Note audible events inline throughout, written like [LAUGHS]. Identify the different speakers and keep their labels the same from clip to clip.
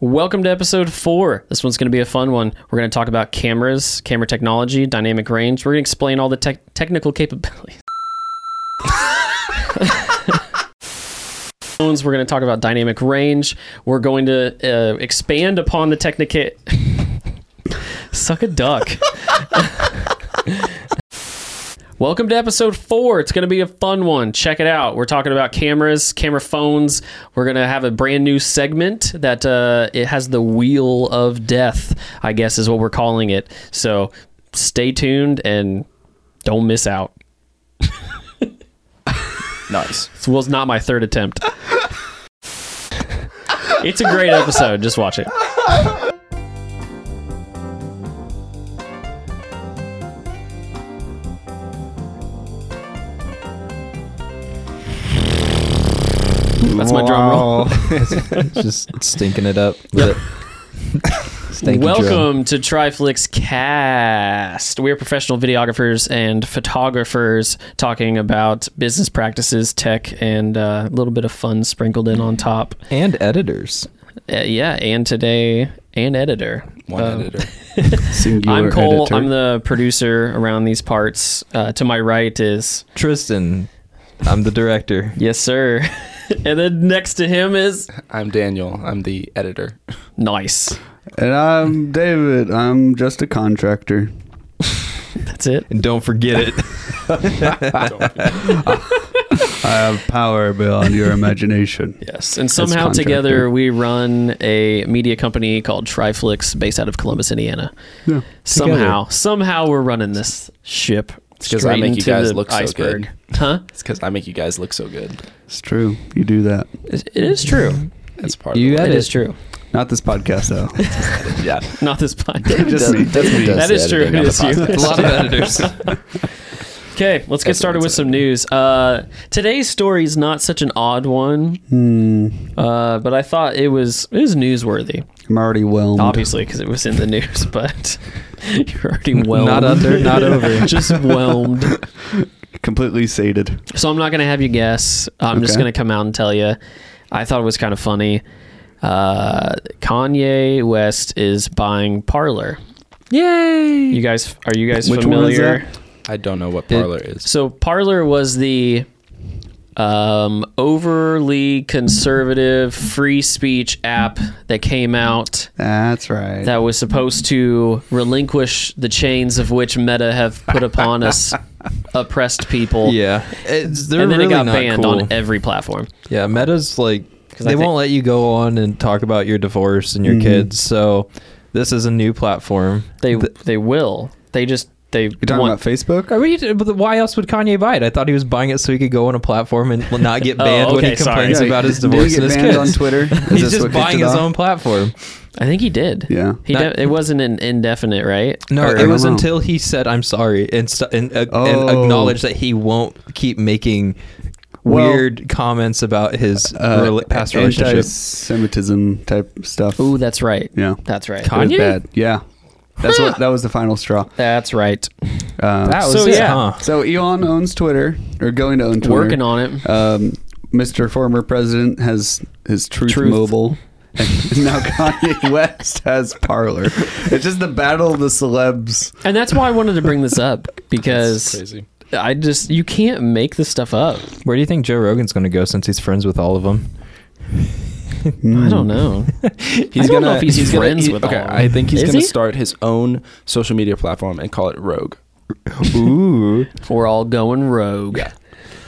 Speaker 1: Welcome to episode four. This one's going to be a fun one. We're going to talk about cameras, camera technology, dynamic range. We're going to explain all the tech technical capabilities. [LAUGHS] Phones, We're going to talk about dynamic range. We're going to uh, expand upon the technical. [LAUGHS] Suck a duck. Welcome to episode four. It's going to be a fun one. Check it out. We're talking about cameras, camera phones. We're going to have a brand new segment that uh, it has the wheel of death, I guess is what we're calling it. So stay tuned and don't miss out.
Speaker 2: Nice.
Speaker 1: This was not my third attempt. it's a great episode. Just watch it. That's my drum [LAUGHS] roll.
Speaker 2: Just stinking it up. With it. Stinky drum.
Speaker 1: Welcome to Triflix Cast. We are professional videographers and photographers talking about business practices, tech, and uh, a little bit of fun sprinkled in on top.
Speaker 2: And editors.
Speaker 1: Uh, yeah, and today, and editor. Um, [LAUGHS]
Speaker 2: editor.
Speaker 3: Singular
Speaker 1: I'm Cole.
Speaker 3: editor.
Speaker 1: I'm the producer around these parts. Uh, to my right is
Speaker 2: Tristan. I'm the director.
Speaker 1: yes, sir, [LAUGHS] and then next to him is
Speaker 4: I'm Daniel. I'm the editor. [LAUGHS]
Speaker 1: nice.
Speaker 3: and I'm David. I'm just a contractor.
Speaker 1: That's it.
Speaker 2: And don't forget it.
Speaker 3: I have power beyond your imagination.
Speaker 1: Yes, and somehow
Speaker 3: contractor.
Speaker 1: together we run a media company called Triflix, based out of Columbus, Indiana.
Speaker 3: [LAUGHS] Yeah.
Speaker 1: Somehow, somehow we're running this ship.
Speaker 4: It's 'cause I
Speaker 1: straight
Speaker 4: make you
Speaker 1: into
Speaker 4: guys
Speaker 1: the
Speaker 4: look so good.
Speaker 1: huh?
Speaker 4: It's because I make you guys look so good.
Speaker 3: It's true. You do that.
Speaker 1: It it is true.
Speaker 4: That's part
Speaker 2: You
Speaker 4: of
Speaker 1: That
Speaker 2: edit.
Speaker 1: is true.
Speaker 3: Not this podcast though.
Speaker 2: [LAUGHS]
Speaker 4: it. Yeah.
Speaker 1: [LAUGHS] Not this
Speaker 4: [LAUGHS]
Speaker 1: podcast.
Speaker 3: just me.
Speaker 4: That's me.
Speaker 1: That is true. It is [LAUGHS] you.
Speaker 2: A
Speaker 4: [LAUGHS]
Speaker 2: lot of editors.
Speaker 1: Okay, let's get started with
Speaker 4: Everyone's
Speaker 1: some news. Uh, today's story is not such an odd one,
Speaker 3: Mm,
Speaker 1: uh, but I thought it was it was newsworthy,
Speaker 3: I'm already whelmed.
Speaker 1: obviously because it was in the news. [LAUGHS] But you're already whelmed,
Speaker 2: Not
Speaker 1: [LAUGHS]
Speaker 2: under, not over.
Speaker 1: just whelmed.
Speaker 3: Completely sated.
Speaker 1: So I'm not gonna have you guess. I'm just
Speaker 3: Okay.
Speaker 1: gonna come out and tell you. I thought it was kind of funny. Uh, Kanye West is buying Parlor.
Speaker 2: Yay!
Speaker 1: You guys, are you guys
Speaker 3: Which one is
Speaker 1: familiar?
Speaker 3: that?
Speaker 4: I don't know what parlor is.
Speaker 1: So Parlor was the um, overly conservative free speech app that came out
Speaker 3: That's right.
Speaker 1: that was supposed to relinquish the chains of which Meta have put upon us oppressed people.
Speaker 2: Yeah. It's, they're
Speaker 1: And then
Speaker 2: really
Speaker 1: it got
Speaker 2: not
Speaker 1: banned
Speaker 2: cool.
Speaker 1: on every platform.
Speaker 2: Yeah, Meta's like they
Speaker 1: I think-
Speaker 2: won't let you go on and talk about your divorce and your kids. So this is a new platform.
Speaker 1: They they will. They just they
Speaker 3: You're talking
Speaker 1: want
Speaker 3: about Facebook?
Speaker 2: Are we, but why else would Kanye buy it? I thought he was buying it so he could go on a platform and not
Speaker 3: [LAUGHS]
Speaker 2: get
Speaker 1: Oh,
Speaker 2: banned when he
Speaker 1: okay, sorry.
Speaker 2: complains
Speaker 1: Yeah,
Speaker 2: about his
Speaker 3: Did he
Speaker 2: divorce and
Speaker 3: get
Speaker 2: his
Speaker 3: banned
Speaker 2: kids.
Speaker 3: on
Speaker 2: [LAUGHS]
Speaker 3: Twitter. Is
Speaker 2: He's
Speaker 3: this
Speaker 2: just
Speaker 3: what kicked
Speaker 2: buying
Speaker 3: it
Speaker 2: his
Speaker 3: off?
Speaker 2: own platform.
Speaker 1: I think he did.
Speaker 3: Yeah.
Speaker 1: He
Speaker 2: Not-
Speaker 1: de- it wasn't an indefinite, right?
Speaker 2: No,
Speaker 3: Or- I
Speaker 2: it
Speaker 3: don't
Speaker 2: was
Speaker 3: know.
Speaker 2: until he said "I'm sorry" and st- and, uh,
Speaker 3: Oh.
Speaker 2: and acknowledged that he won't keep making
Speaker 3: Well,
Speaker 2: weird comments about his
Speaker 3: Uh,
Speaker 2: rela- past relationship.
Speaker 3: Anti-Semitism type stuff.
Speaker 1: Ooh, that's right.
Speaker 3: Yeah.
Speaker 1: That's right.
Speaker 3: It was
Speaker 2: Kanye?
Speaker 3: bad. Yeah. That's what. That was the final straw.
Speaker 1: That's right.
Speaker 3: Um,
Speaker 2: That was
Speaker 1: So,
Speaker 2: it,
Speaker 1: yeah.
Speaker 2: huh?
Speaker 3: So Elon owns Twitter, or going to own Twitter.
Speaker 1: Working on it.
Speaker 3: Um, Mr. Former President has his Truth,
Speaker 1: Truth.
Speaker 3: Mobile, and now Kanye West has Parlor. It's just the battle of the celebs.
Speaker 1: And that's why I wanted to bring this
Speaker 2: [LAUGHS]
Speaker 1: up because
Speaker 4: Crazy.
Speaker 1: I just you can't make this stuff up.
Speaker 2: Where do you think Joe Rogan's going to go since he's friends with all of them?
Speaker 3: Mm.
Speaker 1: I don't
Speaker 2: [LAUGHS]
Speaker 1: know. I don't know if he's, friends
Speaker 4: he-
Speaker 1: with
Speaker 4: Okay,
Speaker 1: all.
Speaker 4: I think he's
Speaker 1: Is
Speaker 4: gonna
Speaker 1: he?
Speaker 4: start his own social media platform and call it Rogue.
Speaker 2: Ooh,
Speaker 1: We're all going rogue.
Speaker 4: Yeah.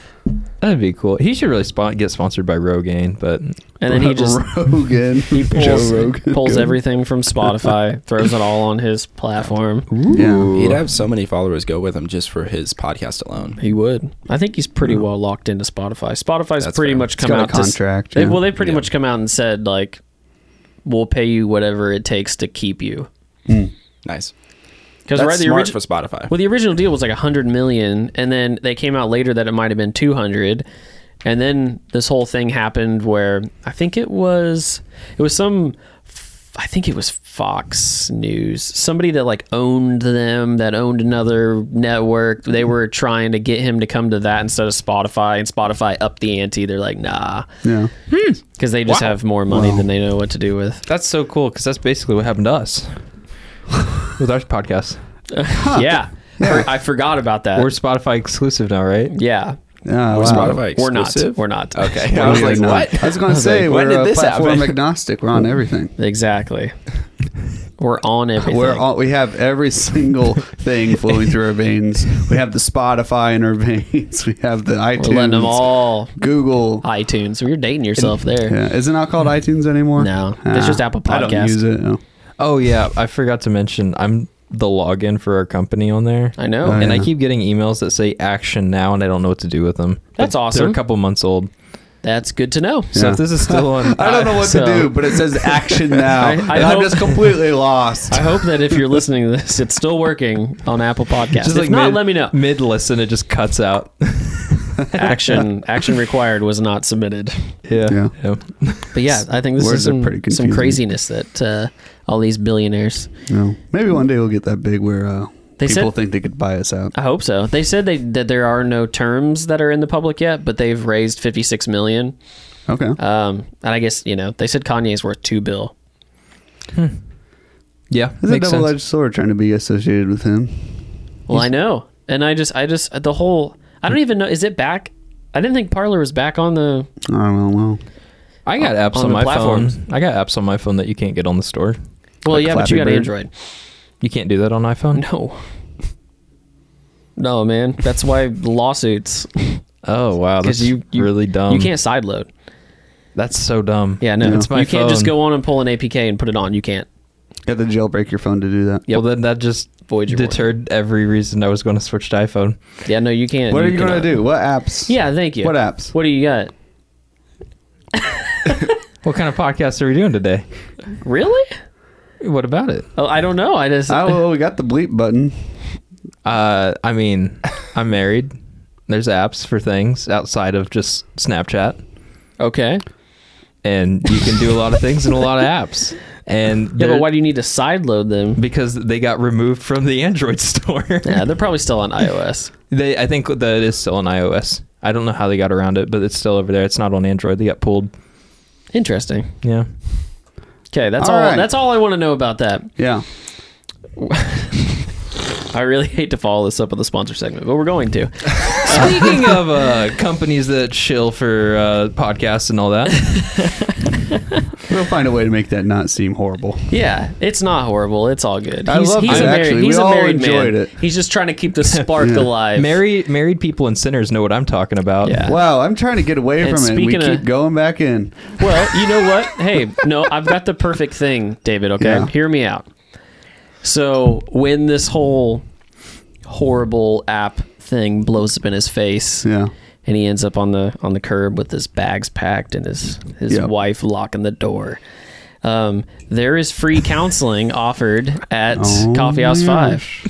Speaker 2: [LAUGHS] that'd be cool. He should really spon- get sponsored by Rogaine, but
Speaker 1: And
Speaker 3: [LAUGHS]
Speaker 1: then he just
Speaker 3: Rogan. He
Speaker 1: pulls, pulls everything from
Speaker 3: [LAUGHS]
Speaker 1: Spotify, throws it all on his platform.
Speaker 3: Yeah.
Speaker 4: He'd have so many followers go with him just for his podcast alone.
Speaker 1: He would. I think he's pretty well locked into Spotify. Spotify's
Speaker 4: That's
Speaker 1: pretty
Speaker 4: fair.
Speaker 1: much
Speaker 4: It's
Speaker 1: come
Speaker 3: got a
Speaker 1: out to s-
Speaker 3: contract,
Speaker 1: they-
Speaker 3: yeah.
Speaker 1: well, they pretty
Speaker 4: Yeah.
Speaker 1: much come out and said like, "We'll pay you whatever it takes to keep you."
Speaker 4: Nice.
Speaker 1: Because
Speaker 4: That's
Speaker 1: right, the
Speaker 4: smart
Speaker 1: origi-
Speaker 4: for Spotify.
Speaker 1: Well, the original deal was like 100 million, and then they came out later that it might have been 200. And then this whole thing happened where I think it was it was some f- I think it was Fox News, somebody that like owned them, that owned another network. They were trying to get him to come to that instead of Spotify, and Spotify upped the ante. They're like, nah,
Speaker 3: Yeah.
Speaker 1: because they just have more money than they know what to do with.
Speaker 2: That's so cool because that's basically what happened to
Speaker 3: [LAUGHS]
Speaker 2: us with our podcast.
Speaker 1: Yeah, I forgot about that.
Speaker 2: We're Spotify exclusive now, right?
Speaker 1: yeah,
Speaker 3: Yeah, Oh,
Speaker 4: We're
Speaker 3: wow.
Speaker 4: Spotify
Speaker 1: we're not.
Speaker 4: exclusive?
Speaker 1: We're not. [LAUGHS]
Speaker 4: Okay. I was like, what?
Speaker 3: I was going to say,
Speaker 4: when
Speaker 3: we're
Speaker 4: did
Speaker 3: uh,
Speaker 4: this
Speaker 3: platform
Speaker 4: happen?
Speaker 3: agnostic. We're on everything.
Speaker 1: [LAUGHS] Exactly. We're on everything.
Speaker 3: We're all, we have every single thing flowing through our veins. We have the Spotify in our [LAUGHS] veins. We have the iTunes.
Speaker 1: We're letting them all
Speaker 3: Google.
Speaker 1: iTunes. You're dating yourself there.
Speaker 3: Yeah. Is it not called iTunes anymore? Ah.
Speaker 1: No. It's just Apple
Speaker 3: I don't
Speaker 1: Podcast.
Speaker 3: use it. no.
Speaker 2: Oh yeah, I forgot to mention I'm the login for our company on there.
Speaker 1: I know.
Speaker 3: Uh,
Speaker 2: and I
Speaker 3: yeah.
Speaker 2: keep getting emails that say action now, and I don't know what to do with them.
Speaker 1: That's
Speaker 2: They're-
Speaker 1: awesome.
Speaker 2: They're a couple months old.
Speaker 1: That's good to know.
Speaker 2: So
Speaker 3: Yeah.
Speaker 2: if this is still on,
Speaker 3: I don't know
Speaker 1: [LAUGHS]
Speaker 3: what
Speaker 1: so-
Speaker 3: to do, but it says
Speaker 1: [LAUGHS]
Speaker 3: action now.
Speaker 1: I- I
Speaker 3: and I'm
Speaker 1: hope-
Speaker 3: just completely lost.
Speaker 1: I hope that if you're listening to this, it's still working on Apple Podcasts.
Speaker 2: Just
Speaker 1: if
Speaker 2: like
Speaker 1: not,
Speaker 2: mid,
Speaker 1: let me [LAUGHS] know.
Speaker 2: Mid listen, it just cuts out. [LAUGHS]
Speaker 1: Action action required was not submitted.
Speaker 2: yeah.
Speaker 3: Yeah.
Speaker 1: But yeah, I think this
Speaker 3: Words
Speaker 1: is
Speaker 3: are
Speaker 1: some,
Speaker 3: pretty
Speaker 1: some
Speaker 3: confusing.
Speaker 1: craziness that uh, all these billionaires.
Speaker 3: No. Maybe one day we'll get that big where uh,
Speaker 1: They
Speaker 3: people
Speaker 1: said-
Speaker 3: think they could buy us out.
Speaker 1: I hope so. They said they that there are no terms that are in the public yet, but they've raised 56 million.
Speaker 3: Okay.
Speaker 1: Um, and I guess you know they said Kanye's worth two bill.
Speaker 2: Yeah.
Speaker 3: It's a
Speaker 2: makes sense.
Speaker 3: double edged sword trying to be associated with him.
Speaker 1: Well, I know, and I just, I just, the whole, I don't even know. Is it back? I didn't think Parlor was back on the.
Speaker 3: I don't know.
Speaker 2: I
Speaker 1: on
Speaker 2: got apps
Speaker 1: the
Speaker 2: on, my
Speaker 1: platforms.
Speaker 2: phone. I got apps on my phone that you can't get on the store.
Speaker 1: Well, yeah, but you
Speaker 3: Flappy
Speaker 1: got
Speaker 3: Bird?
Speaker 1: Android. [LAUGHS]
Speaker 2: You can't do that on iPhone.
Speaker 1: No. No, man. That's why
Speaker 2: [LAUGHS]
Speaker 1: lawsuits.
Speaker 2: Oh wow, that's
Speaker 1: Because you, you
Speaker 2: really dumb.
Speaker 1: You can't sideload.
Speaker 2: That's so dumb.
Speaker 1: Yeah, no.
Speaker 3: No.
Speaker 2: It's my
Speaker 1: you can't just
Speaker 2: phone.
Speaker 1: go on and pull an APK and put it on. You can't.
Speaker 3: You have to jailbreak your phone to do that.
Speaker 1: Yep.
Speaker 2: Well, then that just
Speaker 1: Void your
Speaker 2: deterred every reason I was going to switch to iPhone.
Speaker 1: Yeah, no, you can't.
Speaker 3: What are you
Speaker 1: cannot.
Speaker 3: going to do? What apps?
Speaker 1: Yeah, thank you.
Speaker 3: What apps?
Speaker 1: What do you got?
Speaker 2: What kind of podcast are we doing today?
Speaker 1: Really?
Speaker 2: What about it?
Speaker 1: Oh, I don't know. I
Speaker 3: [LAUGHS]
Speaker 1: just.
Speaker 3: Oh, well, we got the bleep button.
Speaker 2: Uh, I mean, I'm married. There's apps for things outside of just Snapchat,
Speaker 1: [LAUGHS] okay.
Speaker 2: and you can do a lot of things in a lot of apps. And
Speaker 1: Yeah,
Speaker 2: they're-
Speaker 1: but why do you need to sideload
Speaker 2: [LAUGHS]
Speaker 1: them?
Speaker 2: because they got removed from the Android [LAUGHS] store.
Speaker 1: Yeah, they're probably still on
Speaker 2: [LAUGHS]
Speaker 1: iOS.
Speaker 2: They, I think that it is still on iOS. I don't know how they got around it, but it's still over there. It's not on Android. They got pulled.
Speaker 1: Interesting.
Speaker 2: [LAUGHS] Yeah.
Speaker 1: Okay, that's all.
Speaker 3: All right.
Speaker 1: That's all I want to know about that.
Speaker 3: Yeah.
Speaker 1: I really [LAUGHS] hate to follow this up with the sponsor segment, but we're going to.
Speaker 2: Speaking of uh, companies that chill for uh, podcasts and all [LAUGHS] that,
Speaker 3: We'll find a way to make that not seem horrible.
Speaker 1: Yeah, it's not horrible. It's all good.
Speaker 3: I love
Speaker 1: he's
Speaker 3: it,
Speaker 1: a married,
Speaker 3: actually.
Speaker 1: He's
Speaker 3: We
Speaker 1: a
Speaker 3: all
Speaker 1: married
Speaker 3: enjoyed
Speaker 1: man.
Speaker 3: it.
Speaker 1: He's just trying to keep the spark
Speaker 3: [LAUGHS] Yeah.
Speaker 1: alive.
Speaker 2: married married people and sinners know what I'm talking about.
Speaker 1: Yeah.
Speaker 3: Wow, I'm trying to get away
Speaker 1: And
Speaker 3: from it. We
Speaker 1: speaking of-
Speaker 3: keep going back in.
Speaker 1: Well, you know what? Hey, no, I've got the perfect thing, David. Okay,
Speaker 3: Yeah.
Speaker 1: hear me out. So when this whole horrible app thing blows up in his face,
Speaker 3: Yeah.
Speaker 1: and he ends up on the on the curb with his bags packed and his his
Speaker 3: Yeah.
Speaker 1: wife locking the door. Um, there is free counseling [LAUGHS] offered at
Speaker 3: Oh
Speaker 1: Coffee House
Speaker 3: my
Speaker 1: Five.
Speaker 3: gosh.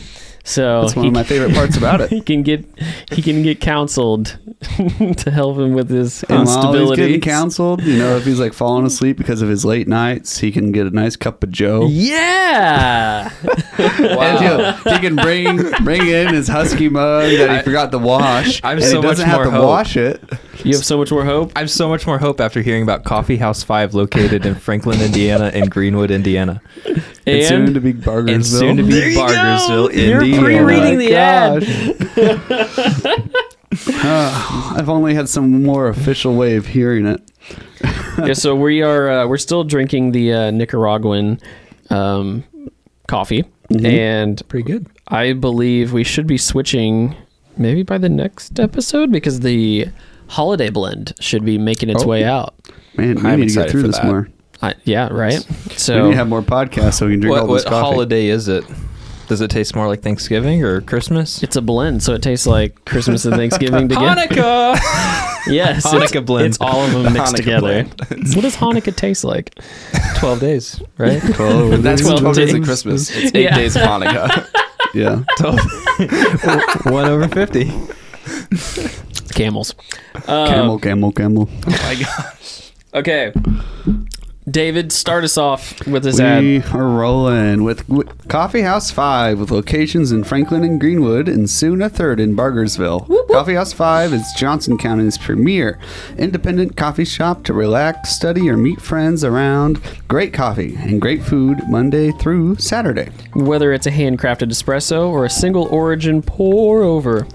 Speaker 1: So
Speaker 3: That's one
Speaker 1: he
Speaker 3: of my
Speaker 1: [LAUGHS]
Speaker 3: favorite parts about
Speaker 1: he
Speaker 3: it.
Speaker 1: can get he can get counseled [LAUGHS] to help him with his
Speaker 3: And while he's
Speaker 1: instability.
Speaker 3: getting counseled, you know, if he's like falling asleep because of his late nights, he can get a nice cup of Joe.
Speaker 1: [LAUGHS]
Speaker 3: [LAUGHS]
Speaker 1: yeah.
Speaker 3: And he'll- he can bring bring in his husky mug that he forgot to wash.
Speaker 2: I'm
Speaker 3: and
Speaker 2: so
Speaker 3: he
Speaker 2: much
Speaker 3: doesn't have
Speaker 2: more
Speaker 3: to
Speaker 2: hope.
Speaker 3: wash it.
Speaker 1: you have so much more hope.
Speaker 2: I have so much more hope after hearing about Coffee House Five, located in Franklin, Indiana, and Greenwood, Indiana,
Speaker 3: And, soon to
Speaker 1: And
Speaker 3: be
Speaker 2: and
Speaker 3: Bargersville.
Speaker 2: soon to be
Speaker 1: you go.
Speaker 2: Bargersville,
Speaker 1: You're
Speaker 2: Indiana.
Speaker 4: Oh
Speaker 1: pre-reading the ad.
Speaker 3: [LAUGHS] Oh, I've only had some more official way of hearing it.
Speaker 1: [LAUGHS] yeah, so we are uh, we're still drinking the uh, Nicaraguan um, coffee, and
Speaker 2: Mm-hmm. Pretty good.
Speaker 1: I believe we should be switching maybe by the next episode because the holiday blend should be making its
Speaker 3: Oh.
Speaker 1: way out.
Speaker 3: Man, we
Speaker 4: I'm
Speaker 3: need to get
Speaker 4: excited
Speaker 3: through
Speaker 4: for
Speaker 3: this
Speaker 4: that.
Speaker 3: more.
Speaker 1: I, yeah, right.
Speaker 3: We
Speaker 1: So
Speaker 3: need to have more podcasts so we can drink
Speaker 2: What,
Speaker 3: all this
Speaker 2: what
Speaker 3: coffee.
Speaker 2: holiday is it? Does it taste more like Thanksgiving or Christmas?
Speaker 1: it's a blend, so it tastes like Christmas and Thanksgiving together.
Speaker 2: [LAUGHS] Hanukkah.
Speaker 1: [LAUGHS] Yes,
Speaker 2: Hanukkah
Speaker 1: it's-
Speaker 2: blend.
Speaker 1: It's all of them mixed
Speaker 4: Hanukkah
Speaker 1: together. what does Hanukkah taste like?
Speaker 2: [LAUGHS] Twelve days, [LAUGHS] right?
Speaker 3: Oh,
Speaker 4: That's
Speaker 1: Twelve
Speaker 4: 12, [LAUGHS] days of
Speaker 1: days.
Speaker 4: Christmas. It's eight
Speaker 1: Yeah.
Speaker 4: days of Hanukkah.
Speaker 3: yeah. [LAUGHS]
Speaker 2: Twelve. One over fifty.
Speaker 1: Camels. Um,
Speaker 3: Camel, camel, camel.
Speaker 1: Okay. David, start us off with this ad.
Speaker 3: We are rolling with G- Coffee House 5 with locations in Franklin and Greenwood and soon a third in Bargersville. Coffee House 5 is Johnson County's premier independent coffee shop to relax, study, or meet friends around. Great coffee and great food Monday through Saturday.
Speaker 1: Whether it's a handcrafted espresso or a single origin pour over,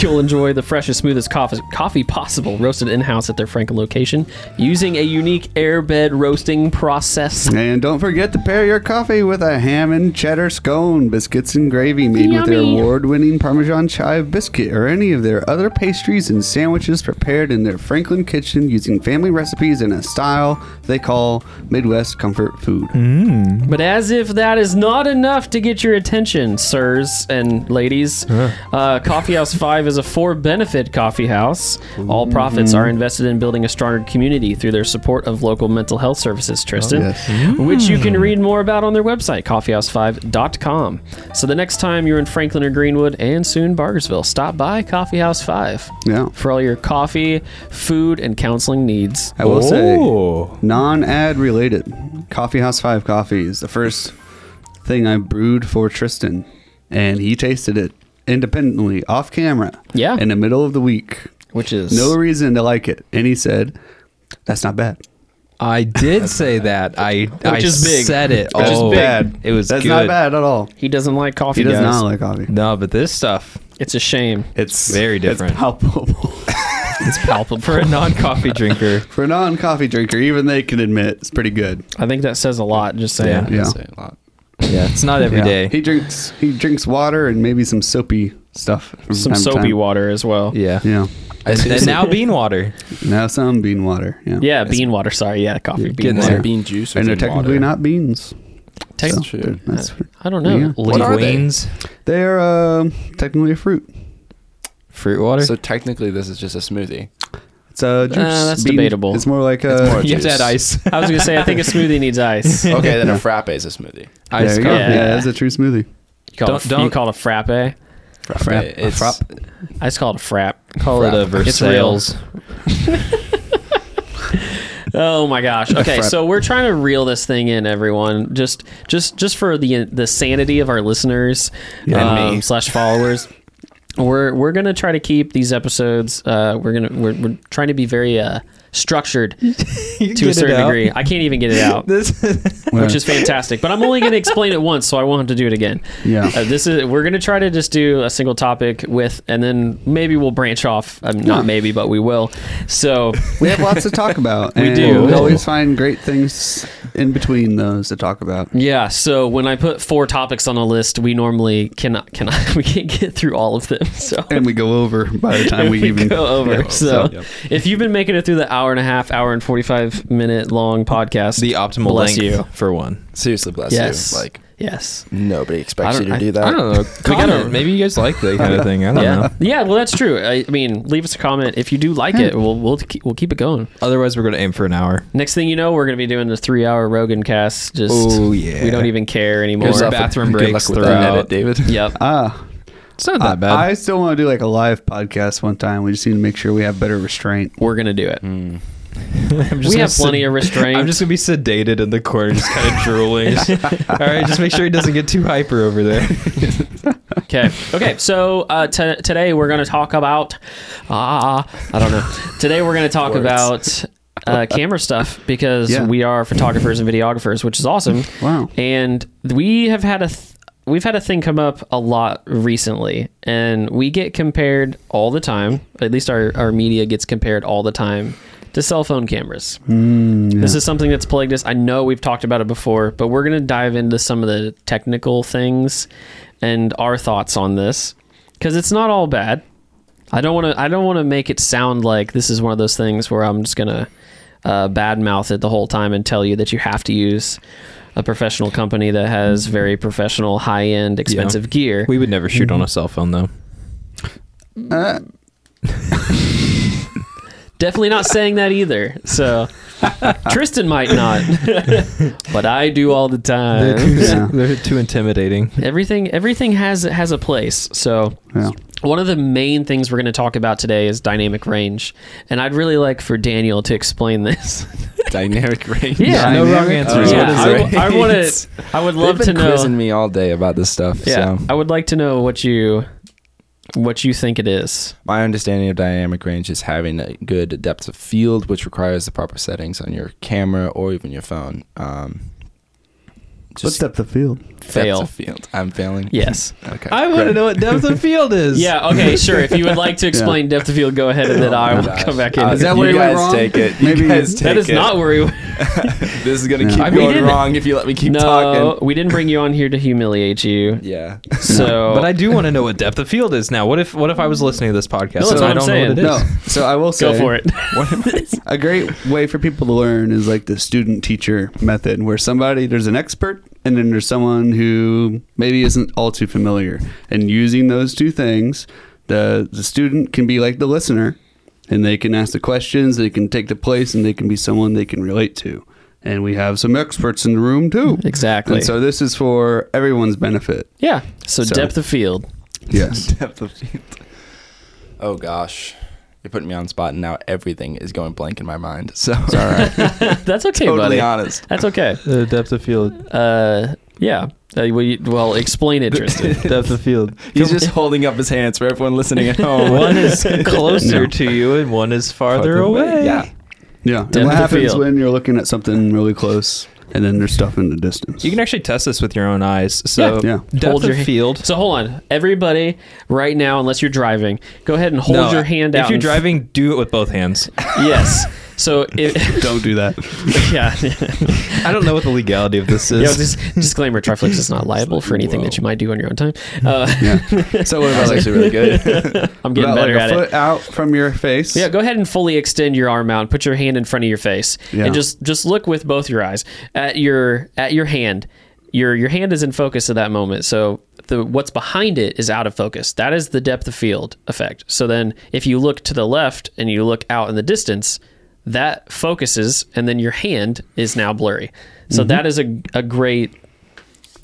Speaker 1: you'll enjoy the freshest, smoothest coffee, coffee possible, roasted in house at their Franklin location using a unique airbed roasting process.
Speaker 3: And don't forget to pair your coffee with a ham and cheddar scone, biscuits and gravy made with their
Speaker 1: Yummy.
Speaker 3: award winning Parmesan chive biscuit or any of their other pastries and sandwiches prepared in their Franklin kitchen using family recipes in a style they call Midwest comfort food.
Speaker 1: But as if that is not enough to get your attention, sirs and ladies,
Speaker 3: Uh-huh.
Speaker 1: uh, Coffee House 5 is a for benefit coffee house.
Speaker 3: Mm-hmm.
Speaker 1: All profits are invested in building a stronger community through their support of local mental health services, Tristan,
Speaker 3: Oh, yes. Mm.
Speaker 1: which you can read more about on their website, coffeehouse5.com. So the next time you're in Franklin or Greenwood and soon Bargersville, stop by Coffee House 5
Speaker 3: Yeah.
Speaker 1: for all your coffee, food, and counseling needs.
Speaker 3: I will say,
Speaker 2: Oh.
Speaker 3: non ad related, Coffee House 5 coffee is the first thing I brewed for Tristan, and he tasted it independently off camera
Speaker 1: Yeah.
Speaker 3: in the middle of the week.
Speaker 1: Which is
Speaker 3: No reason to like it. And he said, that's not bad.
Speaker 2: I did say that. I I
Speaker 1: is big.
Speaker 2: said it.
Speaker 1: Which is
Speaker 2: oh,
Speaker 1: big.
Speaker 2: It was
Speaker 3: That's
Speaker 2: good.
Speaker 3: not bad at all.
Speaker 1: he doesn't like coffee.
Speaker 3: He does
Speaker 1: guys.
Speaker 3: not like coffee.
Speaker 2: No, but this stuff
Speaker 1: It's a shame.
Speaker 3: It's
Speaker 2: Very different.
Speaker 3: It's palpable. [LAUGHS]
Speaker 1: It's palpable.
Speaker 2: for a [LAUGHS] non-coffee drinker.
Speaker 3: For a non coffee drinker, even they can admit it's pretty good.
Speaker 1: I think that says a lot. Just saying.
Speaker 3: Yeah.
Speaker 4: I'd say a lot.
Speaker 2: Yeah, it's not every
Speaker 3: Yeah.
Speaker 2: day.
Speaker 3: He drinks he drinks water and maybe some soapy stuff. From
Speaker 1: Some
Speaker 3: time to
Speaker 1: soapy
Speaker 3: time.
Speaker 1: water as well.
Speaker 3: [LAUGHS]
Speaker 2: Yeah.
Speaker 3: Yeah.
Speaker 2: And, and now bean water.
Speaker 3: Now some bean water. Yeah.
Speaker 1: Yeah, bean water. Sorry. Yeah, coffee bean
Speaker 2: getting
Speaker 1: water.
Speaker 2: there.
Speaker 4: Bean juice.
Speaker 3: And they're
Speaker 4: within
Speaker 3: technically
Speaker 4: water.
Speaker 3: not beans.
Speaker 1: Tec-
Speaker 4: That's true.
Speaker 3: They're- That's,
Speaker 1: I don't know.
Speaker 3: Yeah.
Speaker 4: What are they?
Speaker 2: Wings,
Speaker 3: they're um technically a fruit.
Speaker 2: fruit water.
Speaker 4: So technically, this is just a smoothie.
Speaker 3: It's a juice.
Speaker 1: that's
Speaker 3: bean-
Speaker 1: debatable.
Speaker 3: It's more like a.
Speaker 4: It's more-
Speaker 2: you have to add ice.
Speaker 1: [LAUGHS] I was gonna say I think a smoothie needs
Speaker 3: [LAUGHS]
Speaker 1: ice. You [LAUGHS]
Speaker 4: Okay, then a frappe is a smoothie.
Speaker 2: ice
Speaker 3: there
Speaker 2: coffee.
Speaker 3: you go.
Speaker 1: Yeah.
Speaker 3: Yeah, it's a true smoothie.
Speaker 1: call,
Speaker 2: Don't-
Speaker 1: it, you
Speaker 2: don't-
Speaker 1: call it a frappe. I
Speaker 3: Frap-
Speaker 4: It's,
Speaker 3: frap-
Speaker 1: just call it a frap.
Speaker 2: Call it a
Speaker 1: It's real.
Speaker 2: [LAUGHS] Versailles.
Speaker 1: [LAUGHS] Oh my gosh. Okay,
Speaker 3: frap.
Speaker 1: so we're trying to reel this thing in, everyone. Just just just for the the sanity of our listeners
Speaker 4: And
Speaker 1: um,
Speaker 4: me.
Speaker 1: slash followers. We're, we're gonna try to keep these episodes. Uh, we're gonna we're, we're trying to be very uh, structured to a certain degree. I can't even get it
Speaker 4: [LAUGHS]
Speaker 1: out.
Speaker 2: [LAUGHS] This
Speaker 1: which is fantastic. But I'm only going to explain it once, so I won't have to do it again.
Speaker 3: Yeah.
Speaker 1: Uh, this is we're going to try to just do a single topic with, and then maybe we'll branch off. Um,
Speaker 3: Yeah.
Speaker 1: not maybe, but we will. So
Speaker 3: We have lots to talk about.
Speaker 1: [LAUGHS]
Speaker 3: we
Speaker 1: do.
Speaker 3: We always find great things in between those to talk about.
Speaker 1: yeah. So when I put four topics on a list, we normally cannot cannot [LAUGHS] we can't get through all of them. So.
Speaker 3: And we go over by the
Speaker 1: [LAUGHS]
Speaker 3: time we,
Speaker 1: we
Speaker 3: even
Speaker 1: go over.
Speaker 3: Yeah,
Speaker 1: so,
Speaker 4: Yep.
Speaker 1: if you've been making it through the hour and a half, hour and forty-five minute long podcast,
Speaker 2: the optimal
Speaker 1: bless
Speaker 2: length
Speaker 1: you.
Speaker 2: for one.
Speaker 4: seriously bless
Speaker 1: Yes,
Speaker 4: you. Like
Speaker 1: yes,
Speaker 4: nobody expects
Speaker 1: I
Speaker 4: you
Speaker 1: don't-
Speaker 4: to
Speaker 1: I-
Speaker 4: do that.
Speaker 2: I don't know. We gotta,
Speaker 1: Comment.
Speaker 2: maybe you guys like that kind of thing. I don't
Speaker 1: yeah,
Speaker 2: know.
Speaker 1: yeah. Well, that's true. I, I mean, leave us a comment if you do like it. We'll we'll keep, we'll keep it going.
Speaker 2: Otherwise, we're gonna aim for an hour.
Speaker 1: Next thing you know, we're gonna be doing the three-hour Rogan cast. Just
Speaker 2: Oh, yeah.
Speaker 1: we don't even care anymore.
Speaker 2: Good
Speaker 4: Good luck with-
Speaker 2: bathroom
Speaker 4: good
Speaker 2: breaks
Speaker 4: luck with that
Speaker 2: throughout.
Speaker 4: edit, David.
Speaker 1: Yep.
Speaker 3: Ah,
Speaker 2: It's not
Speaker 3: I,
Speaker 2: that bad.
Speaker 3: I still want to do like a live podcast one time. We just need to make sure we have better restraint.
Speaker 1: We're gonna do it. [LAUGHS]
Speaker 2: I'm just
Speaker 1: we
Speaker 2: gonna
Speaker 1: have plenty [LAUGHS]
Speaker 2: sed-
Speaker 1: of restraint.
Speaker 2: I'm just gonna be sedated in the corner, just
Speaker 1: [LAUGHS]
Speaker 2: kind of drooling. All right, just make sure he doesn't get too hyper over there.
Speaker 1: Okay. Okay. So uh, t- today we're gonna talk about ah I don't know. Today we're gonna talk about
Speaker 4: Words.
Speaker 1: uh, camera stuff because
Speaker 3: Yeah.
Speaker 1: we are photographers and videographers, which is awesome.
Speaker 3: Wow.
Speaker 1: And we have had a th- we've had a thing come up a lot recently, and we get compared all the time. At least our our media gets compared all the time to cell phone cameras. This is something that's plagued us. I know we've talked about it before, but we're going to dive into some of the technical things and our thoughts on this because it's not all bad. I don't want to. I don't want to make it sound like this is one of those things where I'm just going to uh, badmouth it the whole time and tell you that you have to use a professional company that has very professional, high end, expensive gear.
Speaker 2: We would never shoot on a cell phone, though.
Speaker 3: Uh,
Speaker 1: Definitely not saying that either. So Tristan might not, [LAUGHS] but I do all the time.
Speaker 2: [LAUGHS]
Speaker 3: Yeah.
Speaker 2: They're too Uh, intimidating.
Speaker 1: everything everything has has a place so
Speaker 3: yeah.
Speaker 1: one of the main things we're going to talk about today is dynamic range, and I'd really like for Daniel to explain this.
Speaker 4: [LAUGHS]
Speaker 1: [LAUGHS]
Speaker 4: Dynamic range.
Speaker 1: Yeah.
Speaker 2: no wrong
Speaker 3: Dynamic-
Speaker 2: answers.
Speaker 3: Yeah,
Speaker 2: What is
Speaker 1: I,
Speaker 2: it?
Speaker 1: w- I want to. I
Speaker 4: [LAUGHS]
Speaker 1: would love
Speaker 4: They've
Speaker 1: to
Speaker 4: been
Speaker 1: know.
Speaker 4: quizzing me all day about this stuff.
Speaker 1: Yeah,
Speaker 4: So
Speaker 1: I would like to know what you what you think it is.
Speaker 4: my understanding of dynamic range is having a good depth of field, which requires the proper settings on your camera or even your phone. Um,
Speaker 3: What's
Speaker 4: just
Speaker 3: up the field?
Speaker 4: depth
Speaker 1: Fail.
Speaker 4: of field. I'm failing.
Speaker 1: Yes.
Speaker 4: Okay.
Speaker 2: I want to know what depth of field [LAUGHS] is.
Speaker 1: [LAUGHS] Yeah. Okay. Sure. If you would like to explain depth of field, go ahead, and then I will
Speaker 4: gosh.
Speaker 1: come back
Speaker 4: Uh,
Speaker 1: in.
Speaker 3: Is that
Speaker 4: you
Speaker 3: where you went
Speaker 4: guys
Speaker 3: wrong?
Speaker 4: take it. You
Speaker 3: Maybe-
Speaker 4: guys take
Speaker 1: that is
Speaker 4: it.
Speaker 1: not where we.
Speaker 4: This is gonna
Speaker 3: No.
Speaker 4: keep
Speaker 3: I-
Speaker 1: we
Speaker 4: going
Speaker 1: didn't-
Speaker 4: wrong if you let me [LAUGHS] keep
Speaker 1: no,
Speaker 4: talking.
Speaker 1: we didn't bring you on here to humiliate you.
Speaker 4: [LAUGHS] Yeah.
Speaker 1: So,
Speaker 2: But I do want to know what depth of field is now. What if what if I was listening to this podcast
Speaker 1: No, that's
Speaker 2: and
Speaker 1: what
Speaker 2: I
Speaker 1: I'm
Speaker 2: don't know
Speaker 1: saying.
Speaker 2: what it is?
Speaker 3: No. So I will
Speaker 1: [LAUGHS]
Speaker 3: say
Speaker 1: go for it.
Speaker 4: [LAUGHS] What am I saying?
Speaker 3: A great way for people to learn is like the student teacher method, where somebody, there's an expert and then there's someone who maybe isn't all too familiar. And using those two things, the, the student can be like the listener and they can ask the questions, they can take the place, and they can be someone they can relate to. And we have some experts in the room too.
Speaker 1: exactly.
Speaker 3: And so this is for everyone's benefit.
Speaker 1: yeah. So,
Speaker 3: So-
Speaker 1: depth of field. [LAUGHS]
Speaker 3: Yes.
Speaker 4: depth of field. Oh gosh, you're putting me on the spot, and now everything is going blank in my mind. So it's all [LAUGHS] right.
Speaker 1: That's okay,
Speaker 4: totally
Speaker 1: buddy.
Speaker 4: honest.
Speaker 1: That's okay.
Speaker 2: The depth of field.
Speaker 1: Uh, yeah. Uh, well, you- well, explain
Speaker 4: [LAUGHS]
Speaker 1: it,
Speaker 2: [LAUGHS]
Speaker 1: Tristan.
Speaker 2: depth of field. [LAUGHS]
Speaker 4: He's just holding up his hands for everyone listening at [LAUGHS] home.
Speaker 2: one is closer
Speaker 3: No.
Speaker 2: to you and one is farther
Speaker 4: Farther away,
Speaker 2: away.
Speaker 4: yeah.
Speaker 3: [LAUGHS] Yeah.
Speaker 1: Depth
Speaker 3: and
Speaker 1: of
Speaker 3: what happens
Speaker 1: field.
Speaker 3: when you're looking at something really close and then there's stuff in the distance?
Speaker 2: You can actually test this with your own eyes. So
Speaker 3: Yeah. Yeah.
Speaker 2: depth
Speaker 1: Hold your
Speaker 2: of
Speaker 1: ha-
Speaker 2: field.
Speaker 1: So hold on, everybody, right now, unless you're driving, go ahead and hold
Speaker 2: No,
Speaker 1: your hand
Speaker 2: if
Speaker 1: out.
Speaker 2: you're
Speaker 1: and-
Speaker 2: driving, do it with both hands.
Speaker 1: [LAUGHS] yes. So, if, [LAUGHS]
Speaker 3: Don't do that.
Speaker 2: [LAUGHS]
Speaker 1: yeah.
Speaker 2: I don't know what the legality of [LAUGHS] this is.
Speaker 1: Yeah, just, disclaimer: Triflix is not liable for anything that you might do on your own time. Uh, [LAUGHS]
Speaker 3: Yeah. So what
Speaker 4: That
Speaker 3: about
Speaker 4: was
Speaker 3: like
Speaker 4: actually really good.
Speaker 1: I'm [LAUGHS] getting
Speaker 3: about
Speaker 1: better
Speaker 3: like a
Speaker 1: at
Speaker 3: foot
Speaker 1: it.
Speaker 3: out from your face.
Speaker 1: Yeah, go ahead and fully extend your arm out. and Put your hand in front of your face,
Speaker 3: Yeah.
Speaker 1: and just just look with both your eyes at your at your hand. Your your hand is in focus at that moment, so the what's behind it is out of focus. That is the depth of field effect. So then, if you look to the left and you look out in the distance, that focuses, and then your hand is now blurry. So
Speaker 4: Mm-hmm.
Speaker 1: that is a a great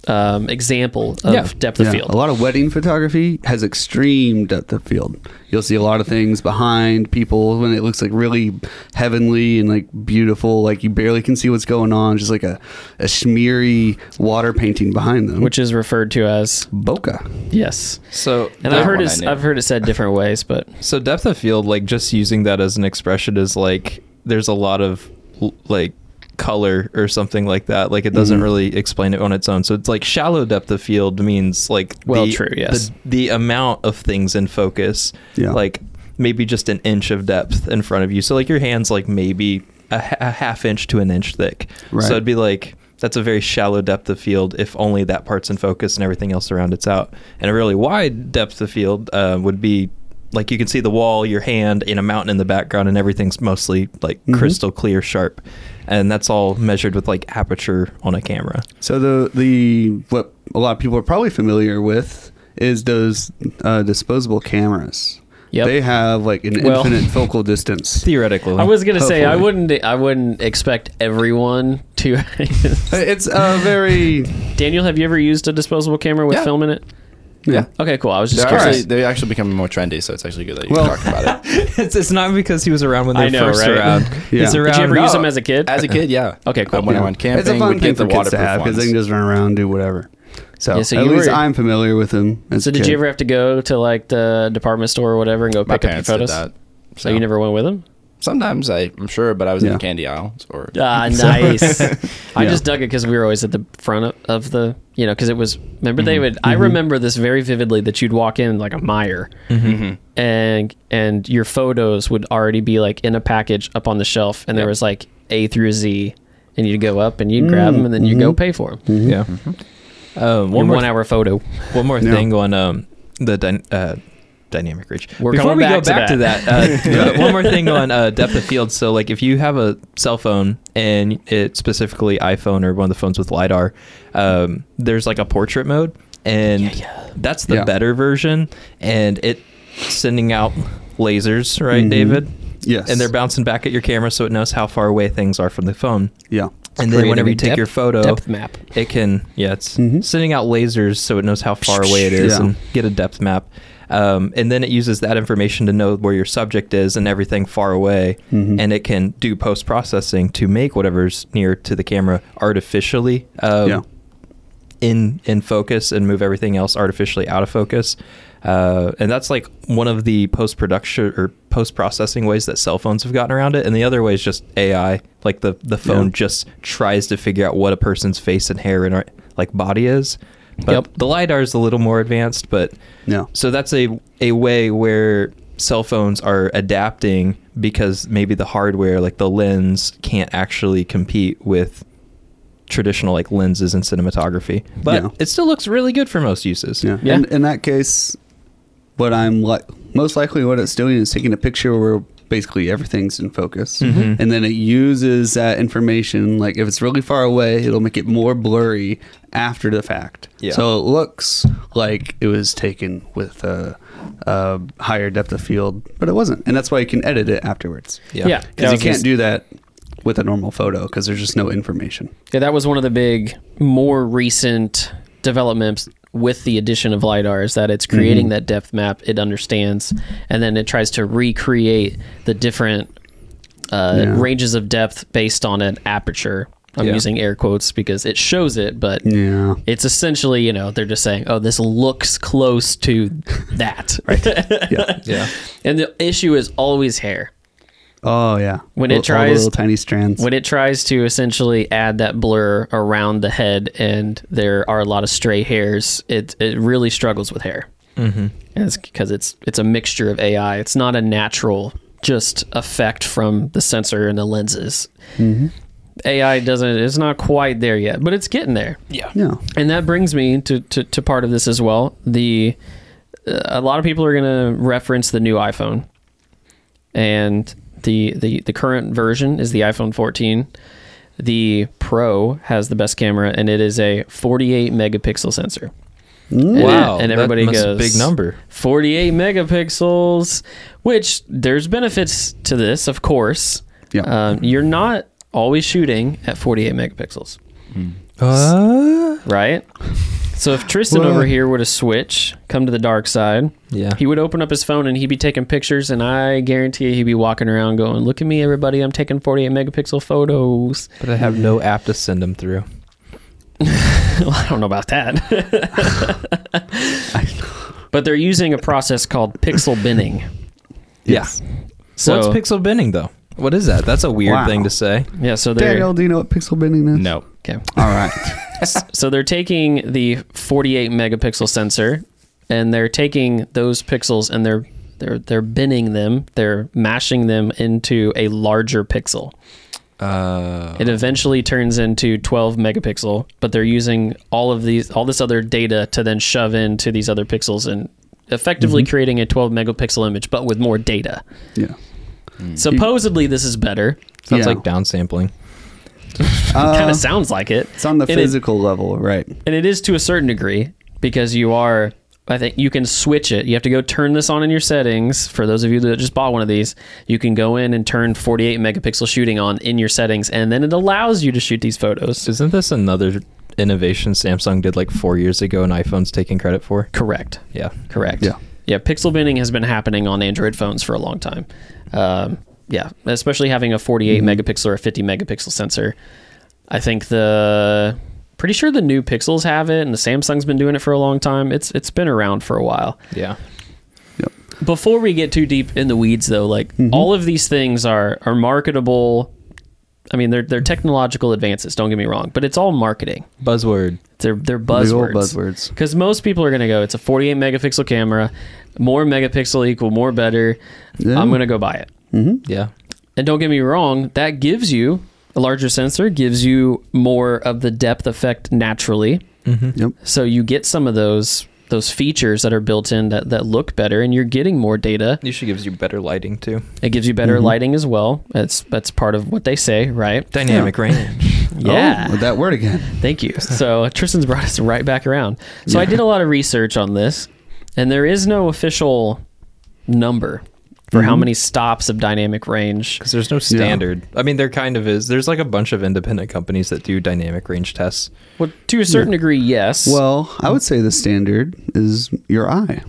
Speaker 1: um, example of
Speaker 2: Yeah.
Speaker 1: depth of
Speaker 3: Yeah.
Speaker 1: field.
Speaker 3: A lot of wedding photography has extreme depth of field. You'll see a lot of things behind people when it looks like really heavenly and like beautiful, like you barely can see what's going on, just like a, a smeary water painting behind them.
Speaker 1: which is referred to as
Speaker 3: bokeh.
Speaker 1: yes.
Speaker 2: so
Speaker 1: And
Speaker 4: That
Speaker 1: I've heard
Speaker 4: one I
Speaker 1: it.
Speaker 4: knew.
Speaker 1: I've heard it said different ways, but
Speaker 2: So depth of field, like just using that as an expression, is like there's a lot of l- like color or something like that. Like it
Speaker 1: Mm-hmm.
Speaker 2: doesn't really explain it on its own. So it's like shallow depth of field means like
Speaker 1: Well,
Speaker 2: the,
Speaker 1: true, yes.
Speaker 2: the, the amount of things in focus.
Speaker 3: Yeah.
Speaker 2: Like maybe just an inch of depth in front of you. So like your hands like maybe a, h- a half inch to an inch thick.
Speaker 3: Right.
Speaker 2: So it'd be like that's a very shallow depth of field if only that part's in focus and everything else around it's out. And a really wide depth of field uh, would be like you can see the wall, your hand, and a mountain in the background, and everything's mostly like
Speaker 1: Mm-hmm.
Speaker 2: crystal clear, sharp. And that's all measured with like aperture on a camera.
Speaker 3: So the the what a lot of people are probably familiar with is those uh, disposable cameras.
Speaker 1: Yep.
Speaker 3: They have like an
Speaker 1: Well-
Speaker 3: infinite
Speaker 1: [LAUGHS]
Speaker 3: focal distance.
Speaker 2: Theoretically,
Speaker 1: I was gonna say I
Speaker 3: Hopefully.
Speaker 1: wouldn't. I wouldn't expect everyone
Speaker 4: [LAUGHS]
Speaker 1: to.
Speaker 3: It's a
Speaker 1: [LAUGHS]
Speaker 3: very
Speaker 1: Daniel, have you ever used a disposable camera with
Speaker 4: Yeah.
Speaker 1: film in it?
Speaker 3: yeah.
Speaker 1: Okay, cool. I was just
Speaker 4: They're
Speaker 1: curious.
Speaker 4: actually, they're actually becoming more trendy, so it's actually good that you're
Speaker 3: Well-
Speaker 4: talking about
Speaker 2: [LAUGHS] [LAUGHS]
Speaker 4: it.
Speaker 2: it's, it's not because he was around when they
Speaker 1: I know,
Speaker 2: first
Speaker 1: right? [LAUGHS]
Speaker 2: around.
Speaker 3: Yeah.
Speaker 2: He's
Speaker 3: Did you
Speaker 2: around.
Speaker 1: Did you ever use
Speaker 4: No.
Speaker 1: them as a kid?
Speaker 4: As a kid, yeah.
Speaker 1: Okay, cool.
Speaker 4: Uh, when I
Speaker 1: Yeah.
Speaker 4: went camping,
Speaker 3: it's a fun
Speaker 4: we'd
Speaker 3: thing
Speaker 4: get
Speaker 3: for
Speaker 4: the
Speaker 3: kids to
Speaker 4: waterproof
Speaker 3: have because
Speaker 4: ones.
Speaker 3: they can just run around and do whatever. So,
Speaker 1: Yeah, so
Speaker 3: at
Speaker 1: you
Speaker 3: least
Speaker 1: were-
Speaker 3: I'm familiar with them. as
Speaker 1: so
Speaker 3: a
Speaker 1: did
Speaker 3: kid.
Speaker 1: you ever have to go to like the department store or whatever and go pick
Speaker 4: My
Speaker 1: up your
Speaker 4: parents did
Speaker 1: photos?
Speaker 4: that.
Speaker 1: So you never went with them?
Speaker 4: Sometimes I, I'm sure, but I was in
Speaker 3: Yeah.
Speaker 4: the candy aisle. Or
Speaker 2: [LAUGHS]
Speaker 1: Ah, nice. I
Speaker 3: Yeah.
Speaker 1: just dug it because we were always at the front of, of the, you know, because it was. Remember,
Speaker 2: Mm-hmm.
Speaker 1: they would. I remember this very vividly that you'd walk in like a Meyer,
Speaker 2: Mm-hmm.
Speaker 1: and and your photos would already be like in a package up on the shelf, and there was like A through Z, and you'd go up and you'd grab them, and then you go pay for them.
Speaker 2: yeah. Um,
Speaker 1: Mm-hmm. One,
Speaker 2: Mm, mm-hmm. one more
Speaker 1: one hour photo.
Speaker 2: One more
Speaker 3: Yeah.
Speaker 2: thing on um, the dyn uh, dynamic reach.
Speaker 1: We're
Speaker 2: Before
Speaker 1: coming
Speaker 2: we
Speaker 1: back
Speaker 2: go
Speaker 1: to
Speaker 2: back to
Speaker 1: that. [LAUGHS]
Speaker 2: that, uh, one more thing on uh, depth of field. So, like, if you have a cell phone and it specifically iPhone or one of the phones with lidar, um, there's like a portrait mode, and that's the
Speaker 3: Yeah.
Speaker 2: better version, and it sending out lasers, right,
Speaker 3: Mhm.
Speaker 2: David?
Speaker 3: Yes.
Speaker 2: And they're bouncing back at your camera, so it knows how far away things are from the phone.
Speaker 3: Yeah.
Speaker 2: And then
Speaker 1: Creating
Speaker 2: whenever
Speaker 1: a
Speaker 2: you take
Speaker 1: depth-
Speaker 2: your photo,
Speaker 1: depth map.
Speaker 2: it can yeah, it's
Speaker 3: Mhm.
Speaker 2: sending out lasers so it knows how far away it is
Speaker 3: Yeah.
Speaker 2: and get a depth map. Um, and then it uses that information to know where your subject is and everything far away.
Speaker 3: Mm-hmm.
Speaker 2: And it can do post processing to make whatever's near to the camera artificially um,
Speaker 3: Yeah.
Speaker 2: in in focus and move everything else artificially out of focus. Uh, and that's like one of the post production or post processing ways that cell phones have gotten around it. And the other way is just AI. Like the the phone just tries to figure out what a person's face and hair and uh, like body is. But
Speaker 1: Yep.
Speaker 2: the lidar is a little more advanced, but
Speaker 3: Yeah.
Speaker 2: so that's a a way where cell phones are adapting because maybe the hardware like the lens can't actually compete with traditional like lenses and cinematography. But
Speaker 3: Yeah.
Speaker 2: it still looks really good for most uses.
Speaker 3: Yeah.
Speaker 1: Yeah.
Speaker 3: In, in that case, what I'm like most likely what it's doing is taking a picture where basically everything's in focus,
Speaker 1: Mm-hmm.
Speaker 3: and then it uses that information. Like if it's really far away, it'll make it more blurry after the fact.
Speaker 2: Yeah.
Speaker 3: So it looks like it was taken with a, a higher depth of field, but it wasn't, and that's why you can edit it afterwards.
Speaker 2: Yeah.
Speaker 1: Yeah.
Speaker 3: Because
Speaker 1: I
Speaker 3: you
Speaker 1: was
Speaker 3: can't
Speaker 1: gonna-
Speaker 3: do that with a normal photo because there's just no information.
Speaker 1: Yeah, that was one of the big, more recent developments with the addition of lidar is that it's
Speaker 3: Mm-hmm.
Speaker 1: creating that depth map it understands, and then it tries to recreate the different uh,
Speaker 3: Yeah.
Speaker 1: ranges of depth based on an aperture. I'm
Speaker 2: Yeah.
Speaker 1: using air quotes because it shows it, but
Speaker 3: Yeah.
Speaker 1: it's essentially you know they're just saying, oh, this looks close to
Speaker 3: [LAUGHS]
Speaker 1: that,
Speaker 3: Yeah.
Speaker 2: Yeah.
Speaker 1: [LAUGHS] and the issue is always hair.
Speaker 3: oh yeah.
Speaker 1: When it
Speaker 3: All- all the
Speaker 1: tries-
Speaker 3: little tiny strands.
Speaker 1: when it tries to essentially add that blur around the head and there are a lot of stray hairs it it really struggles with hair mm-hmm. and it's because it's it's a mixture of ai it's not a natural just effect from the sensor and the lenses ai doesn't it's not quite there yet but it's getting there
Speaker 3: yeah.
Speaker 1: and that brings me to, to, to part of this as well. The uh, a lot of people are going to reference the new iPhone, and the, the the current version is the iPhone 14. The Pro has the best camera, and it is a 48 megapixel sensor. And-
Speaker 2: Wow,
Speaker 1: and
Speaker 2: that
Speaker 1: everybody
Speaker 2: must-
Speaker 1: goes
Speaker 2: big number.
Speaker 1: 48 megapixels, which there's benefits to this, of course.
Speaker 3: Yeah.
Speaker 1: Um, you're not always shooting at 48 megapixels right? So if Tristan over here were to switch, come to the dark side,
Speaker 2: Yeah.
Speaker 1: he would open up his phone and he'd be taking pictures, and I guarantee you he'd be walking around going, "Look at me, everybody! I'm taking 48 megapixel photos." [LAUGHS]
Speaker 2: but I have no app to send them through.
Speaker 1: well, I don't know about that, but they're using a process called pixel binning.
Speaker 2: Yeah.
Speaker 1: So
Speaker 2: What's pixel binning though? What is that? That's a weird
Speaker 3: Wow.
Speaker 2: thing to say.
Speaker 1: yeah, so they're
Speaker 3: Daniel, do you know what pixel bending is?
Speaker 4: No.
Speaker 1: okay.
Speaker 3: All right.
Speaker 1: [LAUGHS] so they're taking the 48 megapixel sensor and they're taking those pixels and they're they're they're binning them they're mashing them into a larger pixel
Speaker 2: Uh,
Speaker 1: it eventually turns into 12 megapixel but they're using all of these all this other data to then shove into these other pixels and effectively creating a 12 megapixel image but with more data
Speaker 3: yeah.
Speaker 1: supposedly this is better
Speaker 2: sounds
Speaker 3: Yeah.
Speaker 2: like downsampling.
Speaker 1: kind of sounds like it
Speaker 3: Uh, It's on the
Speaker 1: And it-
Speaker 3: physical level, right?
Speaker 1: and it is to a certain degree because you are i think you can switch it you have to go turn this on in your settings for those of you that just bought one of these you can go in and turn 48 megapixel shooting on in your settings and then it allows you to shoot these photos
Speaker 2: Isn't this another innovation Samsung did like four years ago and iPhone's taking credit for?
Speaker 1: correct
Speaker 2: Yeah.
Speaker 1: correct
Speaker 3: Yeah.
Speaker 1: yeah pixel binning has been happening on android phones for a long time um, yeah especially having a 48 megapixel or a 50 megapixel sensor i think the pretty sure the new pixels have it and the samsung's been doing it for a long time it's it's been around for a while
Speaker 2: Yeah.
Speaker 1: before we get too deep in the weeds though like all of these things are are marketable i mean they're they're technological advances don't get me wrong but it's all marketing
Speaker 2: Buzzword.
Speaker 1: they're they're
Speaker 3: Big old
Speaker 1: buzzwords
Speaker 3: buzzwords.
Speaker 1: because most people are going to go it's a 48 megapixel camera more megapixel equal more better i'm going to go buy it
Speaker 2: Yeah.
Speaker 1: and don't get me wrong that gives you a larger sensor gives you more of the depth effect naturally
Speaker 3: Yep.
Speaker 1: so you get some of those those features that are built in that, that look better and you're getting more data
Speaker 2: Usually gives you better lighting too.
Speaker 1: It gives you
Speaker 2: Mm-hmm.
Speaker 1: better lighting as well. That's that's part of what they say, right?
Speaker 2: Dynamic
Speaker 1: [LAUGHS]
Speaker 2: range.
Speaker 1: Yeah.
Speaker 3: Oh, with that word again.
Speaker 1: Thank you. So uh, Tristan's brought us right back around. So I did a lot of research on this, and there is no official number for
Speaker 2: Mm-hmm.
Speaker 1: how many stops of dynamic range.
Speaker 2: Because there's no standard. I mean, there kind of is. There's like a bunch of independent companies that do dynamic range tests.
Speaker 1: Well, to a certain degree, yes.
Speaker 3: Well, I would say the standard is your eye.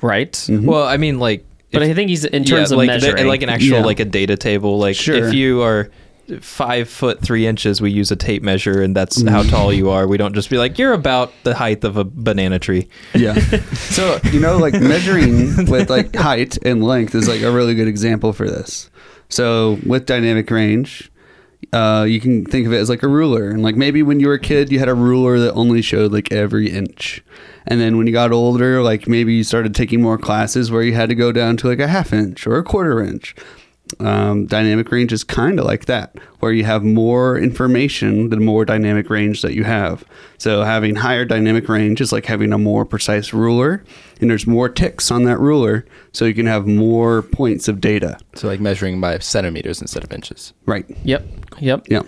Speaker 1: right?
Speaker 2: Well, I mean, like,
Speaker 1: Mm-hmm. But
Speaker 2: mm-hmm. if-
Speaker 1: I think he's in terms of
Speaker 2: like,
Speaker 1: measuring,
Speaker 2: the- like an actual
Speaker 3: Yeah.
Speaker 2: like a data table. Like,
Speaker 3: Sure.
Speaker 2: if you are five foot three inches, we use a tape measure, and that's how
Speaker 1: Mm-hmm.
Speaker 2: tall you are. We don't just be like you're about the height of a banana tree.
Speaker 3: Yeah. [LAUGHS] so you know, like measuring with like height and length is like a really good example for this. So with dynamic range, uh, you can think of it as like a ruler, and like maybe when you were a kid, you had a ruler that only showed like every inch, and then when you got older, like maybe you started taking more classes where you had to go down to like a half inch or a quarter inch. Um, dynamic range is kind of like that, where you have more information the more dynamic range that you have. So, having higher dynamic range is like having a more precise ruler, and there's more ticks on that ruler, so you can have more points of data.
Speaker 4: So like measuring by centimeters instead of inches.
Speaker 3: Right.
Speaker 1: Yep. Yep.
Speaker 3: Yeah.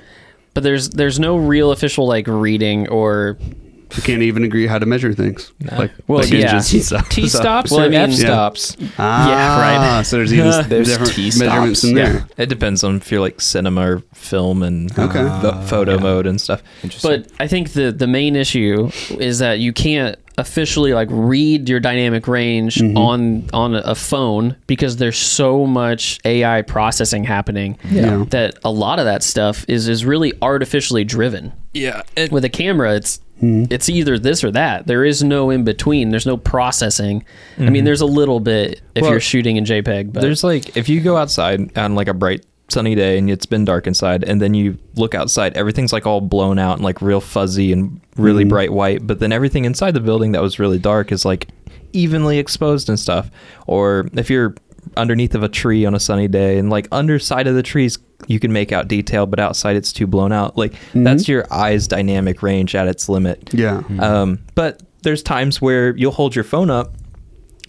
Speaker 1: But there's there's no real official like reading or
Speaker 3: You can't even agree how to measure things. Like,
Speaker 1: Well,
Speaker 3: like
Speaker 1: yeah.
Speaker 3: inches [LAUGHS] and stuff.
Speaker 5: T stops
Speaker 1: Well, I
Speaker 5: or
Speaker 1: mean-
Speaker 5: F stops?
Speaker 3: Ah, So, there's even s-
Speaker 4: There's
Speaker 3: different
Speaker 4: T-stops.
Speaker 3: measurements in
Speaker 1: Yeah.
Speaker 3: there.
Speaker 2: It depends on if you're like cinema or film and
Speaker 3: Okay.
Speaker 2: the photo mode and stuff.
Speaker 4: Interesting.
Speaker 1: but I think the the main issue is that you can't officially like read your dynamic range
Speaker 3: Mm-hmm.
Speaker 1: on on a phone because there's so much AI processing happening
Speaker 3: Yeah.
Speaker 1: that a lot of that stuff is is really artificially driven.
Speaker 2: Yeah,
Speaker 1: With a camera, it's
Speaker 3: Mm-hmm.
Speaker 1: it's either this or that. There is no in between. There's no processing. I mean, there's a little bit if
Speaker 2: Mm-hmm. Well,
Speaker 1: you're shooting in JPEG, but
Speaker 2: There's like if you go outside on like a bright sunny day and it's been dark inside and then you look outside everything's like all blown out and like real fuzzy and really bright white but then everything inside the building that was really dark is like evenly exposed and stuff or if you're underneath of a tree on a sunny day and like underside of the trees you can make out detail but outside it's too blown out like that's your eyes dynamic range at its limit
Speaker 3: Yeah.
Speaker 2: um, but there's times where you'll hold your phone up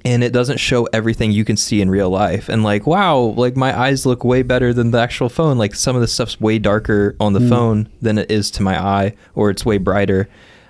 Speaker 2: and it doesn't show everything you can see in real life. And like, wow, like my eyes look way better than the actual phone. Like some of the stuff's way darker on the phone than it is to my eye, or it's way brighter.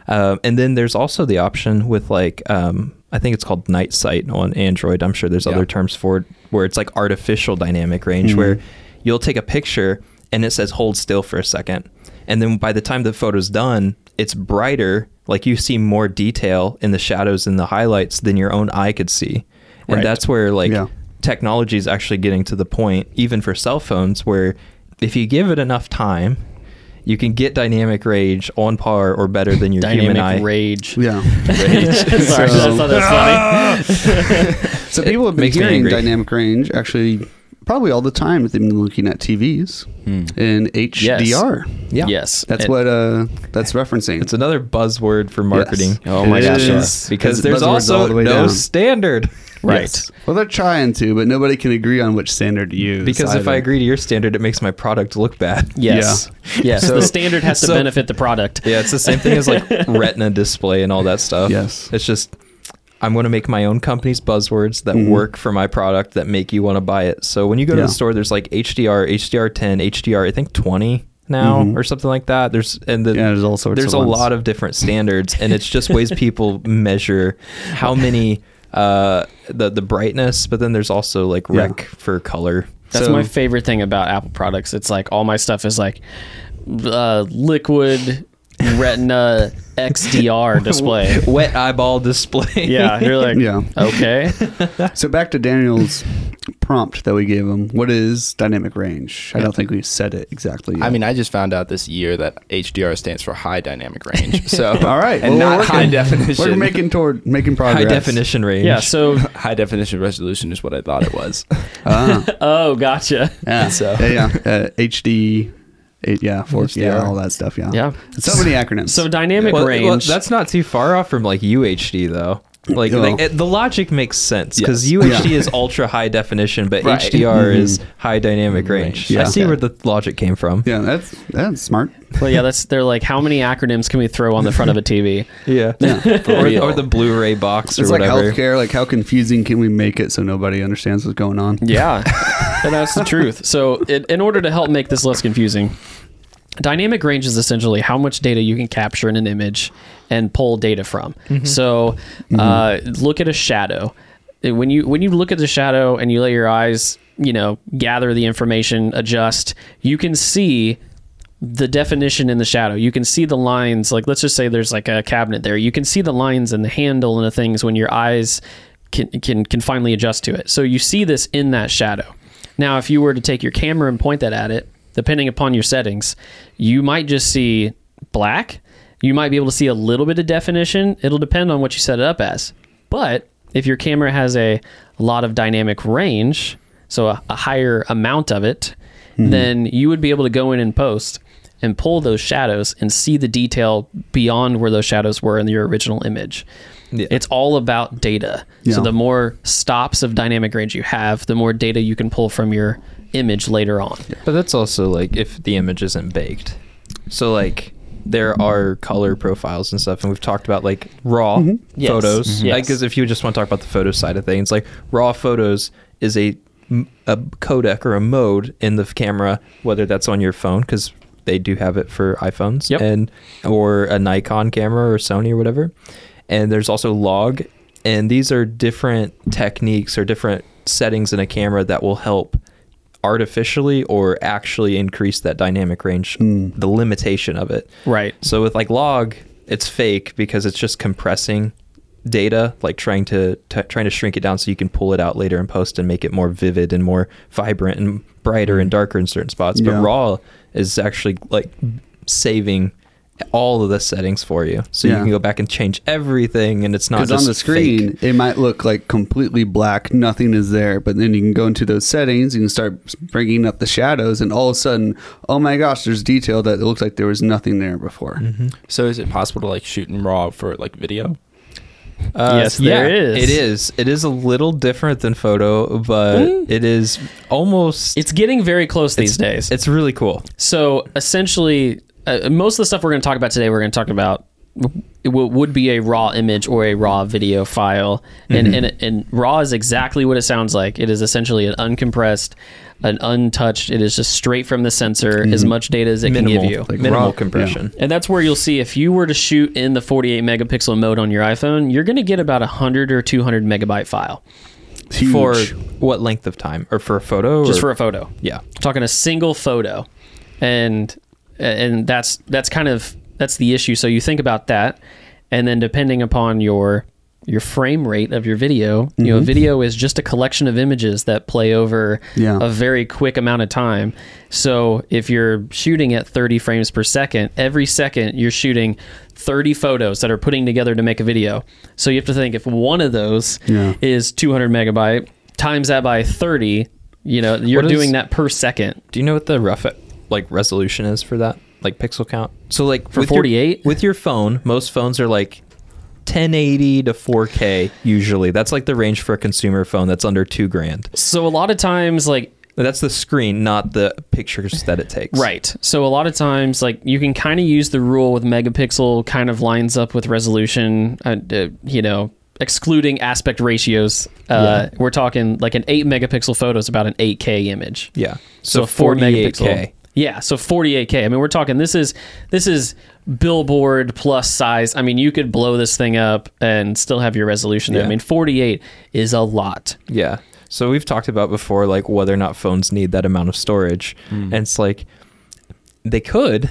Speaker 2: Um, and then there's also the option with like, um, I think it's called night sight on Android. I'm sure there's other terms for it where it's like artificial dynamic range, where you'll take a picture and it says hold still for a second. And then by the time the photo's done, it's brighter. Like you see more detail in the shadows and the highlights than your own eye could see. And that's where like
Speaker 3: Yeah.
Speaker 2: technology is actually getting to the point, even for cell phones, where if you give it enough time, you can get dynamic range on par or better than your human eye.
Speaker 1: dynamic rage.
Speaker 3: yeah.
Speaker 1: [LAUGHS] Sorry,
Speaker 3: So-
Speaker 1: I thought that was funny.
Speaker 2: [LAUGHS]
Speaker 3: [LAUGHS] So people have been
Speaker 2: makes me
Speaker 3: hearing
Speaker 2: angry.
Speaker 3: dynamic range actually probably all the time. They've been looking at TVs in HDR.
Speaker 2: Hmm. Yeah.
Speaker 1: Yes,
Speaker 3: That's
Speaker 1: It-
Speaker 3: what uh, that's referencing.
Speaker 2: It's another buzzword for marketing.
Speaker 4: Oh my
Speaker 3: It
Speaker 4: gosh, yeah.
Speaker 3: is.
Speaker 2: Because
Speaker 3: It's
Speaker 2: there's
Speaker 3: buzzwords all
Speaker 2: also
Speaker 3: the
Speaker 2: no
Speaker 3: way down.
Speaker 2: standard.
Speaker 1: Right.
Speaker 3: well, they're trying to, but nobody can agree on which standard to use.
Speaker 2: Because if
Speaker 3: either.
Speaker 2: I agree to your standard, it makes my product look bad.
Speaker 1: Yes. Yes.
Speaker 2: So-
Speaker 1: the standard has to
Speaker 2: so-
Speaker 1: benefit the product.
Speaker 2: Yeah, it's the same thing
Speaker 1: [LAUGHS]
Speaker 2: as like retina display and all that stuff.
Speaker 3: Yes.
Speaker 2: It's just I'm going to make my own company's buzzwords that work for my product that make you want to buy it. So when you go to
Speaker 3: Mm-hmm. Yeah.
Speaker 2: the store, there's like HDR, HDR 10, HDR, I think 20 now or something like that. There's and then
Speaker 3: Mm-hmm. Yeah, there's all sorts
Speaker 2: There's
Speaker 3: of
Speaker 2: a
Speaker 3: ones.
Speaker 2: lot of different standards, and it's just ways
Speaker 3: [LAUGHS]
Speaker 2: people measure how many uh the the brightness, but then there's also like
Speaker 3: Yeah.
Speaker 2: rec for color.
Speaker 1: That's
Speaker 3: So-
Speaker 1: my favorite thing about Apple products. It's like all my stuff is like uh, liquid
Speaker 2: [LAUGHS]
Speaker 1: retina XDR display.
Speaker 2: Wet eyeball display.
Speaker 1: Yeah, you're like,
Speaker 3: Yeah.
Speaker 1: okay.
Speaker 3: so back to Daniel's prompt that we gave him. What is dynamic range? I don't think we said it exactly. Yet.
Speaker 4: I mean, I just found out this year that HDR stands for high
Speaker 3: [LAUGHS]
Speaker 4: dynamic range. So
Speaker 3: all right,
Speaker 4: and
Speaker 3: well,
Speaker 4: not
Speaker 3: we're
Speaker 4: high
Speaker 3: working-
Speaker 4: definition.
Speaker 3: We're
Speaker 4: [LAUGHS]
Speaker 3: making toward making progress.
Speaker 2: [LAUGHS] High definition range.
Speaker 1: "Oh, Yeah, so,
Speaker 4: high definition resolution is what I thought
Speaker 3: [LAUGHS]
Speaker 4: it was.
Speaker 3: Ah,
Speaker 1: oh, gotcha.
Speaker 3: yeah.
Speaker 4: So-
Speaker 3: yeah, yeah. Uh, HD. Eight, yeah, 4K,
Speaker 4: HDR.
Speaker 3: all that stuff. Yeah,
Speaker 1: Yeah.
Speaker 3: So many acronyms.
Speaker 1: So, dynamic
Speaker 2: Well,
Speaker 1: range.
Speaker 2: well, that's not too far off from like UHD though. Like,
Speaker 3: No.
Speaker 2: like, it- the logic makes sense because UHD is ultra high definition, but
Speaker 4: Right.
Speaker 2: HDR is high dynamic range.
Speaker 3: Mm-hmm. Yeah.
Speaker 2: I see
Speaker 3: Yeah.
Speaker 2: where the logic came from.
Speaker 3: yeah, that's that's smart.
Speaker 1: well, yeah, that's they're like, how many acronyms can we throw on the front of a
Speaker 2: [LAUGHS]
Speaker 1: TV?
Speaker 2: Yeah, or,
Speaker 4: real.
Speaker 2: or the Blu-ray box
Speaker 3: Oh, It's
Speaker 2: or
Speaker 3: like
Speaker 2: whatever.
Speaker 3: healthcare. Like, how confusing can we make it so nobody understands what's going on?
Speaker 1: Yeah, and that's the truth. So, it, in order to help make this less confusing, dynamic range is essentially how much data you can capture in an image and pull data from. So, uh, look at a shadow. Uh, When you when you look at the shadow and you let your eyes, you know, gather the information, adjust, you can see the definition in the shadow. You can see the lines. Like, let's just say there's like a cabinet there. You can see the lines and the handle and the things when your eyes can can can finally adjust to it. So you see this in that shadow. Now, if you were to take your camera and point that at it, depending upon your settings, you might just see black. You might be able to see a little bit of definition. It'll depend on what you set it up as. But if your camera has a lot of dynamic range, so a, a higher amount of it, then you would be able to go in and post and pull those shadows and see the detail beyond where those shadows were in your original image.
Speaker 2: Yeah.
Speaker 1: It's all about data.
Speaker 3: Yeah.
Speaker 1: So the more stops of dynamic range you have, the more data you can pull from your image later on.
Speaker 2: But that's also like if the image isn't baked. So like there are color profiles and stuff, and we've talked about like raw
Speaker 3: Mm-hmm.
Speaker 1: Yes.
Speaker 2: photos.
Speaker 1: Mhm. Yes.
Speaker 2: Because if you just want to talk about the photo side of things, like raw photos is a a codec or a mode in the camera, whether that's on your phone because they do have it for iPhones
Speaker 1: Yep.
Speaker 2: and or a Nikon camera or Sony or whatever. And there's also log, and these are different techniques or different settings in a camera that will help artificially or actually increase that dynamic range, the limitation of it.
Speaker 1: Right.
Speaker 2: So with like log, it's fake because it's just compressing data, like trying to t- trying to shrink it down so you can pull it out later and post and make it more vivid and more vibrant and brighter and darker in certain spots. But
Speaker 3: Mm-hmm. Yeah.
Speaker 2: raw is actually like saving all of the settings for you, so
Speaker 3: Yeah.
Speaker 2: you can go back and change everything, and it's not
Speaker 3: Because
Speaker 2: just
Speaker 3: on the
Speaker 2: fake.
Speaker 3: screen, it might look like completely black, nothing is there. But then you can go into those settings, you can start bringing up the shadows, and all of a sudden, oh my gosh, there's detail that it looks like there was nothing there before.
Speaker 2: Mm-hmm.
Speaker 4: So is it possible to like shoot in RAW for like video?
Speaker 2: Uh,
Speaker 1: Yes, there is.
Speaker 2: It is. It is a little different than photo, but
Speaker 3: Mm.
Speaker 2: it is almost.
Speaker 1: It's getting very close these days.
Speaker 2: It's really cool.
Speaker 1: So essentially, uh, most of the stuff we're going to talk about today, we're going to talk about it w- would be a raw image or a raw video file, and
Speaker 2: Mm-hmm.
Speaker 1: and and raw is exactly what it sounds like. It is essentially an uncompressed, an untouched. It is just straight from the sensor, as much data as it
Speaker 2: Mm-hmm. Minimal,
Speaker 1: can give you.
Speaker 2: like minimal
Speaker 3: raw-
Speaker 2: compression.
Speaker 1: And that's where you'll see if you were to shoot in the 48 megapixel mode on your iPhone, you're going to get about a 100 or 200 megabyte file
Speaker 3: It's huge.
Speaker 2: for what length of time or for a photo
Speaker 1: just
Speaker 2: or,
Speaker 1: for a photo.
Speaker 2: yeah
Speaker 1: talking a single photo and and that's that's kind of that's the issue so you think about that and then depending upon your your frame rate of your video you
Speaker 3: Mm-hmm.
Speaker 1: know video is just a collection of images that play over
Speaker 3: Yeah.
Speaker 1: a very quick amount of time so if you're shooting at 30 frames per second every second you're shooting 30 photos that are putting together to make a video so you have to think if one of those
Speaker 3: Yeah.
Speaker 1: is 200 megabyte times that by 30 you know you're
Speaker 2: What is-
Speaker 1: doing that per second
Speaker 2: do you know what the rough uh, like resolution is for that like pixel count so like
Speaker 1: For
Speaker 2: with your-
Speaker 1: 48?
Speaker 2: with your phone most phones are like 1080 to 4k usually that's like the range for a consumer phone that's under two grand
Speaker 1: So a lot of times, like
Speaker 2: that's the screen not the pictures that it takes
Speaker 1: right. So a lot of times, like you can kind of use the rule with megapixel, kind of lines up with resolution. Uh, uh, you know, excluding aspect ratios. Uh, We're talking like an eight megapixel photo is about an eight K image.
Speaker 2: yeah
Speaker 1: So,
Speaker 2: so,
Speaker 1: four
Speaker 2: 48
Speaker 1: megapixel. Yeah, so 48k. I mean, we're talking this is this is billboard plus size. I mean, you could blow this thing up and still have your resolution there. I
Speaker 2: Yeah.
Speaker 1: mean, 48 is a lot.
Speaker 2: Yeah. So we've talked about before, like whether or not phones need that amount of storage,
Speaker 1: Mm.
Speaker 2: and it's like they could,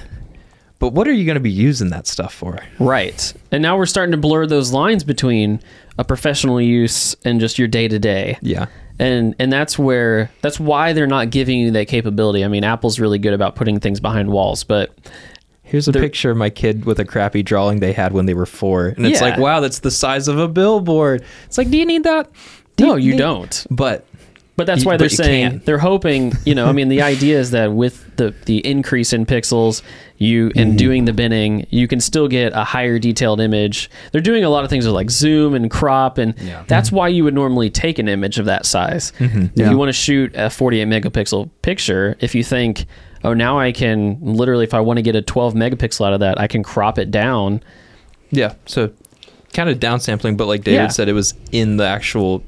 Speaker 2: but what are you going to be using that stuff for?
Speaker 1: Right. And now we're starting to blur those lines between a professional use and just your day to day.
Speaker 2: Yeah.
Speaker 1: And and that's where that's why they're not giving you that capability. I mean, Apple's really good about putting things behind walls, but
Speaker 2: Here's a picture of my kid with a crappy drawing they had when they were four, and it's
Speaker 1: Yeah.
Speaker 2: like, wow, that's the size of a billboard. It's like, do you need that? Do
Speaker 1: no, you
Speaker 2: need-
Speaker 1: don't.
Speaker 2: But
Speaker 1: But that's
Speaker 2: You-
Speaker 1: why
Speaker 2: but
Speaker 1: they're
Speaker 2: you
Speaker 1: saying
Speaker 2: can.
Speaker 1: they're hoping, you know, I mean, the idea is that with the the increase in pixels, you and
Speaker 2: Mm-hmm.
Speaker 1: doing the binning, you can still get a higher detailed image. They're doing a lot of things with like zoom and crop and that's
Speaker 2: Mm-hmm.
Speaker 1: why you would normally take an image of that size. If
Speaker 3: Yeah.
Speaker 1: you want to shoot a 48 megapixel picture, if you think, "Oh, now I can literally if I want to get a 12 megapixel out of that, I can crop it down."
Speaker 2: yeah, so kind of downsampling, but like David
Speaker 1: Yeah.
Speaker 2: said, it was in the actual.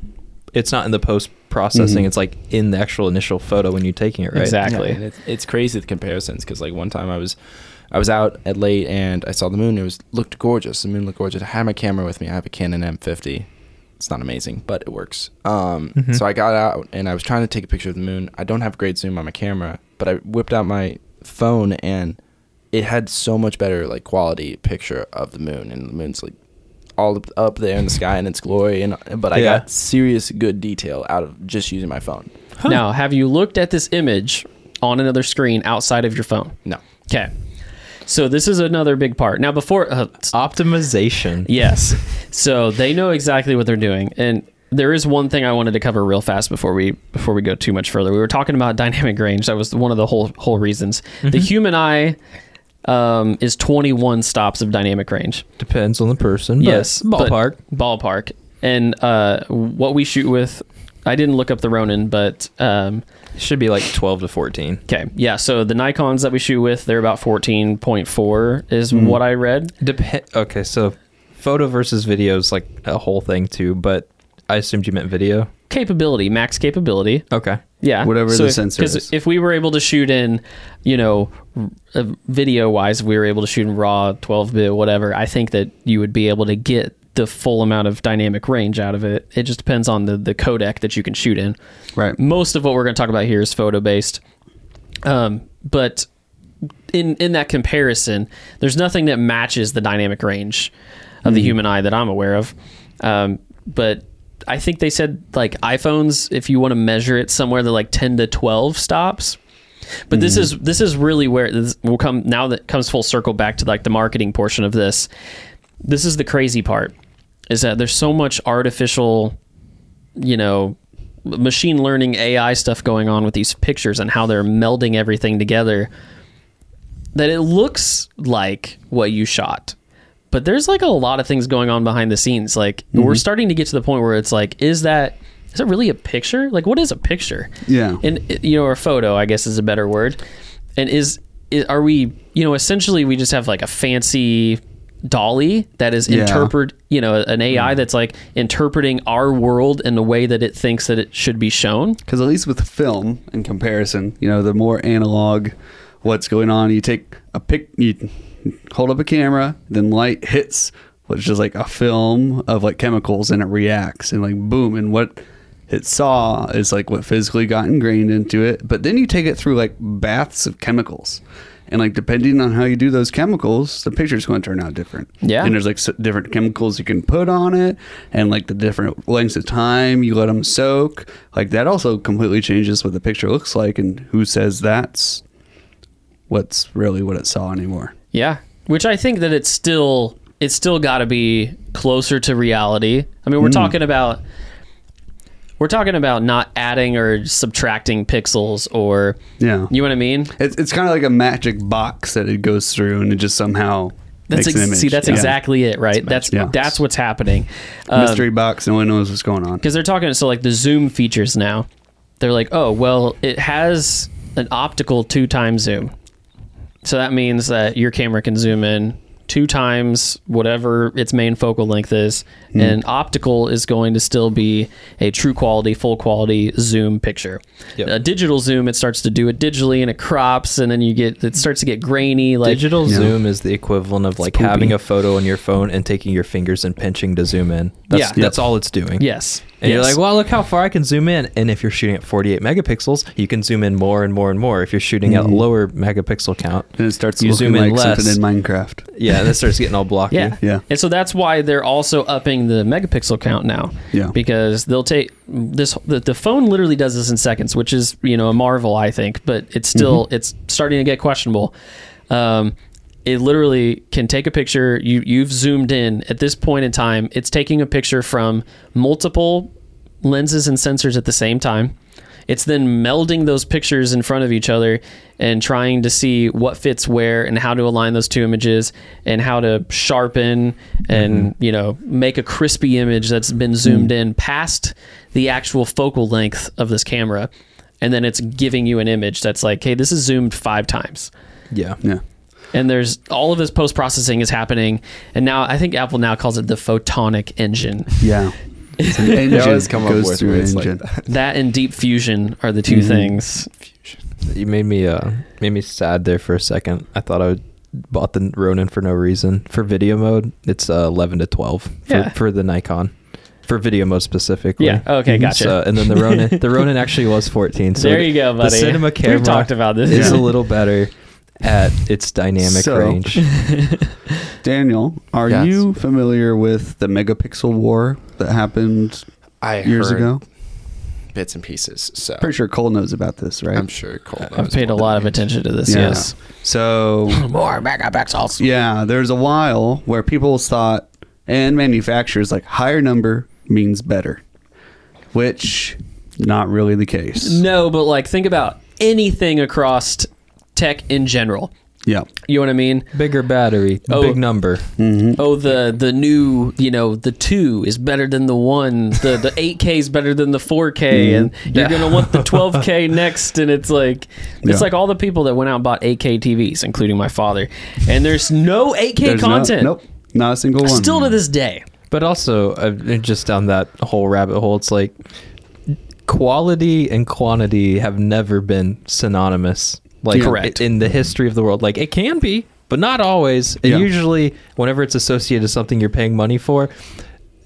Speaker 2: It's not in the post processing. It's like in the actual initial photo when you're taking it, right?
Speaker 1: Exactly.
Speaker 4: Yeah, and it's, it's crazy the comparisons because like one time I was, I was out at late and I saw the moon. It was looked gorgeous. The moon looked gorgeous. I had my camera with me. I have a Canon M50. It's not amazing, but it works. Um, So I got out and I was trying to take a picture of the moon. I don't have great zoom on my camera, but I whipped out my phone and it had so much better like quality picture of the moon and the moon's like all up- up there in the sky in its glory, and but I
Speaker 2: Yeah.
Speaker 4: got serious good detail out of just using my phone.
Speaker 1: Now, have you looked at this image on another screen outside of your phone?
Speaker 4: No,
Speaker 1: Okay. So this is another big part. Now, before uh, s-
Speaker 2: Optimization.
Speaker 1: yes, so they know exactly what they're doing, and there is one thing I wanted to cover real fast before we before we go too much further. We were talking about [LAUGHS] dynamic range. That was one of the whole whole reasons. The human eye um, is 21 stops of dynamic range.
Speaker 2: Depends on the person. but
Speaker 1: Yes, but-
Speaker 2: Ballpark.
Speaker 1: ballpark, and uh, what we shoot with. I didn't look up the Ronin, but um,
Speaker 2: Should be like 12 to 14.
Speaker 1: Okay. Yeah. So the Nikon's that we shoot with, they're about 14.4 is what I read.
Speaker 2: Depend. Okay, so photo versus video is like a whole thing too, but I assumed you meant video.
Speaker 1: Capability, max capability.
Speaker 2: Okay.
Speaker 1: Yeah.
Speaker 3: Whatever the
Speaker 1: if-
Speaker 3: sensor is.
Speaker 1: if we were able to shoot in, you know, video wise, if we were able to shoot in raw 12 bit, whatever, I think that you would be able to get the full amount of dynamic range out of it. It just depends on the, the codec that you can shoot in.
Speaker 3: Right.
Speaker 1: most of what we're going to talk about here is photo based um, but in in that comparison there's nothing that matches the dynamic range of the human eye that i'm aware of um, but i think they said like iphones if you want to measure it somewhere they're like 10 to 12 stops but this is this is really where this will come now that comes full circle back to like the marketing portion of this this is the crazy part is that there's so much artificial you know machine learning ai stuff going on with these pictures and how they're melding everything together that it looks like what you shot but there's like a lot of things going on behind the scenes like we're starting to get to the point where it's like is that is it really a picture like what is a picture
Speaker 3: Yeah.
Speaker 1: and you know or photo i guess is a better word and is, is are we you know essentially we just have like a fancy dolly that is
Speaker 3: Yeah. Hmm.
Speaker 1: interpret you know an ai that's like interpreting our world in the way that it thinks that it should be shown
Speaker 3: Because at least with film, in comparison, you know, the more analog what's going on, you take a pic, you hold up a camera, then light hits, which is like a film of like chemicals, and it reacts, and like boom, and what it saw is like what physically got ingrained into it. But then you take it through like baths of chemicals. And like depending on how you do those chemicals, the picture's going to turn out different.
Speaker 1: Yeah.
Speaker 3: And there's like s- different chemicals you can put on it, and like the different lengths of time you let them soak. Like that also completely changes what the picture looks like, and who says that's what's really what it saw anymore.
Speaker 1: yeah which i think that it's still it's still got to be closer to reality i
Speaker 3: Hmm.
Speaker 1: mean we're talking about we're talking about not adding or subtracting pixels or
Speaker 3: Yeah.
Speaker 1: you know what i mean
Speaker 3: It's, it's kind of like a magic box that it goes through, and it just somehow
Speaker 1: that's
Speaker 3: makes an
Speaker 1: ex-
Speaker 3: image.
Speaker 1: see that's uh,
Speaker 3: Yeah.
Speaker 1: exactly it right that's
Speaker 3: matchbox.
Speaker 1: that's what's happening
Speaker 3: mystery box. No one knows what's going on.
Speaker 1: because they're talking so like the zoom features now they're like oh well it has an optical two times zoom so that means that your camera can zoom in two times whatever its main focal length is
Speaker 2: Hmm.
Speaker 1: and optical is going to still be a true quality full quality zoom picture
Speaker 2: Yep.
Speaker 1: a digital zoom it starts to do it digitally and it crops and then you get it starts to get grainy like
Speaker 2: Digital zoom is the equivalent of like having a photo on your phone and taking your fingers and pinching to zoom in. That's,
Speaker 1: Yeah.
Speaker 2: that's all it's doing.
Speaker 1: yes
Speaker 2: And you're
Speaker 1: Yes.
Speaker 2: like, well, look how far I can zoom in. And if you're shooting at 48 megapixels, you can zoom in more and more and more. If you're shooting
Speaker 1: Mm-hmm.
Speaker 2: at lower megapixel count,
Speaker 3: And it starts
Speaker 2: you
Speaker 3: looking
Speaker 2: zoom in
Speaker 3: like
Speaker 2: less.
Speaker 3: something in Minecraft.
Speaker 2: yeah, that starts getting all blocky.
Speaker 1: Yeah.
Speaker 3: Yeah.
Speaker 1: And so that's why they're also upping the megapixel count now.
Speaker 3: Yeah.
Speaker 1: Because they'll take this the, the phone literally does this in seconds, which is, you know, a marvel I think, but it's still
Speaker 3: Mm-hmm.
Speaker 1: it's starting to get questionable. Um it literally can take a picture you you've zoomed in at this point in time, it's taking a picture from multiple lenses and sensors at the same time. It's then melding those pictures in front of each other and trying to see what fits where and how to align those two images and how to sharpen and you know make a crispy image that's been zoomed in past the actual focal length of this camera and then it's giving you an image that's like hey this is zoomed 5 times
Speaker 2: Yeah.
Speaker 3: Yeah.
Speaker 1: and there's all of this post processing is happening and now I think Apple now calls it the photonic engine
Speaker 4: [LAUGHS]
Speaker 3: Yeah. It's an engine.
Speaker 4: always come up
Speaker 3: goes
Speaker 4: with
Speaker 3: through an
Speaker 4: words like
Speaker 3: engine.
Speaker 1: that and deep fusion are the 2 things
Speaker 2: You made me uh made me sad there for a second. I thought I would bought the Ronin for no reason. For video mode, it's uh, 11 to 12 for,
Speaker 1: Yeah.
Speaker 2: for the Nikon. For video mode specifically. Mhm.
Speaker 1: Yeah, okay, gotcha.
Speaker 2: So- and then the Ronin the Ronin actually was 14. So
Speaker 1: there you go, buddy.
Speaker 2: The cinema
Speaker 1: We've
Speaker 2: camera
Speaker 1: talked about this.
Speaker 2: is
Speaker 3: Yeah.
Speaker 2: a little better. at its dynamic
Speaker 3: So-
Speaker 2: range.
Speaker 3: Daniel, are
Speaker 4: Yes.
Speaker 3: you familiar with the megapixel war that happened
Speaker 4: I
Speaker 3: years
Speaker 4: heard
Speaker 3: ago?
Speaker 4: bits and pieces. So
Speaker 3: Pretty sure Cole knows about this, right?
Speaker 4: I'm sure Cole.
Speaker 1: I've paid a lot of attention to this.
Speaker 3: Yeah.
Speaker 1: Yes.
Speaker 3: So
Speaker 4: [LAUGHS]
Speaker 1: More megapixels.
Speaker 3: Yeah, there's a while where people thought and manufacturers like higher number means better, which not really the case.
Speaker 1: No, but like think about anything across tech in general.
Speaker 3: Yeah.
Speaker 1: You know what I mean?
Speaker 2: [LAUGHS] Bigger battery,
Speaker 1: Oh.
Speaker 2: big number.
Speaker 1: Oh, the the new, you know, the two is better than the one. The [LAUGHS] the eight K is better than the four K, and you're gonna want the twelve K next. And it's like it's
Speaker 3: Yeah.
Speaker 1: like all the people that went out and bought eight K TVs, including my father. And there's no eight K
Speaker 3: There's no-
Speaker 1: content.
Speaker 3: nope. Not a single one.
Speaker 1: Still to this day.
Speaker 2: But also, uh, just down that whole rabbit hole, it's like quality and quantity have never been synonymous. Like
Speaker 1: Yeah. Correct.
Speaker 2: in the history of the world, like it can be, but not always. And
Speaker 3: Yeah.
Speaker 2: usually, whenever it's associated to something you're paying money for,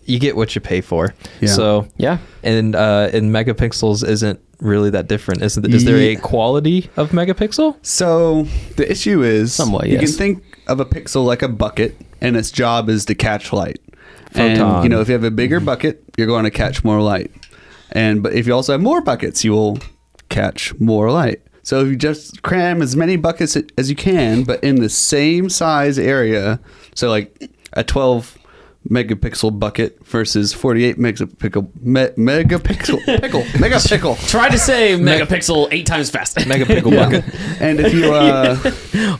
Speaker 2: you get what you pay for.
Speaker 3: Yeah.
Speaker 2: So
Speaker 1: Yeah.
Speaker 2: and uh, and megapixels isn't really that different. Is is there a
Speaker 3: Ye-
Speaker 2: quality of megapixel?
Speaker 3: So the issue is
Speaker 1: Somewhat,
Speaker 3: you
Speaker 1: yes.
Speaker 3: can think of a pixel like a bucket and its job is to catch light. And
Speaker 2: Photon.
Speaker 3: you know, if you have a
Speaker 1: Mm-hmm.
Speaker 3: bigger bucket, you're going to catch more light. And but if you also have more buckets, you will catch more light. So if you just cram as many buckets a- as you can, but in the same size area, so like a 12 megapixel bucket versus 48 megapixel me, megapixel
Speaker 1: [LAUGHS]
Speaker 3: pickle megapixel.
Speaker 1: Try to say megapixel eight times fast.
Speaker 2: Megapixel [LAUGHS] bucket.
Speaker 3: And if you uh,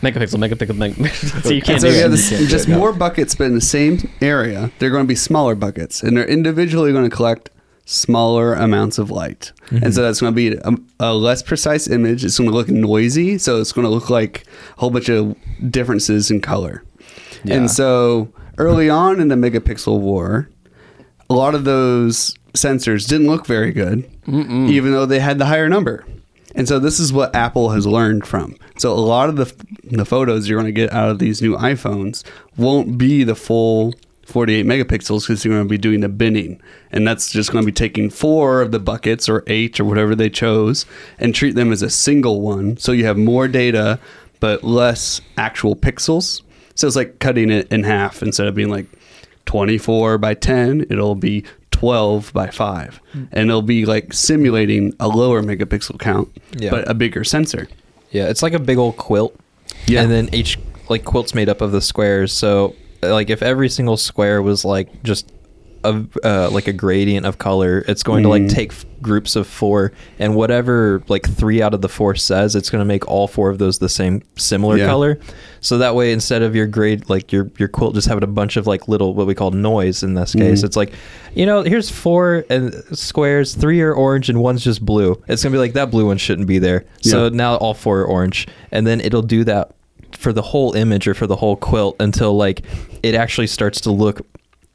Speaker 1: megapixel, megapixel, megapixel. so you can't
Speaker 3: so
Speaker 1: do
Speaker 3: yeah,
Speaker 1: it.
Speaker 3: this, just more buckets, but in the same area, they're going to be smaller buckets, and they're individually going to collect smaller amounts of light,
Speaker 1: Mm-hmm.
Speaker 3: and so that's going to be a, a less precise image. It's going to look noisy, so it's going to look like a whole bunch of differences in color.
Speaker 4: Yeah.
Speaker 3: And so early on in the megapixel war, a lot of those sensors didn't look very good, even though they had the higher number. And so this is what Apple has learned from. So a lot of the the photos you're going to get out of these new iPhones won't be the full 48 megapixels because you're going to be doing the binning, and that's just going to be taking four of the buckets or eight or whatever they chose and treat them as a single one. So you have more data but less actual pixels. So it's like cutting it in half instead of being like 24 by 10, it'll be 12 by 5.
Speaker 1: Hmm.
Speaker 3: And it'll be like simulating a lower megapixel count,
Speaker 2: Yeah.
Speaker 3: but a bigger sensor.
Speaker 2: Yeah, it's like a big old quilt.
Speaker 3: Yeah.
Speaker 2: And then each like quilt's made up of the squares. So uh, like if every single square was like just a uh, like a gradient of color, it's going to like
Speaker 3: Mm.
Speaker 2: take f- groups of four and whatever like three out of the four says, it's going to make all four of those the same similar
Speaker 3: Yeah.
Speaker 2: color. So that way, instead of your grade like your your quilt just having a bunch of like little what we call noise in this
Speaker 3: Mm-hmm.
Speaker 2: case, it's like you know here's four and squares, three are orange and one's just blue. It's gonna be like that blue one shouldn't be there. So
Speaker 3: Yeah.
Speaker 2: now all four are orange, and then it'll do that for the whole image or for the whole quilt until like it actually starts to look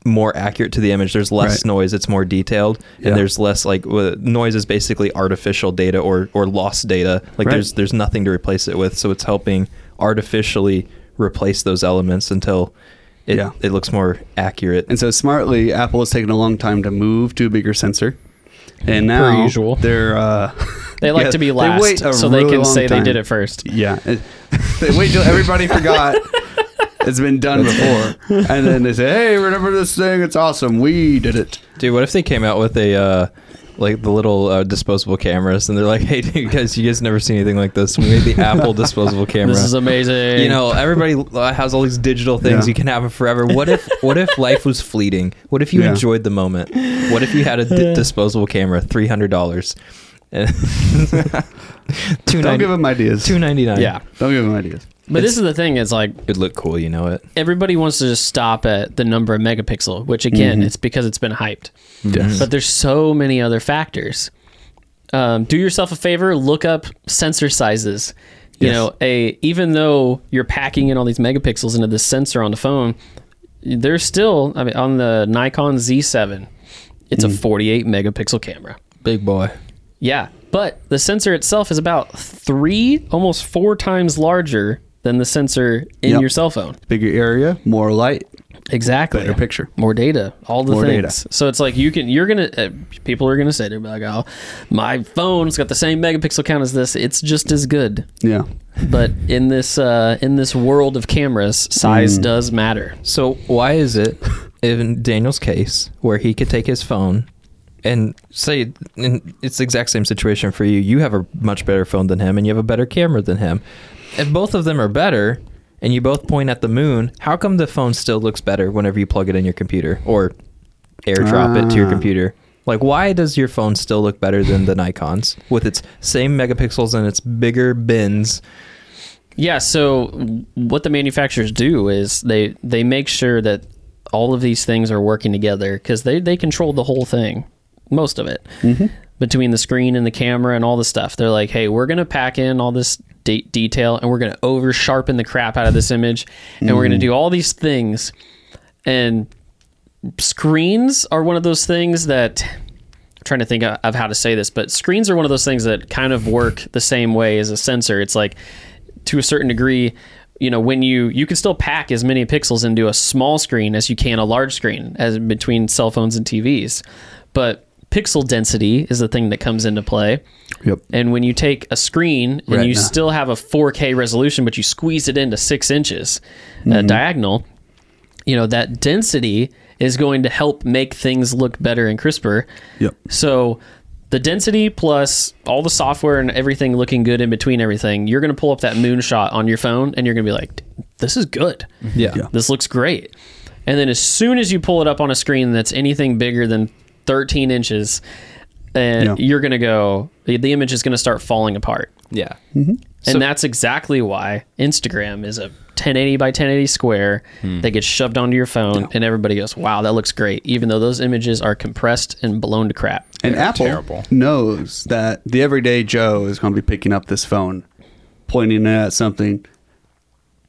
Speaker 2: more accurate to the image. There's less
Speaker 3: Right.
Speaker 2: noise, it's more detailed,
Speaker 3: Yeah.
Speaker 2: and there's less like w- noise is basically artificial data or or lost data. Like
Speaker 3: Right.
Speaker 2: there's there's nothing to replace it with, so it's helping artificially replace those elements until it
Speaker 3: Yeah.
Speaker 2: it looks more accurate.
Speaker 3: And so smartly, Apple has taken a long time to move to a bigger sensor. And now
Speaker 1: usual.
Speaker 3: they're uh,
Speaker 1: [LAUGHS] They like
Speaker 3: [LAUGHS] yeah,
Speaker 1: to be
Speaker 3: they
Speaker 1: last,
Speaker 3: wait a
Speaker 1: so they
Speaker 3: really
Speaker 1: can
Speaker 3: long
Speaker 1: say
Speaker 3: time.
Speaker 1: they did it first.
Speaker 3: Yeah. [LAUGHS] It- they wait till everybody
Speaker 1: [LAUGHS]
Speaker 3: forgot it's been done before. And then they say, hey, remember this thing? It's awesome. We did it.
Speaker 2: Dude, what if they came out with a uh, like the little uh, disposable cameras, and they're like, [LAUGHS] "Hey, dude, guys, you guys never seen anything like this. We made
Speaker 3: [LAUGHS]
Speaker 2: the Apple disposable camera.
Speaker 1: This is amazing.
Speaker 2: you know, everybody uh, has all these digital things.
Speaker 3: Yeah.
Speaker 2: You can have it forever. What if what if life was fleeting? What if you
Speaker 3: Yeah.
Speaker 2: enjoyed the moment? What if you had a di- disposable camera, three hundred
Speaker 3: [LAUGHS]
Speaker 2: dollars, [LAUGHS] two
Speaker 3: Don't give
Speaker 2: ninety
Speaker 3: them ideas.
Speaker 2: two ninety nine?
Speaker 1: yeah.
Speaker 3: Don't give them ideas.
Speaker 1: But this is the thing is like
Speaker 2: it'd look cool. You know it.
Speaker 1: everybody wants to just stop at the number of megapixel, which again, it's because it's been hyped.
Speaker 3: Mm-hmm. Yes.
Speaker 1: But there's so many other factors. Um, do yourself a favor, look up sensor sizes. You
Speaker 3: Yes.
Speaker 1: know, a even though you're packing in all these megapixels into this sensor on the phone, there's still I mean on the Nikon Z7, it's
Speaker 3: Mm.
Speaker 1: a 48 megapixel camera.
Speaker 2: Big boy.
Speaker 1: Yeah, but the sensor itself is about three, almost four times larger than the sensor in
Speaker 3: Yep.
Speaker 1: your cell phone.
Speaker 3: Bigger area, more light.
Speaker 1: Exactly.
Speaker 3: Better picture.
Speaker 1: More data. All the
Speaker 3: More
Speaker 1: things.
Speaker 3: data.
Speaker 1: So it's like you can. You're gonna. Uh, people are gonna
Speaker 3: [LAUGHS]
Speaker 1: say they're like, oh, my phone's got the same megapixel count as this. It's just as good.
Speaker 3: Yeah.
Speaker 1: but in this uh, in this world of cameras,
Speaker 3: Mm.
Speaker 1: size does matter.
Speaker 2: So why is [LAUGHS] it in Daniel's case where he could take his phone and say and it's the exact same situation for you. You have a much better phone than him and you have a better camera than him. If both of them are better and you both point at the moon, how come the phone still looks better whenever you plug it in your computer or airdrop it to your
Speaker 3: Ah.
Speaker 2: computer? Like why does your phone still look better than the Nikon's with its same megapixels and its bigger bins?
Speaker 1: Yeah. So what the manufacturers do is they they make sure that all of these things are working together because they they control the whole thing, most of it, between the screen and the camera and all the stuff. They're like, hey, we're gonna pack in all this de- detail and we're gonna over sharpen the crap out of this image and we're gonna do all these things and screens are one of those things that I'm trying to think of of how to say this, but screens are one of those things that kind of work the same way as a sensor. It's like to a certain degree, you know, when you you can still pack as many pixels into a small screen as you can a large screen as between cell phones and TVs. But pixel density is the thing that comes into play.
Speaker 3: Yep.
Speaker 1: And when you take a screen and you
Speaker 3: Retina.
Speaker 1: still have a 4K resolution, but you squeeze it into six inches uh, diagonal, you know, that density is going to help make things look better and crisper.
Speaker 3: Yep.
Speaker 1: So the density plus all the software and everything looking good in between everything, you're going to pull up that moonshot on your phone and you're going to be like, this is good.
Speaker 3: Yeah.
Speaker 1: This looks great. And then as soon as you pull it up on a screen that's anything bigger than 13 inches, and
Speaker 3: Yeah.
Speaker 1: you're going to go, the, the image is going to start falling apart.
Speaker 2: Yeah.
Speaker 1: Mm-hmm. And that's exactly why Instagram is a 1080 by 1080 square that gets shoved onto your phone, and everybody goes, "Wow, that looks great," even though those images are compressed and blown to crap.
Speaker 3: And Apple
Speaker 4: terrible.
Speaker 3: knows that the everyday Joe is going to be picking up this phone, pointing it at something,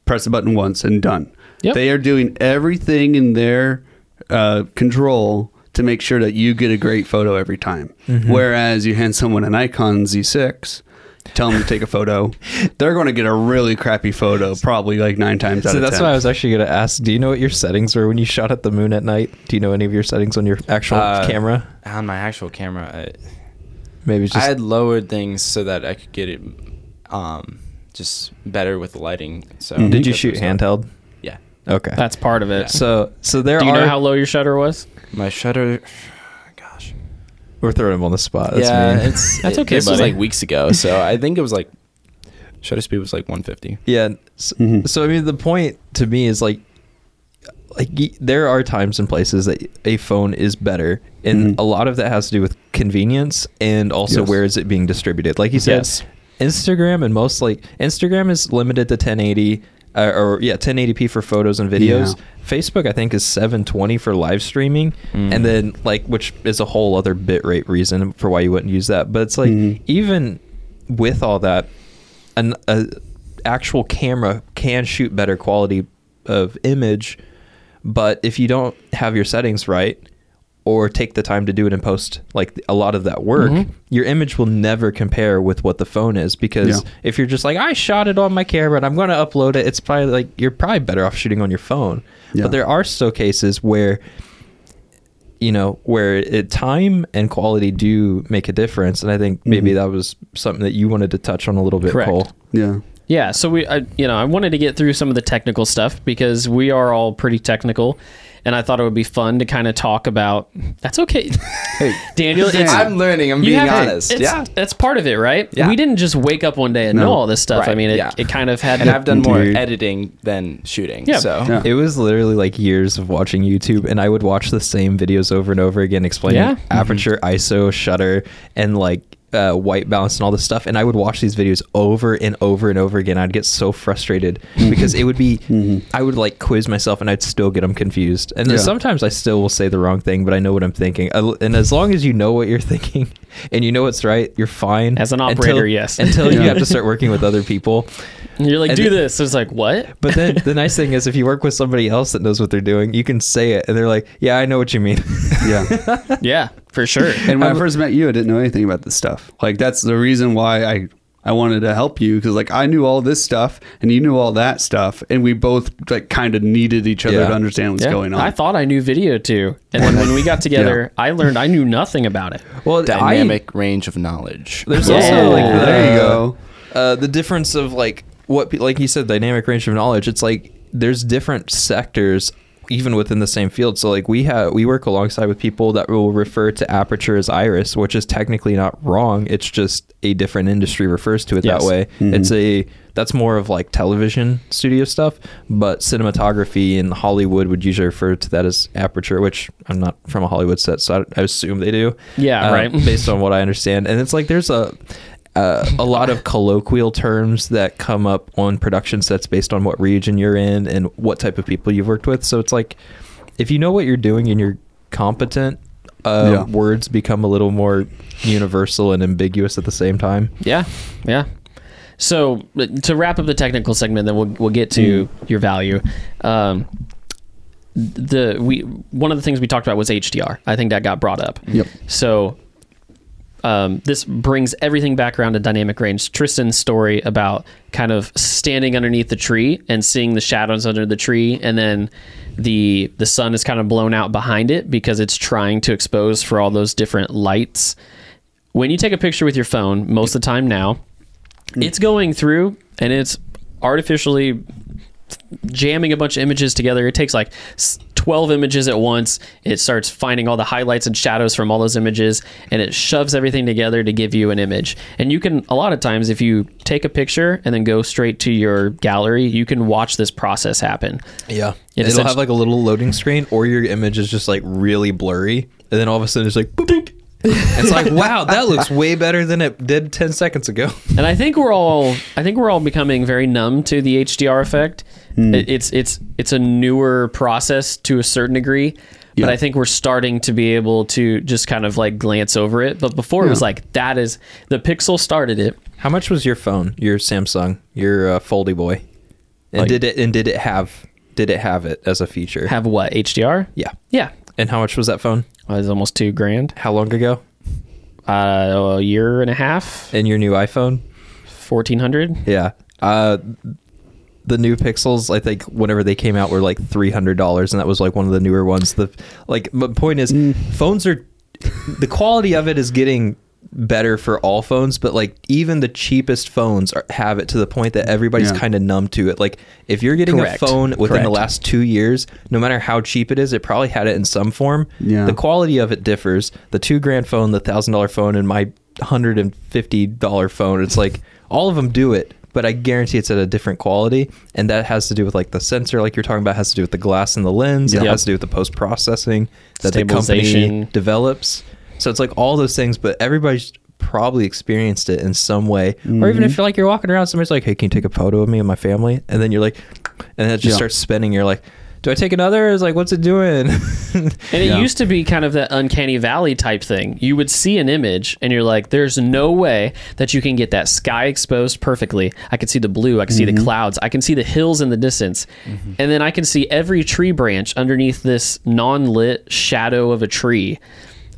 Speaker 3: press the button once, and done.
Speaker 1: Yep.
Speaker 3: They are doing everything in their uh, control to make sure that you get a great photo every time.
Speaker 2: Mm-hmm.
Speaker 3: Whereas you hand someone an Icon Z6, tell them to take a photo, they're going to get a really crappy photo, probably like nine times out
Speaker 2: So
Speaker 3: of
Speaker 2: that's
Speaker 3: 10.
Speaker 2: why I was actually going to ask. Do you know what your settings were when you shot at the moon at night? Do you know any of your settings on your actual
Speaker 4: Uh,
Speaker 2: camera?
Speaker 4: On my actual camera, I,
Speaker 2: Maybe it's
Speaker 4: I
Speaker 2: just
Speaker 4: had lowered things so that I could get it um, just better with the lighting. So
Speaker 2: Mm-hmm. did you shoot handheld?
Speaker 4: Yeah,
Speaker 2: Okay,
Speaker 1: That's part of it.
Speaker 2: so so there
Speaker 1: Do you
Speaker 2: are.
Speaker 1: know how low your shutter was?
Speaker 4: my shutter. [SIGHS] Gosh,
Speaker 2: we're throwing him on the spot. That's
Speaker 4: yeah,
Speaker 2: mean. [LAUGHS]
Speaker 4: it's
Speaker 1: That's
Speaker 4: it-
Speaker 1: okay,
Speaker 4: This was
Speaker 1: buddy.
Speaker 4: like weeks ago, so I think it was like shutter speed was like 150.
Speaker 2: yeah. So,
Speaker 3: Mm-hmm.
Speaker 2: so I mean, the point to me is like, like y- there are times and places that a phone is better, and a lot of that has to do with convenience and also
Speaker 3: Mm-hmm. Yes.
Speaker 2: where is it being distributed. Like you said,
Speaker 1: Yes.
Speaker 2: Instagram and most like Instagram is limited to 1080 uh, or yeah 1080p for photos and videos.
Speaker 3: Yeah.
Speaker 2: Facebook I think is 720 for live streaming,
Speaker 3: Mm-hmm.
Speaker 2: and then like which is a whole other bitrate reason for why you wouldn't use that. But it's like
Speaker 3: Mm-hmm.
Speaker 2: even with all that, an a actual camera can shoot better quality of image, but if you don't have your settings right or take the time to do it in post like a lot of that work
Speaker 3: Mm-hmm.
Speaker 2: your image will never compare with what the phone is because
Speaker 3: Yeah.
Speaker 2: if you're just like i shot it on my camera and i'm going to upload it it's probably like you're probably better off shooting on your phone
Speaker 3: Yeah.
Speaker 2: but there are still cases where you know where it, time and quality do make a difference and i think maybe
Speaker 3: Mm-hmm.
Speaker 2: that was something that you wanted to touch on a little bit
Speaker 1: Correct.
Speaker 2: cole
Speaker 3: Yeah.
Speaker 1: Yeah, so we, I, you know, I wanted to get through some of the technical stuff because we are all pretty technical, and I thought it would be fun to kind of talk about. That's
Speaker 4: [LAUGHS]
Speaker 1: okay,
Speaker 3: Hey,
Speaker 1: Daniel. It's,
Speaker 4: I'm learning. I'm
Speaker 1: you
Speaker 4: being
Speaker 1: have-
Speaker 4: honest.
Speaker 1: It's,
Speaker 4: Yeah,
Speaker 1: that's part of it, right?
Speaker 4: Yeah.
Speaker 1: We didn't just wake up one day and
Speaker 3: No.
Speaker 1: know all this stuff. I
Speaker 4: Right,
Speaker 1: mean, it,
Speaker 4: yeah.
Speaker 1: it kind of had.
Speaker 4: and
Speaker 1: to-
Speaker 4: I've done more
Speaker 3: Dude.
Speaker 4: editing than shooting.
Speaker 1: Yeah.
Speaker 4: so
Speaker 3: Yeah.
Speaker 2: It was literally like years of watching YouTube, and I would watch the same videos over and over again, explaining
Speaker 1: Yeah.
Speaker 2: aperture, ISO, shutter, and like uh, white balance and all this stuff. And I would watch these videos over and over and over again. I'd get so
Speaker 1: [LAUGHS]
Speaker 2: frustrated because it would be, I would like quiz myself, and I'd still get them confused. And then
Speaker 3: Yeah.
Speaker 2: sometimes I still will say the wrong thing, but I know what I'm thinking. Uh, And as long as you know what you're [LAUGHS] thinking and you know what's right, you're fine.
Speaker 1: As an
Speaker 2: Until-
Speaker 1: operator, yes. [LAUGHS]
Speaker 2: Until you
Speaker 3: Yeah.
Speaker 2: have to start working with other people.
Speaker 1: And [LAUGHS] you're like,
Speaker 2: and
Speaker 1: do
Speaker 2: it-
Speaker 1: this. It's like, what?
Speaker 2: But then
Speaker 1: [LAUGHS]
Speaker 2: the nice thing is, if you work with somebody else that knows what they're doing, you can say it, and they're like, "Yeah, I know what you mean."
Speaker 3: Yeah.
Speaker 1: yeah, for sure.
Speaker 3: And when I first met you, I didn't know anything about this stuff. Like that's the reason why I I wanted to help you because like I knew all this stuff and you knew all that stuff, and we both like kind of needed each other
Speaker 2: Yeah.
Speaker 3: to understand what's
Speaker 1: Yeah.
Speaker 3: going on.
Speaker 1: I thought I knew video too. And then when we
Speaker 4: [LAUGHS]
Speaker 1: got together, I learned I knew nothing about it.
Speaker 2: [LAUGHS] Well,
Speaker 4: dynamic range of knowledge.
Speaker 2: there's
Speaker 4: [LAUGHS]
Speaker 1: Yeah.
Speaker 2: also like
Speaker 1: Oh,
Speaker 2: the,
Speaker 3: there you go.
Speaker 2: Uh, the difference of like what pe- like you said dynamic range of knowledge it's like there's different sectors even within the same field so like we have we work alongside with people that will refer to aperture as iris which is technically not wrong it's just a different industry refers to it
Speaker 1: Yes.
Speaker 2: that way
Speaker 3: Mm-hmm.
Speaker 2: it's a that's more of like television studio stuff but cinematography in hollywood would usually refer to that as aperture which i'm not from a hollywood set so i, I assume they do
Speaker 1: Yeah,
Speaker 2: uh,
Speaker 1: right. [LAUGHS]
Speaker 2: based on what I understand. And it's like there's a uh, a lot of colloquial terms that come up on production sets based on what region you're in and what type of people you've worked with. So it's like if you know what you're doing and you're competent, uh,
Speaker 3: Yeah.
Speaker 2: words become a little more universal and ambiguous at the same time.
Speaker 1: Yeah, yeah. So but to wrap up the technical segment, then we'll we'll get to your value. Um, the we one of the things we talked about was HDR. I think that got brought up.
Speaker 3: Yep.
Speaker 1: So um, this brings everything back around to dynamic range. Tristan's story about kind of standing underneath the tree and seeing the shadows under the tree, and then the the sun is kind of blown out behind it because it's trying to expose for all those different lights. When you take a picture with your phone, most of the time now, it's going through and it's artificially jamming a bunch of images together. It takes like s- 12 images at once. It starts finding all the highlights and shadows from all those images and it shoves everything together to give you an image. And you can, a lot of times, if you take a picture and then go straight to your gallery, you can watch this process happen.
Speaker 2: Yeah.
Speaker 1: It
Speaker 2: It'll
Speaker 1: essentially-
Speaker 2: have like a little loading screen or your image is just like really blurry. And then all of a sudden it's like boop, boop. it's like, wow, that looks way better than it did 10 seconds ago.
Speaker 1: And I think we're all, I think we're all becoming very numb to the HDR effect. It- It's it's it's a newer process to a certain degree, but
Speaker 3: Yeah.
Speaker 1: I think we're starting to be able to just kind of like glance over it. But before it was like that is the pixel started it.
Speaker 2: How much was your phone? Your Samsung, your uh, foldy boy, and
Speaker 1: Like-
Speaker 2: did it and did it have did it have it as a feature?
Speaker 1: Have what HDR?
Speaker 2: yeah.
Speaker 1: Yeah,
Speaker 2: And how much was that phone?
Speaker 1: It was almost two grand.
Speaker 2: How long ago?
Speaker 1: Uh, a year and a half,
Speaker 2: And your new iPhone?
Speaker 1: fourteen hundred.
Speaker 2: Yeah. Uh, the new Pixels, I think, whenever they came out, were like three hundred dollars, and that was like one of the newer ones. The like, my point is, phones are the quality of it is getting better for all phones, but like even the cheapest phones are, have it to the point that everybody's
Speaker 3: Yeah.
Speaker 2: kind of numb to it. Like, if you're getting
Speaker 1: Correct.
Speaker 2: a phone within the
Speaker 1: Correct.
Speaker 2: last two years, no matter how cheap it is, it probably had it in some form.
Speaker 3: Yeah.
Speaker 2: The quality of it differs. The two grand phone, the thousand dollar phone, and my hundred and fifty dollar phone. It's like all of them do it, but I guarantee it's at a different quality, and that has to do with like the sensor, like you're talking about, has to do with the glass and the lens. It
Speaker 1: Yeah.
Speaker 2: has to do with the post processing that the company
Speaker 1: Stabilization.
Speaker 2: develops. So it's like all those things, but everybody's probably experienced it in some way. Or even if you're like you're walking around, somebody's like, "Hey, can you take a photo of me and my family?" And then you're like, and it just
Speaker 3: Yeah.
Speaker 2: starts spinning. You're like. Do I take another? It's like, what's it doing? [LAUGHS]
Speaker 1: And it
Speaker 3: Yeah.
Speaker 1: used to be kind of that uncanny valley type thing. You would see an image and you're like, there's no way that you can get that sky exposed perfectly. I can see the blue, I can see the clouds, I can see the hills in the distance. And then I can see every tree branch underneath this non lit shadow of a tree.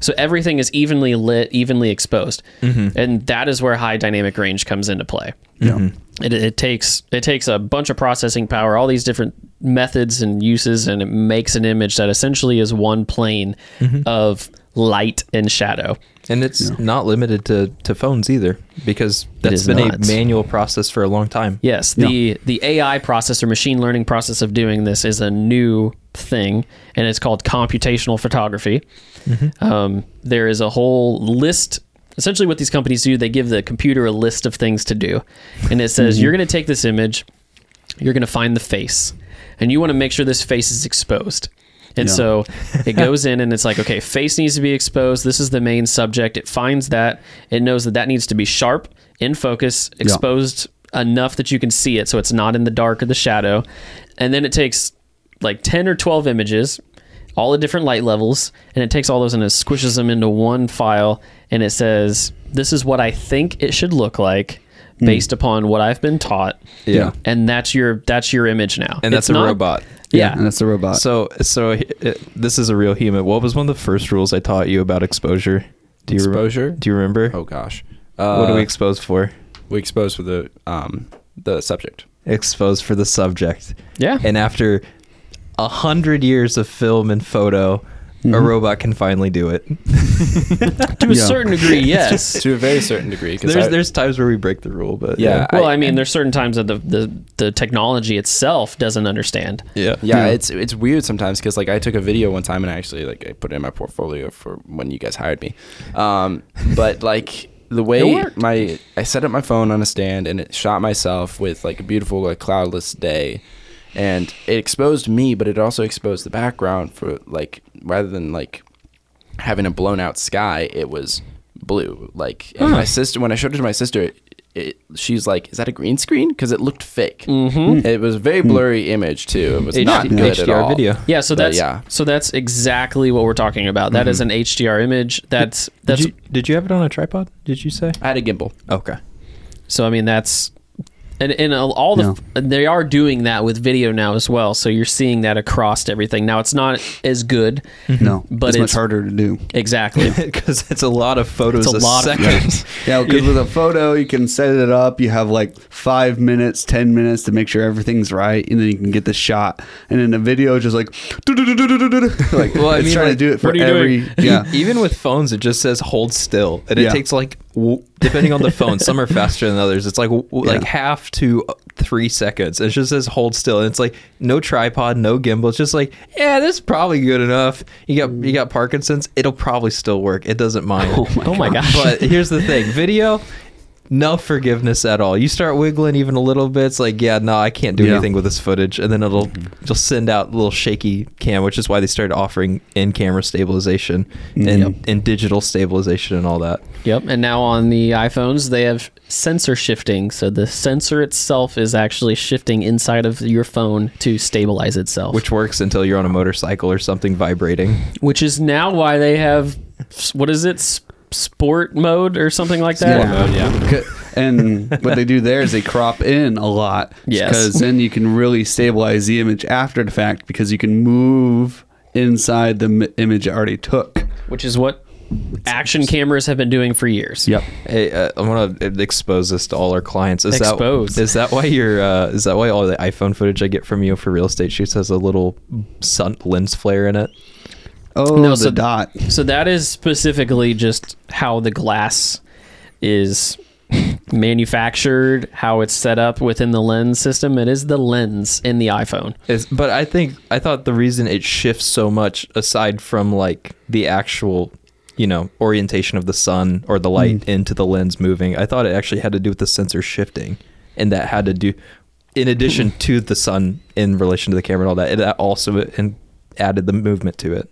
Speaker 1: So everything is evenly lit, evenly exposed. And that is where high dynamic range comes into play
Speaker 3: Yeah.
Speaker 1: it, it takes it takes a bunch of processing power, all these different methods and uses, and it makes an image that essentially is one plane of light and shadow.
Speaker 2: And it's not limited to, to phones either, because
Speaker 1: is
Speaker 2: that's been
Speaker 1: not.
Speaker 2: a manual process for a long time.
Speaker 1: Yes, the the AI process or machine learning process of doing this is a new thing, and it's called computational photography. Um, there is a whole list. Essentially, what these companies do, they give the computer a list of things to do, and it says you're going to take this image, you're going to find the face, and you want to make sure this face is exposed. And
Speaker 3: Yeah.
Speaker 1: so
Speaker 3: [LAUGHS]
Speaker 1: it goes in and it's like, okay, face needs to be exposed. This is the main subject. It finds that. It knows that that needs to be sharp, in focus, exposed enough that you can see it so it's not in the dark or the shadow. And then it takes like 10 or 12 images, all the different light levels, and it takes all those and it squishes them into one file and it says, this is what I think it should look like based upon what I've been taught.
Speaker 3: Hmm. Yeah.
Speaker 1: And that's your that's your image now.
Speaker 2: And that's
Speaker 1: It's
Speaker 2: a
Speaker 1: not-
Speaker 2: robot.
Speaker 1: Yeah.
Speaker 3: And that's a robot.
Speaker 2: So, so it, this is a real human. What was one of the first rules I taught you about exposure? Do you remember?
Speaker 4: Exposure?
Speaker 2: do you remember?
Speaker 4: Oh gosh.
Speaker 2: what do we
Speaker 4: Uh,
Speaker 2: expose for?
Speaker 4: we expose for the um the subject?
Speaker 2: Expose for the subject.
Speaker 1: Yeah.
Speaker 2: And after a hundred years of film and photo,
Speaker 1: Mm-hmm.
Speaker 2: A robot can finally do it.
Speaker 1: to a
Speaker 3: Yeah.
Speaker 1: certain
Speaker 3: [LAUGHS]
Speaker 1: degree, yes.
Speaker 4: to a very certain degree. 'cause
Speaker 2: There's
Speaker 4: I-
Speaker 2: there's times where we break the rule, but
Speaker 4: Yeah.
Speaker 1: well, I,
Speaker 4: I-
Speaker 1: mean, there's certain times that the, the the technology itself doesn't understand.
Speaker 2: yeah,
Speaker 3: Yeah.
Speaker 4: yeah, it's it's weird sometimes because like I took a video one time and I actually like I put it in my portfolio for when you guys hired me, um, but like
Speaker 2: [LAUGHS]
Speaker 4: the way
Speaker 1: worked.
Speaker 4: my I set up my phone on a stand and it shot myself with like a beautiful like cloudless day, and it exposed me, but it also exposed the background for like rather than like having a blown out sky, it was blue. Like and my sister, when I showed it to my sister, it, she's like, "Is that a green screen?" Because it looked fake. Mm-hmm. It was a very blurry image too. It was
Speaker 2: H-
Speaker 4: not good at
Speaker 2: HDR
Speaker 4: all.
Speaker 2: video.
Speaker 1: Yeah, so
Speaker 4: But
Speaker 1: that's
Speaker 4: yeah.
Speaker 1: so that's exactly what we're talking about. That is an HDR image. That's that's
Speaker 2: Did you, did you have it on a tripod? Did you say?
Speaker 4: I had a gimbal.
Speaker 2: Okay.
Speaker 1: So I mean that's and and all the they are doing that with video now as well. So you're seeing that across everything. Now it's not as good.
Speaker 3: No,
Speaker 1: But
Speaker 3: it's,
Speaker 1: it's-
Speaker 3: much harder to do. [LAUGHS]
Speaker 2: [LAUGHS]
Speaker 1: Exactly.
Speaker 2: Because it's a lot of photos
Speaker 1: It's a
Speaker 2: a,
Speaker 1: lot of-
Speaker 2: second. [LAUGHS]
Speaker 3: Yeah, because with a photo, you can set it up. You have like five minutes, ten minutes to make sure everything's right, and then you can get the shot. And in a video, it's just like, [LAUGHS] like
Speaker 2: Well, I
Speaker 3: it's
Speaker 2: mean,
Speaker 3: trying to
Speaker 2: like,
Speaker 3: do it for
Speaker 1: what are you
Speaker 3: every.
Speaker 1: doing? [LAUGHS]
Speaker 3: Yeah,
Speaker 2: E-, Even with phones, it just says hold still, and it
Speaker 3: Yeah.
Speaker 2: takes like w- depending on the phone, some are faster than others. It's like w- w- like
Speaker 3: Yeah.
Speaker 2: half to uh, three seconds. It just says hold still, and it's like no tripod, no gimbal. It's just like yeah, this is probably good enough. You got you got Parkinson's, it'll probably still work. It doesn't mind.
Speaker 1: [LAUGHS] oh my gosh.
Speaker 2: but here's the thing video no forgiveness at all you start wiggling even a little bit it's like yeah no i can't do
Speaker 3: Yeah.
Speaker 2: anything with this footage and then it'll you'll send out a little shaky cam which is why they started offering in-camera stabilization and and digital stabilization and all that
Speaker 1: Yep. And now on the iPhones they have sensor shifting. So the sensor itself is actually shifting inside of your phone to stabilize itself.
Speaker 2: which works until you're on a motorcycle or something vibrating
Speaker 1: which is now why they have what is it? S- Sport mode or something like that.
Speaker 3: C- And what they do there is they crop in a lot.
Speaker 1: Yes.
Speaker 3: Because then you can really stabilize the image after the fact because you can move inside the m- image it already took.
Speaker 1: Which is what action cameras have been doing for years.
Speaker 2: Hey, uh, I'm gonna expose this to all our clients. Is
Speaker 1: Expose.
Speaker 2: that is that why your uh, is that why all the iPhone footage I get from you for real estate shoots has a little sun lens flare in it?
Speaker 3: Oh,
Speaker 1: No,
Speaker 3: the
Speaker 1: so-
Speaker 3: dot.
Speaker 1: So that is specifically just how the glass is manufactured, how it's set up within the lens system. It is the lens in the iPhone.
Speaker 2: It's, but I think I thought the reason it shifts so much, aside from like the actual, you know, orientation of the sun or the light
Speaker 1: Mm.
Speaker 2: into the lens moving, I thought it actually had to do with the sensor shifting, and that had to do,
Speaker 1: [LAUGHS]
Speaker 2: in addition to the sun in relation to the camera and all that, it that also and added the movement to it.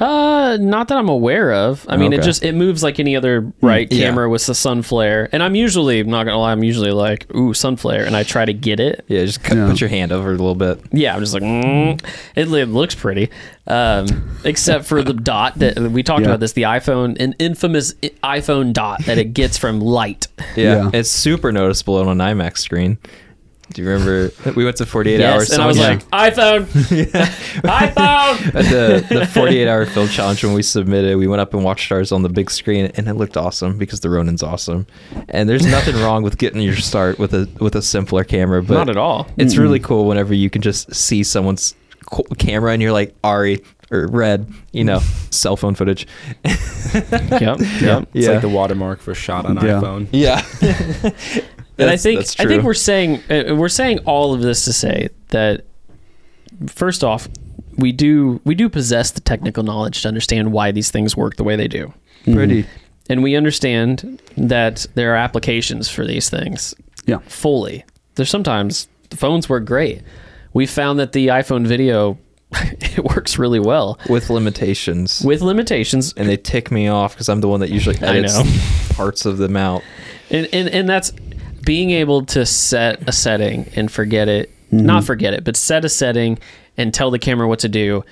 Speaker 1: Uh, not that I'm aware of. I mean, it
Speaker 2: Okay.
Speaker 1: just it moves like any other right
Speaker 2: Yeah.
Speaker 1: camera with the sun flare. And I'm usually not gonna lie, I'm usually like ooh sun flare, and I try to get it.
Speaker 2: Yeah, just cut,
Speaker 3: Yeah.
Speaker 2: put your hand over it a
Speaker 1: [LAUGHS]
Speaker 2: little bit.
Speaker 1: Yeah, I'm just like mm. it, li- looks pretty, um, except for the dot that we talked
Speaker 3: Yeah.
Speaker 1: about this. The iPhone, an infamous i- iPhone dot that it gets from light.
Speaker 2: Yeah,
Speaker 3: Yeah.
Speaker 2: it's super noticeable on an IMAX screen. Do you remember we went to 48 hours?
Speaker 1: Yes, and I was
Speaker 2: someone-
Speaker 1: like,
Speaker 2: [LAUGHS]
Speaker 1: iPhone, [LAUGHS] iPhone.
Speaker 2: at the,
Speaker 1: [LAUGHS]
Speaker 2: the 48 hour film challenge when we submitted we went up and watched ours on the big screen and it looked awesome because the ronin's awesome and there's
Speaker 1: [LAUGHS]
Speaker 2: nothing wrong with getting your start with a with a simpler camera but
Speaker 1: Not at
Speaker 2: [LAUGHS]
Speaker 1: all. Mm.
Speaker 2: it's really cool whenever you can just see someone's co- camera and you're like ari or red you
Speaker 1: [LAUGHS]
Speaker 2: know cell phone footage
Speaker 1: yep, yep.
Speaker 4: It's
Speaker 2: Yeah.
Speaker 4: like the watermark for shot on
Speaker 3: Yeah.
Speaker 4: iPhone.
Speaker 2: [LAUGHS] yeah
Speaker 1: [LAUGHS] And I
Speaker 2: That's-
Speaker 1: think
Speaker 2: that's
Speaker 1: I think
Speaker 2: true.
Speaker 1: we're saying uh, we're saying all of this to say that first off, we do we do possess the technical knowledge to understand why these things work the way they do.
Speaker 2: pretty
Speaker 1: and we understand that there are applications for these things.
Speaker 3: Yeah.
Speaker 1: Fully. There's sometimes the phones work great. We found that the iPhone video [LAUGHS] it works really well
Speaker 2: with limitations
Speaker 1: with limitations.
Speaker 2: and they tick me off because i'm the one that usually
Speaker 1: I
Speaker 2: edits
Speaker 1: know.
Speaker 2: [LAUGHS] parts of them out
Speaker 1: And, and and that's being able to set a setting and forget it, not forget it, but set a setting and tell the camera what to do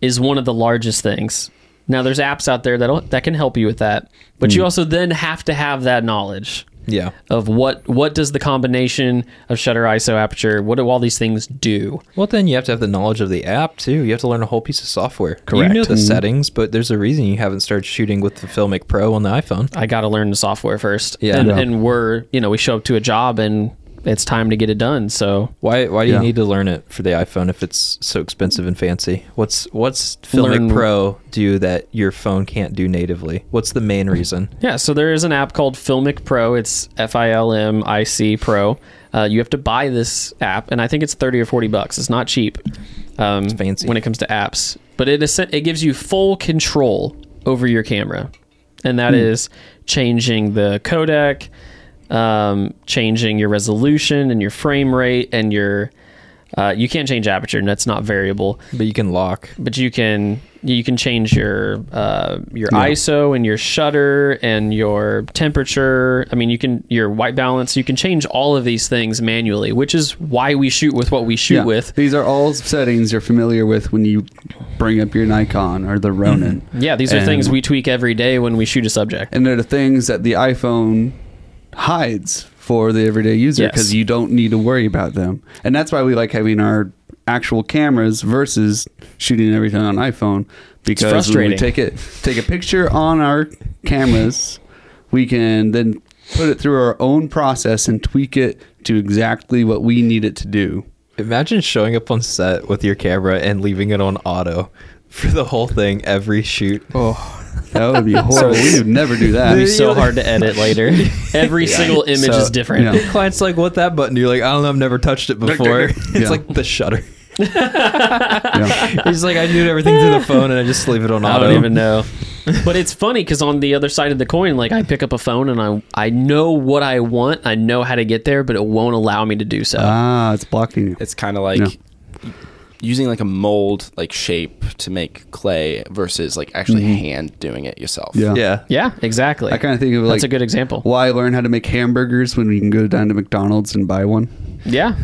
Speaker 1: is one of the largest things. Now there's apps out there that that can help you with that, but you also then have to have that knowledge.
Speaker 2: yeah
Speaker 1: of what what does the combination of shutter iso aperture what do all these things do
Speaker 2: Well, then you have to have the knowledge of the app too. You have to learn a whole piece of software.
Speaker 1: Correct. Mm-hmm.
Speaker 2: You know the settings, but there's a reason you haven't started shooting with the Filmic Pro on the iPhone.
Speaker 1: i got to learn the software first
Speaker 2: Yeah.
Speaker 1: and,
Speaker 2: Yeah.
Speaker 1: and we're you know we show up to a job and it's time to get it done. So
Speaker 2: Why why do
Speaker 3: Yeah.
Speaker 2: you need to learn it for the iPhone if it's so expensive and fancy? What's what's
Speaker 1: Learn-
Speaker 2: Filmic Pro do that your phone can't do natively? What's the main reason?
Speaker 1: yeah, so there is an app called Filmic Pro. It's F I L M I C Pro. Uh, you have to buy this app, and I think it's thirty or forty bucks. It's not cheap. Um, it's
Speaker 2: fancy.
Speaker 1: when it comes to apps, but it is, it gives you full control over your camera, and that is changing the codec, um, changing your resolution and your frame rate and your. Uh, you can't change aperture, and that's not variable.
Speaker 2: But you can lock.
Speaker 1: but you can you can change your uh, your ISO and your shutter and your temperature. I mean, you can your white balance. You can change all of these things manually, which is why we shoot with what we shoot
Speaker 3: Yeah.
Speaker 1: with.
Speaker 3: These are all settings you're familiar with when you bring up your Nikon or the Ronin.
Speaker 1: Yeah, these are
Speaker 3: And-
Speaker 1: things we tweak every day when we shoot a subject.
Speaker 3: and they're the things that the iPhone hides for the everyday user
Speaker 1: Yes.
Speaker 3: because you don't need to worry about them. And that's why we like having our actual cameras versus shooting everything on iPhone because when we
Speaker 1: frustrating.
Speaker 3: take it take a picture on our cameras, we can then put it through our own process and tweak it to exactly what we need it to do.
Speaker 2: Imagine showing up on set with your camera and leaving it on auto for the whole thing every shoot.
Speaker 3: That would be horrible. we would never do that.
Speaker 1: [LAUGHS] It's so hard to edit later.
Speaker 2: [LAUGHS]
Speaker 1: Every single image
Speaker 2: So-
Speaker 1: is different.
Speaker 3: Yeah.
Speaker 2: The [LAUGHS] client's like, "What that button?" You're like, "I don't know. I've never touched it before." [LAUGHS] it's
Speaker 3: Yeah.
Speaker 2: like the shutter.
Speaker 3: Yeah.
Speaker 2: He's like, "I do everything [LAUGHS] through the phone and I just leave it on
Speaker 1: I
Speaker 2: auto."
Speaker 1: don't
Speaker 3: Um,
Speaker 1: even know. but it's funny because on the other side of the coin, like I pick up a phone and I I know what I want. I know how to get there, but it won't allow me to do so.
Speaker 3: Ah, it's blocking you.
Speaker 4: It's kind of like using like a mold like shape to make clay versus like actually hand doing it yourself.
Speaker 3: Yeah.
Speaker 2: yeah.
Speaker 1: yeah, exactly.
Speaker 3: I kind of think of like
Speaker 1: That's a good example.
Speaker 3: Why learn how to make hamburgers when we can go down to McDonald's and buy one?
Speaker 2: [LAUGHS]
Speaker 1: Yeah,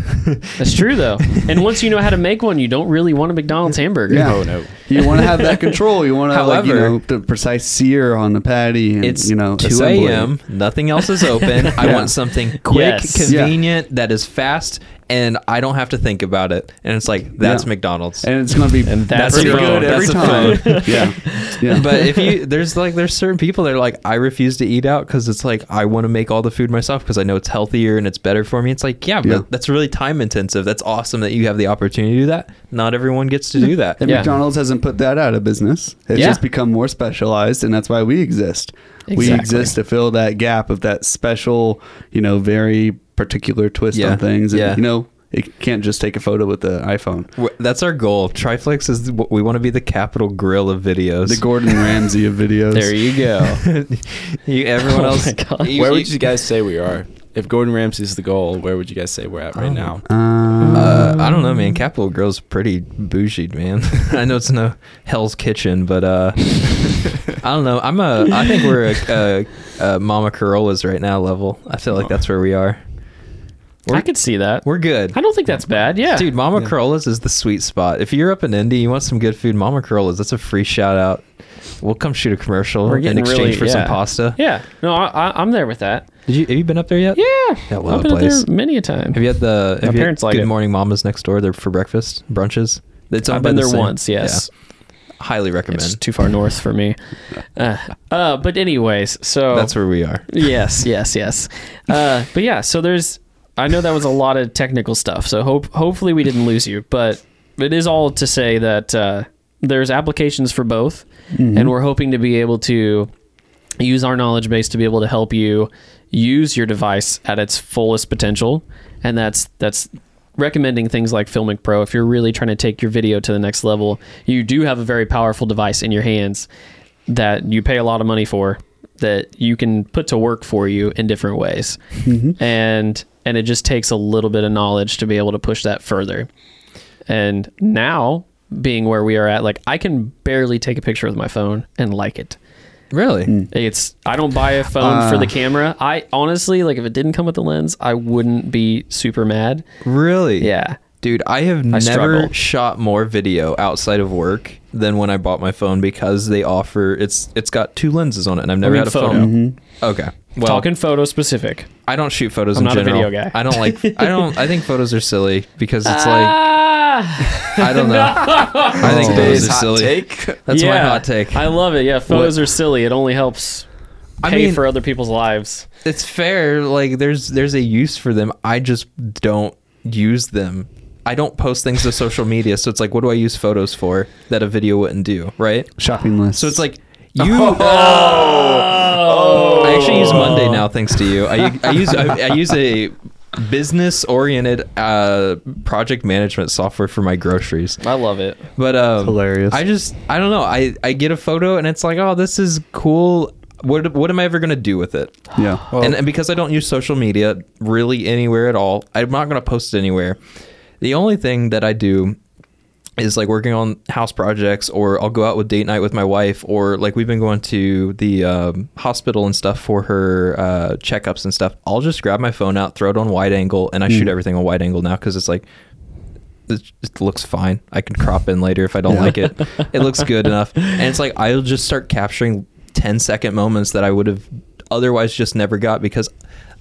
Speaker 1: that's true though. And once you know how to make one, you don't really want a McDonald's hamburger.
Speaker 3: Yeah.
Speaker 4: Oh no.
Speaker 3: You want to have that control. You want to have like you
Speaker 2: However-
Speaker 3: know the precise sear on the patty and
Speaker 2: It's
Speaker 3: you know
Speaker 2: 2
Speaker 3: assembly.
Speaker 2: a.m. Nothing else is [LAUGHS] open. I
Speaker 3: Yeah.
Speaker 2: want something quick,
Speaker 1: Yes.
Speaker 3: Yeah.
Speaker 2: convenient, that is fast, and I don't have to think about it. And it's like that's
Speaker 3: Yeah.
Speaker 2: McDonald's.
Speaker 3: and it's gonna be
Speaker 1: And that's
Speaker 3: pretty
Speaker 1: your phone.
Speaker 3: good every
Speaker 2: That's
Speaker 3: time. [LAUGHS]
Speaker 1: [LAUGHS]
Speaker 3: yeah, yeah.
Speaker 2: but if you there's like there's certain people that are like I refuse to eat out because it's like I want to make all the food myself because I know it's healthier and it's better for me. It's like yeah,
Speaker 3: Yeah.
Speaker 2: but that's really time intensive. That's awesome that you have the opportunity to do that. Not everyone gets to do that.
Speaker 3: and
Speaker 1: Yeah.
Speaker 3: McDonald's hasn't put that out of business. It's
Speaker 1: Yeah.
Speaker 3: just become more specialized, and that's why we exist. We
Speaker 1: Exactly.
Speaker 3: exist to fill that gap of that special, you know, very particular twist
Speaker 2: Yeah.
Speaker 3: on things. And,
Speaker 2: Yeah.
Speaker 3: You know, it can't just take a photo with the iPhone.
Speaker 2: W- That's our goal. Triflex is what we want to be the capital grill of videos.
Speaker 3: The Gordon Ramsay of videos.
Speaker 1: There you go.
Speaker 2: [LAUGHS] you, everyone
Speaker 1: Oh
Speaker 2: else.
Speaker 1: my God.
Speaker 2: you-
Speaker 4: where would you guys say we are? If Gordon Ramsay's the goal, where would you guys say we're at right now?
Speaker 3: Um,
Speaker 2: [LAUGHS] Uh, I don't know, man. Capital Grill's pretty bougie, man. [LAUGHS] I know it's no Hell's Kitchen, but uh, I don't know. I'm a. I think we're a, a, a Mama Corolla's right now level. I feel like that's where we are.
Speaker 1: I could see that.
Speaker 2: We're good,
Speaker 1: I don't think that's bad. Yeah,
Speaker 2: dude. Mama Corolla's is the sweet spot. If you're up in Indy, you want some good food. Mama Corolla's. That's a free shout out. We'll come shoot a commercial
Speaker 1: we're
Speaker 2: in
Speaker 1: getting
Speaker 2: exchange
Speaker 1: really-
Speaker 2: for some
Speaker 1: yeah.
Speaker 2: pasta.
Speaker 1: Yeah. No, I, I, I'm there with that.
Speaker 2: Did you have you been up there yet?
Speaker 1: Yeah.
Speaker 2: That little
Speaker 1: I've been up
Speaker 2: place.
Speaker 1: there many a time.
Speaker 2: Have you had the have you had
Speaker 1: parents like
Speaker 2: Good
Speaker 1: it.
Speaker 2: Morning Mamas next door? They're for breakfast brunches. It's owned
Speaker 1: I've
Speaker 2: by
Speaker 1: been
Speaker 2: the
Speaker 1: there
Speaker 2: same-
Speaker 1: once. Yes.
Speaker 2: Yeah. Highly recommend.
Speaker 1: It's too far north for
Speaker 2: [LAUGHS]
Speaker 1: me. Uh, uh, but anyways, so
Speaker 2: That's where we are.
Speaker 1: yes, yes, yes. Uh, but yeah, so there's. I know that was a lot of technical stuff, so hope hopefully we didn't lose you. But it is all to say that uh, there's applications for both, and we're hoping to be able to use our knowledge base to be able to help you use your device at its fullest potential, and that's that's recommending things like Filmic Pro if you're really trying to take your video to the next level. You do have a very powerful device in your hands that you pay a lot of money for that you can put to work for you in different ways Mm-hmm. and and it just takes a little bit of knowledge to be able to push that further and now being where we are at like i can barely take a picture with my phone and like it
Speaker 2: Really?
Speaker 1: it's i don't buy a phone for the camera i honestly like if it didn't come with the lens i wouldn't be super mad
Speaker 2: Really?
Speaker 1: yeah
Speaker 2: Dude, I have never
Speaker 1: struggle.
Speaker 2: shot more video outside of work than when I bought my phone because they offer it's it's got two lenses on it and I've never
Speaker 1: mean
Speaker 2: had a
Speaker 1: photo.
Speaker 2: phone. Okay. Well,
Speaker 1: talking photo specific
Speaker 2: I don't shoot photos
Speaker 1: I'm
Speaker 2: in
Speaker 1: not a
Speaker 2: general.
Speaker 1: video guy.
Speaker 2: I don't like I don't I think photos are silly because it's
Speaker 1: ah,
Speaker 2: like I
Speaker 1: [LAUGHS]
Speaker 2: don't know. I think
Speaker 3: Oh.
Speaker 2: photos
Speaker 3: Today's
Speaker 2: are silly. That's my
Speaker 1: Yeah.
Speaker 2: hot take.
Speaker 1: i love it yeah photos are silly it only helps pay
Speaker 2: I mean-
Speaker 1: for other people's lives.
Speaker 2: It's fair. Like there's there's a use for them. I just don't use them. I don't post things to social media, so it's like, what do I use photos for that a video wouldn't do, right?
Speaker 3: Shopping list.
Speaker 2: So it's like you. I actually use Monday now, thanks to you. I, I use I, I use a business-oriented uh, project management software for my groceries.
Speaker 1: I love it.
Speaker 2: But um,
Speaker 3: hilarious.
Speaker 2: I just I don't know. I I get a photo and it's like, oh, this is cool. What what am I ever gonna do with it?
Speaker 3: yeah.
Speaker 2: and, and because I don't use social media really anywhere at all, I'm not going to post it anywhere. The only thing that I do is like working on house projects, or I'll go out with date night with my wife, or like we've been going to the um, hospital and stuff for her uh, checkups and stuff. I'll just grab my phone out, throw it on wide angle, and I shoot everything on wide angle now because it's like it it looks fine. I can crop in later if I don't like it. It looks good enough. And it's like I'll just start capturing 10 second moments that I would have otherwise just never got because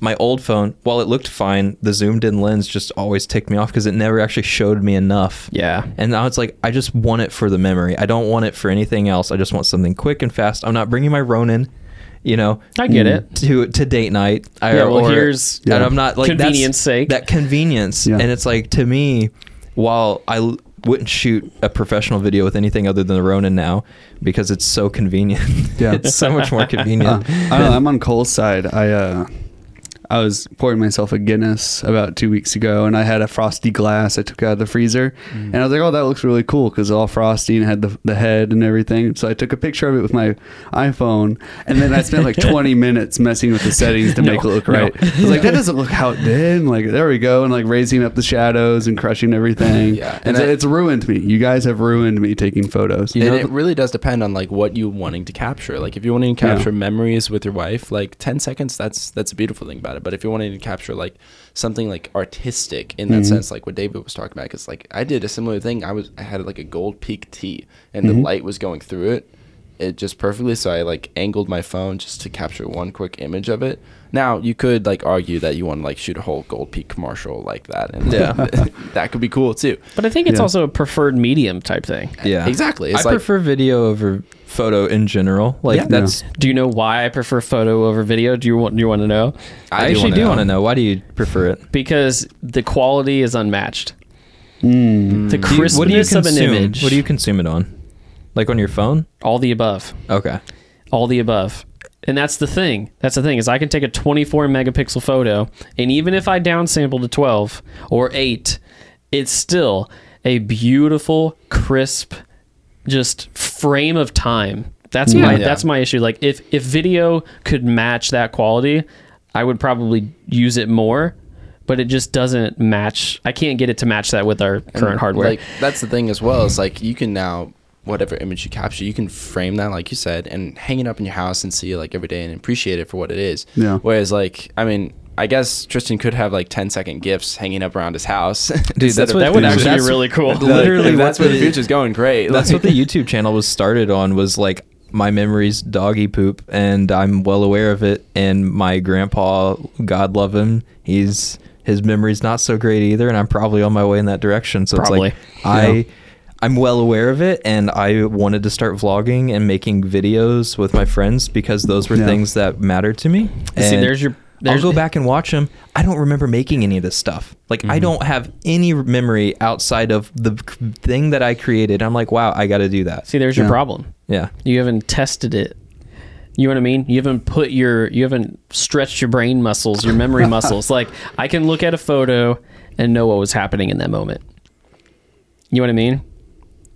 Speaker 2: my old phone, while it looked fine, the zoomed in lens just always ticked me off because it never actually showed me enough.
Speaker 1: Yeah.
Speaker 2: And now it's like I just want it for the memory. I don't want it for anything else. I just want something quick and fast. I'm not bringing my Ronin, you know.
Speaker 1: I get it.
Speaker 2: To to date night. I,
Speaker 1: Yeah, well, here's
Speaker 2: and I'm not like that's-
Speaker 1: convenience sake.
Speaker 2: That convenience.
Speaker 3: Yeah.
Speaker 2: And it's like to me, while I l- wouldn't shoot a professional video with anything other than the Ronin now because it's so convenient. [LAUGHS]
Speaker 3: Yeah.
Speaker 2: it's so much more
Speaker 3: [LAUGHS] Uh,
Speaker 4: [LAUGHS]
Speaker 2: convenient.
Speaker 3: I don't know, I'm on Cole's side. I uh, I was pouring myself a Guinness about two weeks ago, and I had a frosty glass I took out of the freezer,
Speaker 4: Mm.
Speaker 3: and I was like, "Oh, that looks really cool because all frosty and had the, the head and everything." So I took a picture of it with my iPhone, and then I spent
Speaker 4: [LAUGHS]
Speaker 3: like 20 minutes messing with the settings to make it look right. I was like, "That doesn't look how it did." And, like, there we go, and like raising up the shadows and crushing everything.
Speaker 4: Yeah,
Speaker 3: and
Speaker 4: and
Speaker 3: so
Speaker 4: I-
Speaker 3: it's ruined me. You guys have ruined me taking photos.
Speaker 4: and it really does depend on like what you wanting to capture. Like if you're wanting to
Speaker 3: Yeah.
Speaker 4: capture memories with your wife, like ten seconds, that's that's a beautiful thing about it. But if you're wanting to capture like something like artistic in that sense, like what David was talking about, because like I did a similar thing. I was I had like a gold peak tee, and the light was going through it, it just perfectly. So I like angled my phone just to capture one quick image of it. Now you could like argue that you want to like shoot a whole gold peak commercial like that, and like,
Speaker 2: Yeah.
Speaker 4: [LAUGHS] that could be cool too.
Speaker 1: But I think it's
Speaker 3: Yeah.
Speaker 1: also a preferred medium type thing.
Speaker 2: yeah.
Speaker 4: exactly.
Speaker 2: I
Speaker 4: It's like-
Speaker 2: prefer video over photo in general. Like
Speaker 4: Yeah.
Speaker 2: that's
Speaker 1: Do you know why I prefer photo over video? Do you want do you want to know?
Speaker 2: I,
Speaker 4: do
Speaker 2: actually
Speaker 4: wanna
Speaker 2: do
Speaker 4: know.
Speaker 2: want to know. Why do you prefer it?
Speaker 1: Because the quality is unmatched. The
Speaker 2: Hmm. Do you-
Speaker 1: crispness
Speaker 2: what do you consume?
Speaker 1: of an image.
Speaker 2: What do you consume it on? Like on your phone?
Speaker 1: all the above. [LAUGHS]
Speaker 2: Okay.
Speaker 1: all the above and that's the thing that's the thing is i can take a 24 megapixel photo and even if i downsample to 12 or 8 it's still a beautiful crisp just frame of time that's my
Speaker 4: Yeah.
Speaker 1: that's my issue like if if video could match that quality i would probably use it more but it just doesn't match i can't get it to match that with our current
Speaker 4: And,
Speaker 1: hardware
Speaker 4: Like that's the thing as well. Is like you can now whatever image you capture, you can frame that like you said and hang it up in your house and see it like every day and appreciate it for what it is.
Speaker 3: Yeah.
Speaker 4: Whereas like I mean. I guess Tristan could have like 10 second gifs hanging up around his house. [LAUGHS] Dude,
Speaker 2: that's what
Speaker 1: that would
Speaker 2: dude,
Speaker 1: actually be
Speaker 2: that's-
Speaker 1: really cool
Speaker 2: literally
Speaker 4: literally
Speaker 2: what
Speaker 4: that's where the
Speaker 2: the-
Speaker 4: future's going. Great. [LAUGHS]
Speaker 2: That's
Speaker 4: Like,
Speaker 2: what the YouTube channel was started on was like my memories doggy poop and I'm well aware of it and my grandpa God love him he's his memory's not so great either and I'm probably on my way in that direction so
Speaker 1: Probably.
Speaker 2: it's like I I'm well aware of it and I wanted to start vlogging and making videos with my friends because those were
Speaker 3: Yeah.
Speaker 2: things that mattered to me and
Speaker 1: See, there's your- there's- [LAUGHS]
Speaker 2: I'll go back and watch them I don't remember making any of this stuff like
Speaker 1: Mm-hmm.
Speaker 2: I don't have any memory outside of the c- thing that I created I'm like wow I got to do that
Speaker 1: see there's
Speaker 3: Yeah.
Speaker 1: your problem
Speaker 2: yeah.
Speaker 1: You haven't tested it. You know what I mean? You haven't put your you haven't stretched your brain muscles, your
Speaker 2: [LAUGHS]
Speaker 1: memory muscles. Like I can look at a photo and know what was happening in that moment. You know what I mean?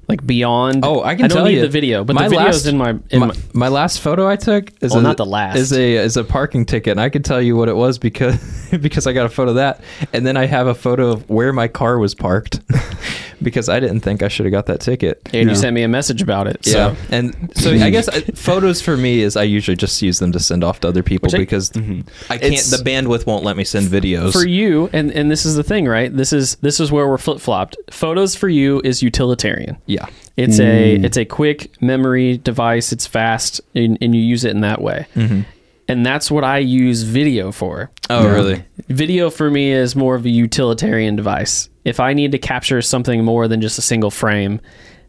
Speaker 1: Like beyond
Speaker 2: Oh, I can
Speaker 1: I don't
Speaker 2: tell
Speaker 1: need
Speaker 2: you
Speaker 1: the video, but the video is in my in my,
Speaker 2: my, my last photo I took is
Speaker 1: Well,
Speaker 2: a,
Speaker 1: not the last.
Speaker 2: is a is a parking ticket. And I could tell you what it was because [LAUGHS] because I got a photo of that, and then I have a photo of where my car was parked [LAUGHS] because I didn't think I should have got that ticket.
Speaker 1: and you
Speaker 3: Yeah.
Speaker 1: sent me a message about it. So
Speaker 2: Yeah, and so I guess I, photos for me is I usually just use them to send off to other people
Speaker 1: Which I-
Speaker 2: because
Speaker 3: Mhm.
Speaker 2: I can't.
Speaker 4: It's-
Speaker 2: the bandwidth won't let me send videos.
Speaker 1: for you and and this is the thing, right? This is this is where we're flip-flopped. Photos for you is utilitarian.
Speaker 2: yeah,
Speaker 1: It's
Speaker 2: Mm.
Speaker 1: a it's a quick memory device. It's fast, and, and you use it in that way.
Speaker 2: Mm-hmm.
Speaker 3: Mm-hmm.
Speaker 1: And that's what I use video for.
Speaker 2: Oh, really?
Speaker 1: Video for me is more of a utilitarian device. If I need to capture something more than just a single frame,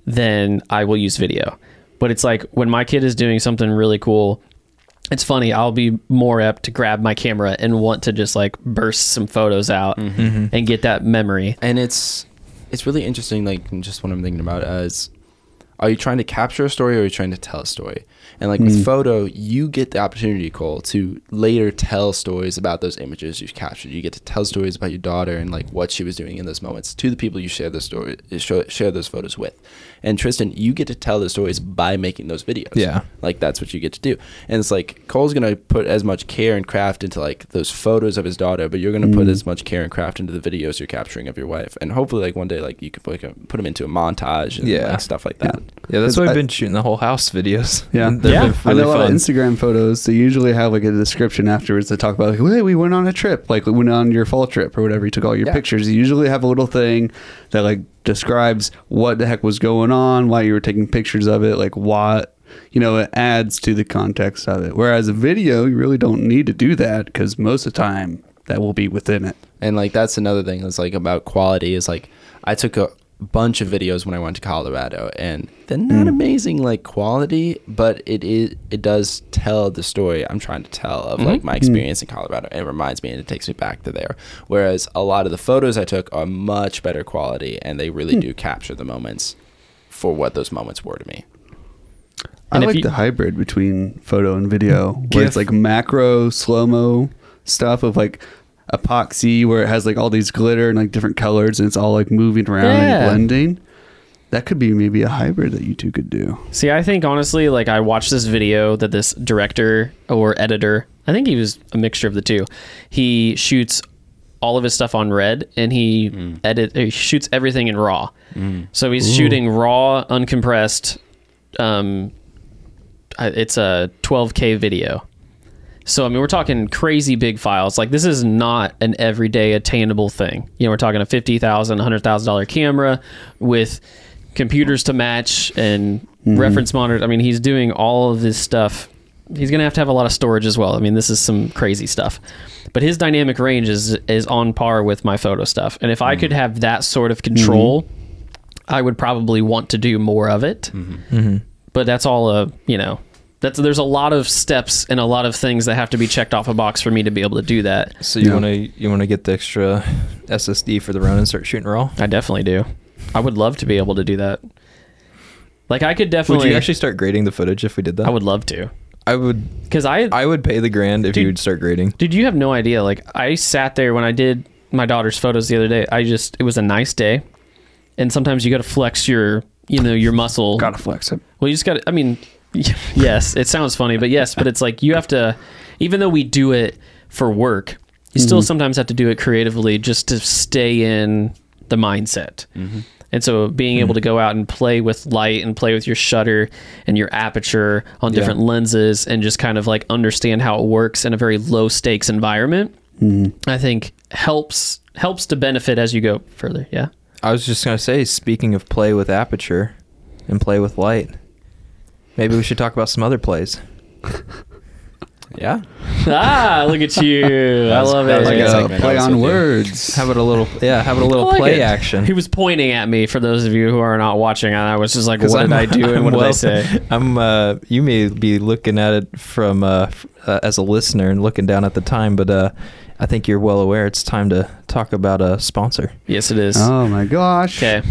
Speaker 1: then I will use video. But it's like when my kid is doing something really cool it's funny i'll be more apt to grab my camera and want to just like burst some photos out and get that memory
Speaker 4: and it's it's really interesting like just what i'm thinking about as are you trying to capture a story or are you trying to tell a story and like with photo you get the opportunity cole to later tell stories about those images you've captured you get to tell stories about your daughter and like what she was doing in those moments to the people you share those story share share those photos with and tristan you get to tell those stories by making those videos
Speaker 2: Yeah.
Speaker 4: like that's what you get to do and it's like cole's gonna put as much care and craft into like those photos of his daughter but you're gonna put as much care and craft into the videos you're capturing of your wife and hopefully like one day like you can like, uh, put them into a montage and
Speaker 2: Yeah.
Speaker 4: like, stuff like that
Speaker 2: Yeah, that's
Speaker 3: 'Cause
Speaker 2: why
Speaker 3: I-
Speaker 2: I've been shooting the whole house videos.
Speaker 3: Yeah.
Speaker 2: [LAUGHS] They've
Speaker 1: Yeah.
Speaker 2: been
Speaker 3: I
Speaker 2: really
Speaker 3: know a lot
Speaker 2: fun.
Speaker 3: of Instagram photos. They usually have like a description afterwards that talk about like, "Hey, we went on a trip, like we went on your fall trip or whatever." You took all your
Speaker 4: Yeah.
Speaker 3: pictures. You usually have a little thing that like describes what the heck was going on, why you were taking pictures of it, like what you know. It adds to the context of it. Whereas a video, you really don't need to do that because most of the time that will be within it.
Speaker 4: and like that's another thing that's like about quality is like i took a bunch of videos when i went to colorado and they're not amazing like quality but it is it does tell the story i'm trying to tell of like my experience in colorado it reminds me and it takes me back to there whereas a lot of the photos i took are much better quality and they really do capture the moments for what those moments were to me
Speaker 1: And if
Speaker 3: I like
Speaker 1: you- Mm,
Speaker 3: the hybrid between photo and video, where it's
Speaker 2: GIF.
Speaker 3: like macro slow mo stuff of like epoxy, where it has like all these glitter and like different colors, and it's all like moving around
Speaker 1: Yeah.
Speaker 3: and blending. That could be maybe a hybrid that you two could do.
Speaker 1: See, I think honestly, like I watched this video that this director or editor, I think he was a mixture of the two. He shoots all of his stuff on red, and he edit he shoots everything in raw. So he's shooting raw, uncompressed. Um, I- it's a 12k video. So I mean, we're talking crazy big files. Like this is not an everyday attainable thing. You know, we're talking a fifty thousand, hundred thousand dollar camera with computers to match and reference monitors. I mean, he's doing all of this stuff. He's gonna have to have a lot of storage as well. I mean, this is some crazy stuff. But his dynamic range is is on par with my photo stuff. And if I could have that sort of control, I would probably want to do more of it
Speaker 2: Mm-hmm.
Speaker 1: but that's all a you know that's there's a lot of steps and a lot of things that have to be checked off a box for me to be able to do that
Speaker 2: So you
Speaker 3: Yeah.
Speaker 2: want to you want to get the extra SSD for the run and start shooting raw?
Speaker 1: i definitely do i would love to be able to do that like i could
Speaker 2: Would
Speaker 1: definitely
Speaker 2: you actually start grading the footage if we did that?
Speaker 1: i would love to
Speaker 2: I would.
Speaker 1: because i
Speaker 2: I would pay the grand if
Speaker 1: Dude.
Speaker 2: you would start grading.
Speaker 1: dude you have no idea like i sat there when i did my daughter's photos the other day i just it was a nice day and sometimes you gotta flex your you know your muscle
Speaker 3: Gotta flex it.
Speaker 1: Well, you just got to, I mean, [LAUGHS] yes, it sounds funny, but yes, but it's like you have to, even though we do it for work, you still
Speaker 4: Mm-hmm.
Speaker 1: sometimes have to do it creatively just to stay in the mindset.
Speaker 4: Mm-hmm.
Speaker 1: And so being able to go out and play with light and play with your shutter and your aperture on different lenses and just kind of like understand how it works in a very low stakes environment,
Speaker 4: Mm-hmm.
Speaker 1: I think helps helps to benefit as you go further.
Speaker 4: [LAUGHS]
Speaker 1: Yeah.
Speaker 2: I was just gonna say, speaking of play with aperture and play with light, maybe we should talk about some other
Speaker 1: [LAUGHS]
Speaker 2: plays.
Speaker 4: yeah
Speaker 1: ah, look at you. I
Speaker 4: was-
Speaker 1: love
Speaker 4: that
Speaker 1: it.
Speaker 4: was
Speaker 3: Like
Speaker 4: Yeah.
Speaker 3: a
Speaker 4: Segment, I
Speaker 3: play
Speaker 4: was
Speaker 3: on
Speaker 4: with you.
Speaker 3: words.
Speaker 2: How about a little? Yeah, how about a little
Speaker 1: I like
Speaker 2: play
Speaker 1: it.
Speaker 2: action?
Speaker 1: He was pointing at me for those of you who are not watching, and I was just like,
Speaker 2: 'Cause
Speaker 1: "What did I do?" And
Speaker 2: I'm
Speaker 1: what did I
Speaker 2: well-
Speaker 1: say?
Speaker 2: [LAUGHS] I'm. Uh, you may be looking at it from uh, f- uh, as a listener and looking down at the time, but uh, I think you're well aware it's time to talk about a sponsor.
Speaker 1: Yes, it is.
Speaker 3: oh my gosh!
Speaker 1: Okay,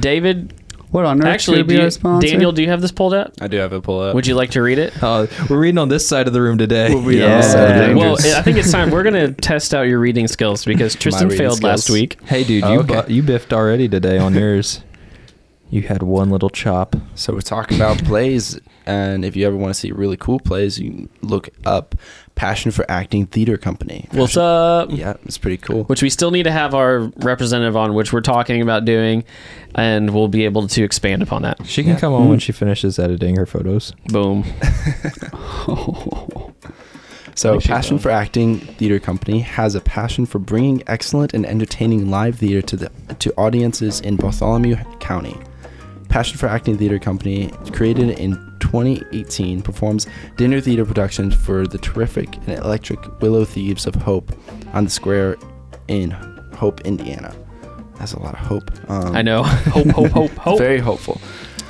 Speaker 1: David.
Speaker 3: What on earth?
Speaker 1: Actually,
Speaker 3: could be
Speaker 1: do you-
Speaker 3: our sponsor?
Speaker 1: Daniel, do you have this pulled up?
Speaker 4: i do have it pull up
Speaker 1: Would you like to read it?
Speaker 2: Uh, we're reading on this side of the room today.
Speaker 3: We'll be on
Speaker 2: Yeah.
Speaker 3: this side of the room.
Speaker 1: Well,
Speaker 3: dangerous.
Speaker 1: I think it's time. We're gonna test out your reading skills
Speaker 2: [LAUGHS]
Speaker 1: because Tristan
Speaker 4: reading
Speaker 1: failed last
Speaker 4: skills.
Speaker 1: week.
Speaker 2: Hey, dude,
Speaker 4: Oh,
Speaker 2: you
Speaker 4: okay.
Speaker 2: bu- you biffed already today
Speaker 1: [LAUGHS]
Speaker 2: on yours. you had one little chop.
Speaker 4: So we're talking about plays, and if you ever want to see really cool plays, you can look up Passion for Acting Theater Company.
Speaker 1: What's up?
Speaker 4: Yeah, it's pretty cool.
Speaker 1: Which we still need to have our representative on, which we're talking about doing, and we'll be able to expand upon that.
Speaker 2: She can come on when she finishes editing her photos.
Speaker 1: Boom.
Speaker 3: [LAUGHS]
Speaker 4: So,
Speaker 2: Makes you
Speaker 4: Passion
Speaker 2: fun.
Speaker 4: for Acting Theater Company has a passion for bringing excellent and entertaining live theater to the to audiences in Bartholomew County. Passion for Acting Theater Company, created in 2018, performs dinner theater productions for the terrific and electric Willow Thieves of Hope on the Square in Hope, Indiana. That's a lot of hope. Um,
Speaker 1: I know. [LAUGHS] hope, hope, hope, hope.
Speaker 4: Very hopeful.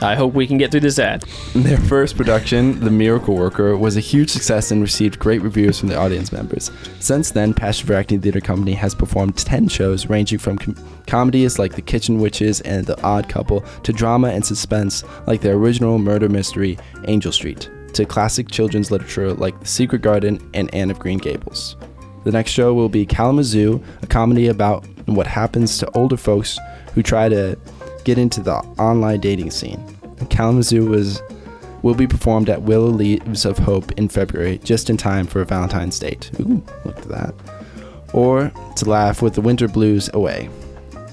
Speaker 1: I hope we can get through this ad.
Speaker 4: Their first production, The Miracle Worker, was a huge success and received great reviews from the audience members. Since then, Passion for Acting Theater Company has performed 10 shows ranging from com- comedies like The Kitchen Witches and The Odd Couple to drama and suspense like their original murder mystery, Angel Street, to classic children's literature like The Secret Garden and Anne of Green Gables. The next show will be Kalamazoo, a comedy about what happens to older folks who try to get into the online dating scene. Kalamazoo was will be performed at Willow Leaves of Hope in February, just in time for Valentine's Date. Ooh, look at that. Or to laugh with the winter blues away.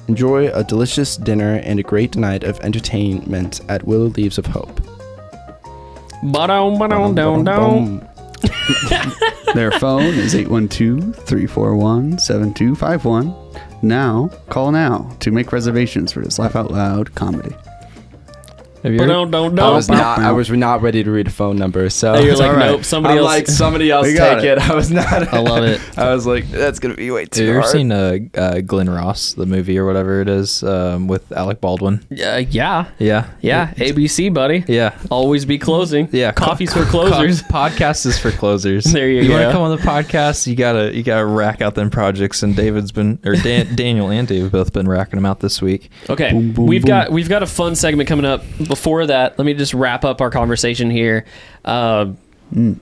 Speaker 4: Enjoy a delicious dinner and a great night of entertainment at Willow Leaves of Hope.
Speaker 1: Ba-dum, ba-dum, dum, dum.
Speaker 3: Their phone is 812 341 7251. Now, call now to make reservations for this Laugh Out Loud comedy.
Speaker 2: Have you heard?
Speaker 1: Ba-dum, dum,
Speaker 4: I
Speaker 1: dum.
Speaker 4: was not. I was not ready to read a phone number, so
Speaker 1: And You're
Speaker 4: it's
Speaker 1: like,
Speaker 4: all right.
Speaker 1: nope, somebody
Speaker 4: I'm
Speaker 1: else. [LAUGHS]
Speaker 4: like somebody else
Speaker 3: We got
Speaker 4: take it.
Speaker 3: it.
Speaker 4: [LAUGHS] I was not.
Speaker 1: I [LAUGHS] love it.
Speaker 4: I was like, that's gonna be way
Speaker 2: Have
Speaker 4: too
Speaker 2: you ever
Speaker 4: hard.
Speaker 2: seen uh, uh, Glenn Ross, the movie or whatever it is, um, with Alec Baldwin?
Speaker 1: [LAUGHS] Yeah, yeah,
Speaker 2: Yeah,
Speaker 1: yeah. ABC, buddy.
Speaker 2: yeah,
Speaker 1: Always be closing.
Speaker 2: yeah.
Speaker 1: [LAUGHS]
Speaker 2: Co-
Speaker 1: Coffee's for
Speaker 2: co-
Speaker 1: closers.
Speaker 2: [LAUGHS] podcast is for closers.
Speaker 1: There you
Speaker 2: You want
Speaker 1: go.
Speaker 2: to come on the podcast? You gotta you gotta rack out them projects. And David's been or
Speaker 1: [LAUGHS]
Speaker 2: Dan, Daniel and Dave have both been racking them out this week.
Speaker 1: Okay,
Speaker 3: Boom, boom,
Speaker 1: we've
Speaker 3: boom.
Speaker 1: got we've got a fun segment coming up. Before that, let me just wrap up our conversation here. Uh, If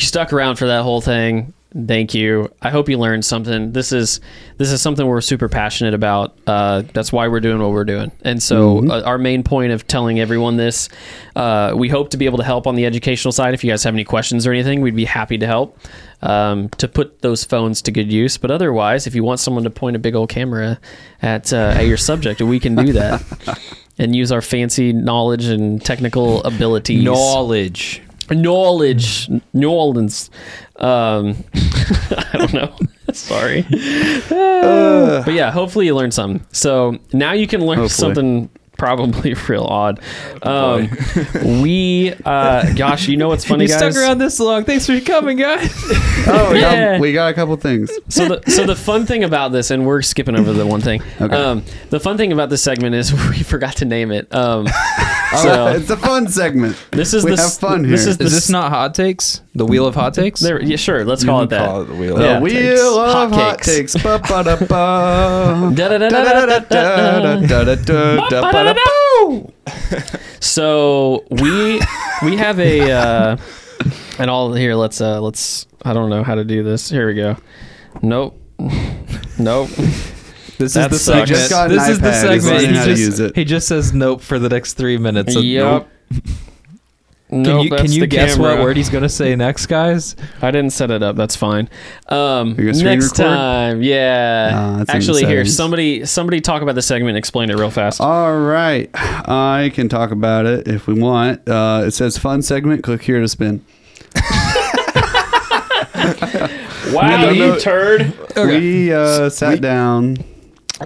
Speaker 1: you stuck around for that whole thing, thank you. I hope you learned something. This is this is something we're super passionate about. Uh, that's why we're doing what we're doing. And so, uh, our main point of telling everyone this, uh, we hope to be able to help on the educational side. If you guys have any questions or anything, we'd be happy to help um, to put those phones to good use. But otherwise, if you want someone to point a big old camera at uh, at your subject, we can do that and use our fancy knowledge and technical abilities.
Speaker 2: Knowledge.
Speaker 1: knowledge, New Orleans. Um, [LAUGHS] I don't know. [LAUGHS] Sorry, but yeah, hopefully you learned something. So now you can learn
Speaker 3: Uh. Hopefully.
Speaker 1: something probably [LAUGHS] real odd. Um,
Speaker 3: [LAUGHS]
Speaker 1: we, uh, gosh, you know what's funny,
Speaker 2: you
Speaker 1: guys?
Speaker 2: stuck around this long. Thanks for coming, guys.
Speaker 3: Oh, we,
Speaker 1: Yeah.
Speaker 3: got, we got a couple things.
Speaker 1: so the so the fun thing about this, and we're skipping over the one thing.
Speaker 3: Okay.
Speaker 1: Um, the fun thing about this segment is [LAUGHS] we forgot to name it.
Speaker 3: [LAUGHS]
Speaker 1: Um,
Speaker 3: Alright,
Speaker 1: so
Speaker 3: Oh, it's a fun segment.
Speaker 1: this is
Speaker 3: we
Speaker 1: the
Speaker 3: have
Speaker 1: s-
Speaker 3: fun
Speaker 1: This
Speaker 3: here.
Speaker 1: is the
Speaker 2: Is
Speaker 1: s-
Speaker 2: this not hot takes? The wheel of hot takes.
Speaker 1: There, yeah, sure. Let's call it that.
Speaker 4: Call it the wheel.
Speaker 3: the
Speaker 1: Yeah.
Speaker 3: wheel
Speaker 1: Hot
Speaker 3: of hot
Speaker 1: cakes.
Speaker 3: takes. Ba-ba-da-ba.
Speaker 1: [LAUGHS] Da-da-da-da-da-da-da.
Speaker 3: Da-da-da-da-da-da,
Speaker 1: Ba-ba-da-da.
Speaker 3: da-ba-da-boo.
Speaker 1: So we we have a uh, and all here. Let's uh, let's. I don't know how to do this. Here we go. Nope. Nope.
Speaker 2: This
Speaker 1: That sucks.
Speaker 2: is the segment.
Speaker 1: He just
Speaker 3: got an
Speaker 2: this is the
Speaker 3: iPad. He's
Speaker 2: segment.
Speaker 3: learning how to
Speaker 2: just,
Speaker 3: use it.
Speaker 2: he just says nope for the next three minutes. So
Speaker 1: Yep.
Speaker 2: nope. Can you can you guess what word he's gonna say next, guys?
Speaker 1: I didn't set it up. That's fine. Um,
Speaker 3: You gonna screen
Speaker 1: next
Speaker 3: record?
Speaker 1: time, yeah.
Speaker 3: Ah, that's in the
Speaker 1: Actually, here
Speaker 3: settings.
Speaker 1: somebody somebody talk about the segment. and Explain it real fast.
Speaker 3: All right. I can talk about it if we want. Uh, it says fun segment. Click here to spin.
Speaker 1: wow,
Speaker 3: no,
Speaker 1: you
Speaker 3: no.
Speaker 1: turd.
Speaker 3: We uh, sat down.
Speaker 4: [LAUGHS]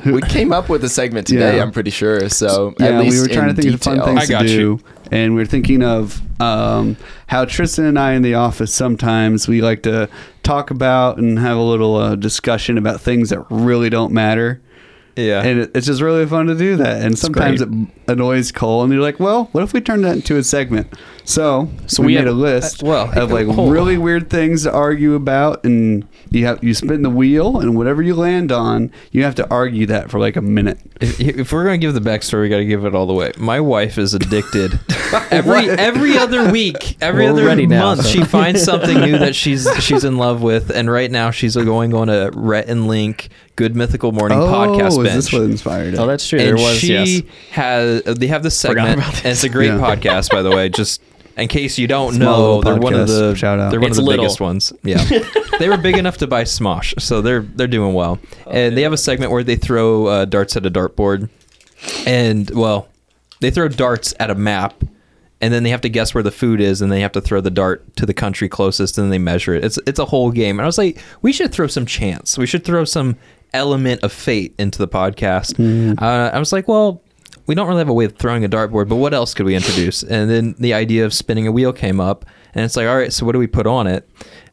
Speaker 4: We came up with a segment today.
Speaker 3: Yeah.
Speaker 4: I'm pretty sure. So at
Speaker 3: Yeah,
Speaker 4: least
Speaker 3: we were trying to
Speaker 4: in
Speaker 3: think of fun
Speaker 4: detail.
Speaker 3: things
Speaker 2: I
Speaker 3: to
Speaker 2: got
Speaker 3: do.
Speaker 2: you.
Speaker 3: And we are thinking of um, how Tristan and I in the office sometimes we like to talk about and have a little uh, discussion about things that really don't matter.
Speaker 2: Yeah.
Speaker 3: And it, it's just really fun to do that. And sometimes it annoys Cole, and you're like, well, what if we turned that into a segment? So,
Speaker 1: So
Speaker 3: we,
Speaker 1: we
Speaker 3: made
Speaker 1: have-
Speaker 3: a list
Speaker 2: uh, well,
Speaker 3: of
Speaker 2: [LAUGHS]
Speaker 3: like
Speaker 2: hold on.
Speaker 3: really weird things to argue about, and you have you spin the wheel, and whatever you land on, you have to argue that for like a minute.
Speaker 2: if, if we're gonna give the backstory, we gotta give it all the way. My wife is addicted. every
Speaker 3: What?
Speaker 2: every other week, every
Speaker 1: We're
Speaker 2: other
Speaker 1: ready now,
Speaker 2: month,
Speaker 1: so.
Speaker 2: she finds something new that she's she's in love with, and right now she's going on a Rhett and Link Good Mythical Morning podcast
Speaker 3: Oh, is
Speaker 2: bench.
Speaker 3: this what inspired it?
Speaker 1: Oh, that's true.
Speaker 2: and
Speaker 1: there was
Speaker 2: she
Speaker 1: yes.
Speaker 2: has uh, they have this
Speaker 1: Forgot
Speaker 2: segment,
Speaker 1: about
Speaker 2: and it's a great
Speaker 3: Yeah.
Speaker 2: podcast, by the
Speaker 1: [LAUGHS]
Speaker 2: way. Just in case you don't
Speaker 3: Small
Speaker 2: know,
Speaker 3: little
Speaker 2: they're one of
Speaker 3: podcast.
Speaker 2: the
Speaker 3: Shout out.
Speaker 2: they're one
Speaker 1: It's
Speaker 2: of the
Speaker 1: little.
Speaker 2: biggest ones.
Speaker 1: [LAUGHS]
Speaker 2: Yeah, they were big enough to buy Smosh, so they're they're doing well.
Speaker 1: Oh,
Speaker 2: and they have a segment where they throw uh, darts at a dartboard, and well, they throw darts at a map. And then they have to guess where the food is, and they have to throw the dart to the country closest, and they measure it. It's it's a whole game. And I was like, we should throw some chance. We should throw some element of fate into the podcast. Uh, I was like, well, we don't really have a way of throwing a dartboard, but what else could we introduce? And then the idea of spinning a wheel came up, and it's like, all right, so what do we put on it?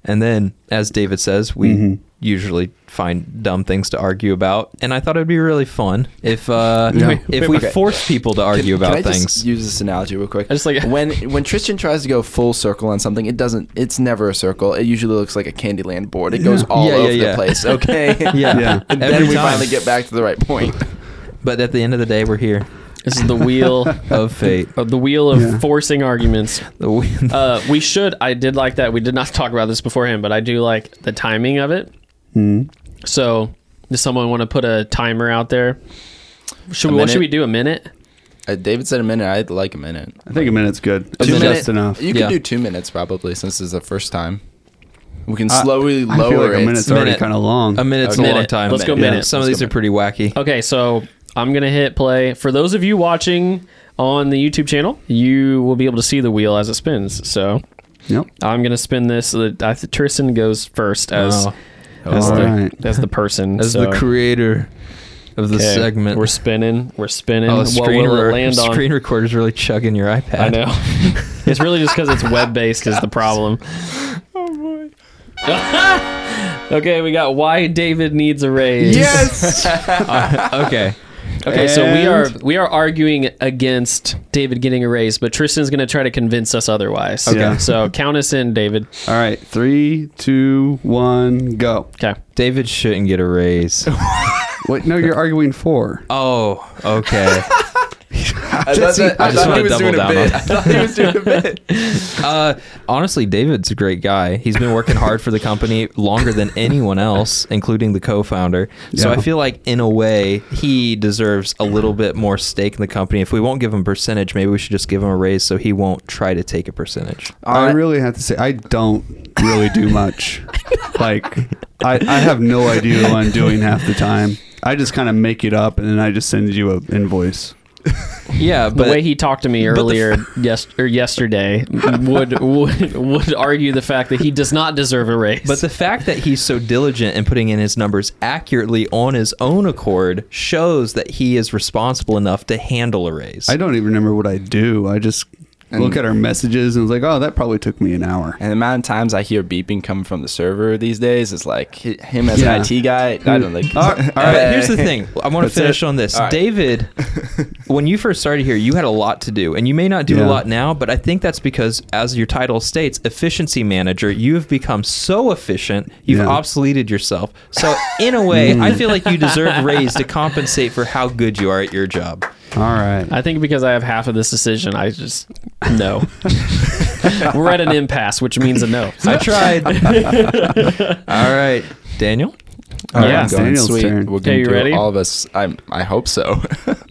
Speaker 2: And then, as David says, we usually find dumb things to argue about, and I thought it'd be really fun if uh,
Speaker 4: No.
Speaker 2: if we
Speaker 4: Okay.
Speaker 2: force people to argue
Speaker 4: Can-
Speaker 2: about
Speaker 4: can I
Speaker 2: things.
Speaker 4: just use this analogy real quick.
Speaker 1: I just like-
Speaker 4: [LAUGHS] when when Tristan tries to go full circle on something, it doesn't. It's never a circle. It usually looks like a Candyland board. It goes all
Speaker 2: Yeah, yeah,
Speaker 4: over the
Speaker 2: yeah.
Speaker 4: [LAUGHS] place. Okay.
Speaker 2: Yeah.
Speaker 3: Yeah.
Speaker 4: And then
Speaker 2: Every
Speaker 4: we
Speaker 2: time.
Speaker 4: finally get back to the right point.
Speaker 2: but at the end of the day, we're here
Speaker 1: This is the wheel
Speaker 2: of fate.
Speaker 1: of uh, the wheel of
Speaker 3: Yeah.
Speaker 1: forcing arguments.
Speaker 2: The
Speaker 1: [LAUGHS]
Speaker 2: wind-
Speaker 1: Uh, we should. I did like that. We did not [LAUGHS] talk about this beforehand, but I do like the timing of it.
Speaker 4: Hmm.
Speaker 1: So, does someone want to put a timer out there? Should
Speaker 4: A
Speaker 1: we, what should we
Speaker 4: minute?
Speaker 1: do? A minute?
Speaker 4: [LAUGHS] Uh, David said a minute. I'd like a minute.
Speaker 3: I think a minute's good. It's
Speaker 2: minute-
Speaker 3: just enough.
Speaker 4: You could
Speaker 2: Yeah.
Speaker 4: do two minutes probably, since this is the first time. We can
Speaker 3: I-
Speaker 4: slowly
Speaker 3: I
Speaker 4: lower
Speaker 3: feel like a
Speaker 4: it.
Speaker 3: minute's already
Speaker 2: Minute.
Speaker 3: kind of long.
Speaker 2: a minute's
Speaker 1: a
Speaker 2: a long
Speaker 1: minute.
Speaker 2: time.
Speaker 1: Let's go
Speaker 2: Yeah.
Speaker 1: minute.
Speaker 2: Some of
Speaker 4: Let's
Speaker 2: these
Speaker 4: go
Speaker 2: are pretty wacky.
Speaker 1: Okay, so I'm gonna hit play. For those of you watching on the YouTube channel, you will be able to see the wheel as it spins. So
Speaker 3: Yep.
Speaker 1: I'm gonna spin this. So that I, Tristan goes first as
Speaker 2: Oh.
Speaker 1: as,
Speaker 3: All
Speaker 1: the,
Speaker 3: right.
Speaker 1: as the person.
Speaker 2: As
Speaker 1: so-
Speaker 2: the creator of the
Speaker 1: Okay,
Speaker 2: segment,
Speaker 1: We're spinning. We're spinning.
Speaker 2: oh, the
Speaker 1: what
Speaker 2: screen,
Speaker 1: will
Speaker 2: re-
Speaker 1: it land on?
Speaker 2: screen recorder's really chugging your iPad.
Speaker 1: I know. [LAUGHS] it's really just because it's web based is the problem. Oh boy. [LAUGHS] okay, we got why David needs a raise. [LAUGHS] Uh,
Speaker 3: Yes.
Speaker 2: okay.
Speaker 1: Okay, so we
Speaker 3: And-
Speaker 1: are we are arguing against David getting a raise, but Tristan's going to try to convince us otherwise.
Speaker 3: Okay. Yeah.
Speaker 1: So count us in, David.
Speaker 3: All right. Three, two, one, go.
Speaker 1: Okay.
Speaker 2: David shouldn't get a raise.
Speaker 3: What? No, you're arguing for.
Speaker 2: Oh, okay.
Speaker 4: I thought, that, I
Speaker 2: I just
Speaker 4: thought
Speaker 2: wanna
Speaker 4: he was
Speaker 2: double
Speaker 4: doing a
Speaker 2: down on
Speaker 4: bit. I thought he was doing a bit.
Speaker 2: Uh, honestly, David's a great guy. He's been working hard for the company longer than anyone else, including the co-founder. So
Speaker 3: Yeah.
Speaker 2: I feel like, in a way, he deserves a little bit more stake in the company. If we won't give him percentage, maybe we should just give him a raise so he won't try to take a percentage.
Speaker 3: I
Speaker 4: Uh,
Speaker 3: really have to say, I don't really do much. like, I, I have no idea what I'm doing half the time. I just kind of make it up and then I just send you an invoice.
Speaker 2: Yeah,
Speaker 1: The
Speaker 2: but
Speaker 1: way he talked to me earlier [LAUGHS] yes or yesterday would, would would argue the fact that he does not deserve a raise.
Speaker 2: But the fact that he's so diligent in putting in his numbers accurately on his own accord shows that he is responsible enough to handle a raise.
Speaker 3: I don't even remember what I do. I just look at our messages and was like, oh, that probably took me an hour.
Speaker 4: [LAUGHS] And the amount of times I hear beeping coming from the server these days is like hi- him as
Speaker 3: Yeah.
Speaker 4: an IT guy. I don't like. [LAUGHS]
Speaker 3: All right, all
Speaker 2: All right,
Speaker 3: right.
Speaker 2: here's the
Speaker 3: [LAUGHS]
Speaker 2: thing. I want to
Speaker 3: Uh, That's it.
Speaker 2: finish on this.
Speaker 4: All right.
Speaker 2: David,
Speaker 3: [LAUGHS]
Speaker 2: when you first started here, you had a lot to do, and you may not do
Speaker 3: Yeah.
Speaker 2: a lot now, but I think that's because, as your title states, efficiency manager, you have become so efficient, you've
Speaker 3: Yeah.
Speaker 2: obsoleted yourself. So, in a
Speaker 3: [LAUGHS]
Speaker 2: way, I feel like you deserve raise to compensate for how good you are at your
Speaker 3: [LAUGHS]
Speaker 2: job.
Speaker 3: All right.
Speaker 1: I think because I have half of this decision, I just no. [LAUGHS] We're at an impasse, which means a no.
Speaker 2: I tried. [LAUGHS] All right, Daniel.
Speaker 4: All right,
Speaker 1: Yeah.
Speaker 4: I'm going
Speaker 3: Daniel's
Speaker 4: sweet.
Speaker 3: turn.
Speaker 4: We're gonna
Speaker 1: you
Speaker 4: do it.
Speaker 1: ready?
Speaker 4: All of us. I I hope so. [LAUGHS]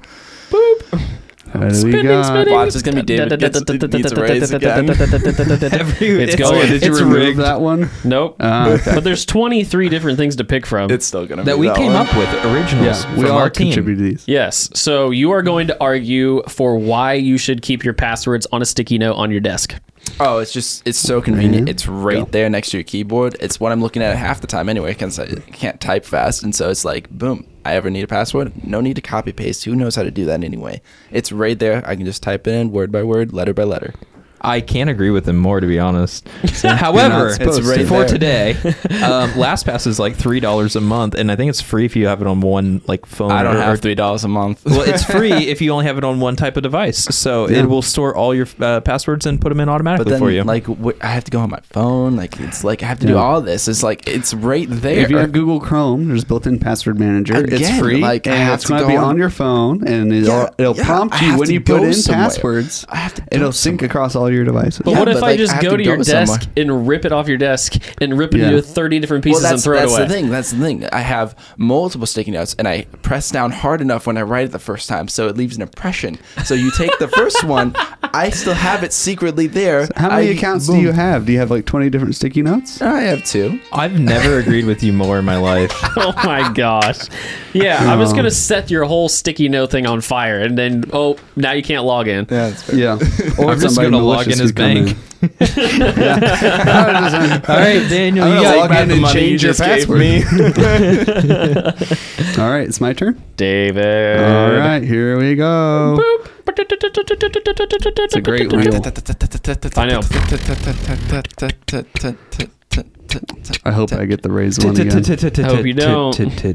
Speaker 3: What do we
Speaker 1: Spinning,
Speaker 3: got?
Speaker 1: spinning.
Speaker 4: Watch, it's gonna be David gets- needs a raise again.
Speaker 2: Every-
Speaker 1: It's
Speaker 2: it's-
Speaker 1: going.
Speaker 3: Did you
Speaker 2: It's
Speaker 3: remove
Speaker 2: rigged.
Speaker 3: that one?
Speaker 1: Nope.
Speaker 3: Ah, okay.
Speaker 1: But there's 23 different things to pick from.
Speaker 4: It's still gonna
Speaker 2: That
Speaker 4: be
Speaker 2: we came
Speaker 4: one.
Speaker 2: up with originals
Speaker 3: Yeah, we
Speaker 2: from
Speaker 3: all
Speaker 2: our team.
Speaker 3: contributed these.
Speaker 1: Yes. So you are going to argue for why you should keep your passwords on a sticky note on your desk.
Speaker 4: Oh, it's just it's so convenient. It's right
Speaker 3: Go.
Speaker 4: there next to your keyboard. It's what I'm looking at half the time anyway. Because I can't type fast, and so it's like boom. I ever need a password? No need to copy paste. Who knows how to do that anyway? It's right there. I can just type it in word by word, letter by letter.
Speaker 2: I can't agree with him more, to be honest. However,
Speaker 4: supposed It's right to.
Speaker 2: for
Speaker 4: there.
Speaker 2: today, um, LastPass is like three dollars a month, and I think it's free if you have it on one like phone.
Speaker 4: I don't
Speaker 2: or-
Speaker 4: have three dollars a month.
Speaker 2: Well, it's free if you only have it on one type of device, so
Speaker 3: Yeah.
Speaker 2: it will store all your uh, passwords and put them in
Speaker 4: [LAUGHS] but
Speaker 2: automatically
Speaker 4: then
Speaker 2: for you.
Speaker 4: like wh- I have to go on my phone. Like it's like I have to do
Speaker 3: Yeah.
Speaker 4: all this. It's like it's right there.
Speaker 3: If you have Google Chrome, there's built-in password manager. it's
Speaker 4: Again,
Speaker 3: free,
Speaker 4: like, I
Speaker 3: and
Speaker 4: have
Speaker 3: it's
Speaker 4: to
Speaker 3: going to
Speaker 4: go
Speaker 3: be
Speaker 4: on-
Speaker 3: on your phone, and it'll,
Speaker 4: Yeah,
Speaker 3: it'll
Speaker 4: yeah,
Speaker 3: prompt
Speaker 4: I
Speaker 3: you
Speaker 4: have
Speaker 3: when
Speaker 4: to
Speaker 3: you put
Speaker 4: go
Speaker 3: in
Speaker 4: somewhere.
Speaker 3: passwords.
Speaker 4: I have to go
Speaker 3: It'll sync
Speaker 4: somewhere.
Speaker 3: across all your devices.
Speaker 1: But
Speaker 4: Yeah,
Speaker 1: what if
Speaker 4: but,
Speaker 1: I
Speaker 4: like,
Speaker 1: just
Speaker 4: I have
Speaker 1: go
Speaker 4: to
Speaker 1: to, your
Speaker 4: go
Speaker 1: desk
Speaker 4: somewhere.
Speaker 1: and rip it off your desk and rip it
Speaker 3: Yeah.
Speaker 1: into 30 different pieces
Speaker 4: well,
Speaker 1: and
Speaker 4: that's,
Speaker 1: throw
Speaker 4: that's
Speaker 1: it away?
Speaker 4: the thing. That's the thing. I have multiple sticky notes, and I press down hard enough when I write it the first time, so it leaves an impression. So you take the first one, I still have it secretly there.
Speaker 3: How many
Speaker 4: I-
Speaker 3: accounts
Speaker 4: boom.
Speaker 3: do you have? Do you have like 20 different sticky notes?
Speaker 4: I have two.
Speaker 2: I've never agreed with you more in my life.
Speaker 1: [LAUGHS] Oh my gosh. Yeah, I was going to set your whole sticky note thing on fire and then, oh, now you can't log in.
Speaker 4: Yeah, that's fair.
Speaker 3: Yeah.
Speaker 4: [LAUGHS]
Speaker 3: Or
Speaker 2: I'm just
Speaker 3: somebody
Speaker 2: gonna log
Speaker 3: malicious
Speaker 2: in his
Speaker 3: could come
Speaker 2: bank.
Speaker 3: in. [LAUGHS] yeah.
Speaker 2: All right, Daniel,
Speaker 3: I'm
Speaker 2: you
Speaker 3: gonna
Speaker 2: got
Speaker 3: log
Speaker 2: back
Speaker 3: in
Speaker 2: the
Speaker 3: and
Speaker 2: money you
Speaker 3: change your
Speaker 2: just gave
Speaker 3: password.
Speaker 2: me.
Speaker 3: [LAUGHS] All right, it's my turn.
Speaker 1: David.
Speaker 3: All right, here we go.
Speaker 1: It's [LAUGHS]
Speaker 3: a great wheel.
Speaker 1: I know.
Speaker 3: I hope I get the raised one again.
Speaker 1: hope you don't. You're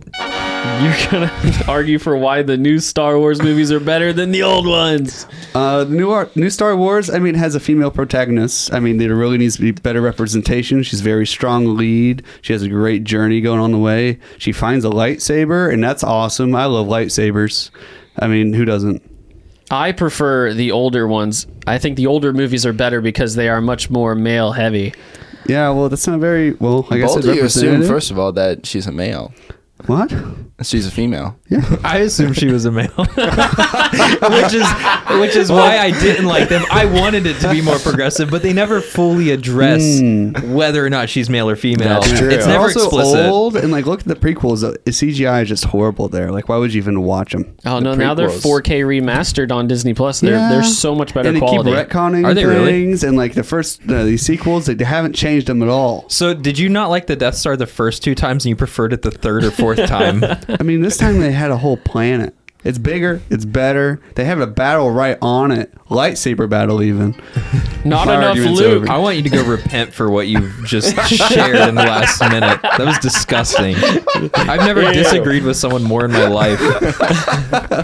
Speaker 1: gonna [LAUGHS] argue for why the new Star Wars movies are better than the old ones.
Speaker 3: Uh, the new art, new Star Wars. I mean, has a female protagonist. I mean, there really needs to be better representation. She's a very strong lead. She has a great journey going on the way. She finds a lightsaber, and that's awesome. I love lightsabers. I mean, who doesn't?
Speaker 1: I prefer the older ones. I think the older movies are better because they are much more male heavy.
Speaker 3: Yeah, well, that's not very well. I guess
Speaker 4: Both
Speaker 3: it's
Speaker 4: of you assume,
Speaker 3: representative.
Speaker 4: first of all, that she's a male.
Speaker 3: What?
Speaker 4: She's a female.
Speaker 3: Yeah.
Speaker 2: I assume she was a male, [LAUGHS] which is which is why I didn't like them. I wanted it to be more progressive, but they never fully address whether or not she's male or female.
Speaker 4: That's true.
Speaker 2: It's never
Speaker 3: also
Speaker 2: explicit.
Speaker 3: old and like look at the prequels. The CGI is just horrible there. Like, why would you even watch them?
Speaker 1: Oh no!
Speaker 4: The
Speaker 1: Now they're
Speaker 4: prequels.
Speaker 1: 4K remastered on Disney Plus. They're they're so much better
Speaker 3: and
Speaker 1: quality.
Speaker 3: They keep retconning
Speaker 2: Are they really?
Speaker 3: things and like the first uh, these sequels, they haven't changed them at all.
Speaker 2: So, did you not like the Death Star the first two times, and you preferred it the third or fourth time?
Speaker 3: I mean, this time they had a whole planet. It's bigger. It's better. They have a battle right on it. Lightsaber battle, even.
Speaker 1: Not
Speaker 3: My
Speaker 1: enough
Speaker 3: argument's
Speaker 1: Luke.
Speaker 2: [LAUGHS] I want you to go repent for what you just shared in the last minute. That was disgusting. I've never disagreed with someone more in my life.
Speaker 1: [LAUGHS]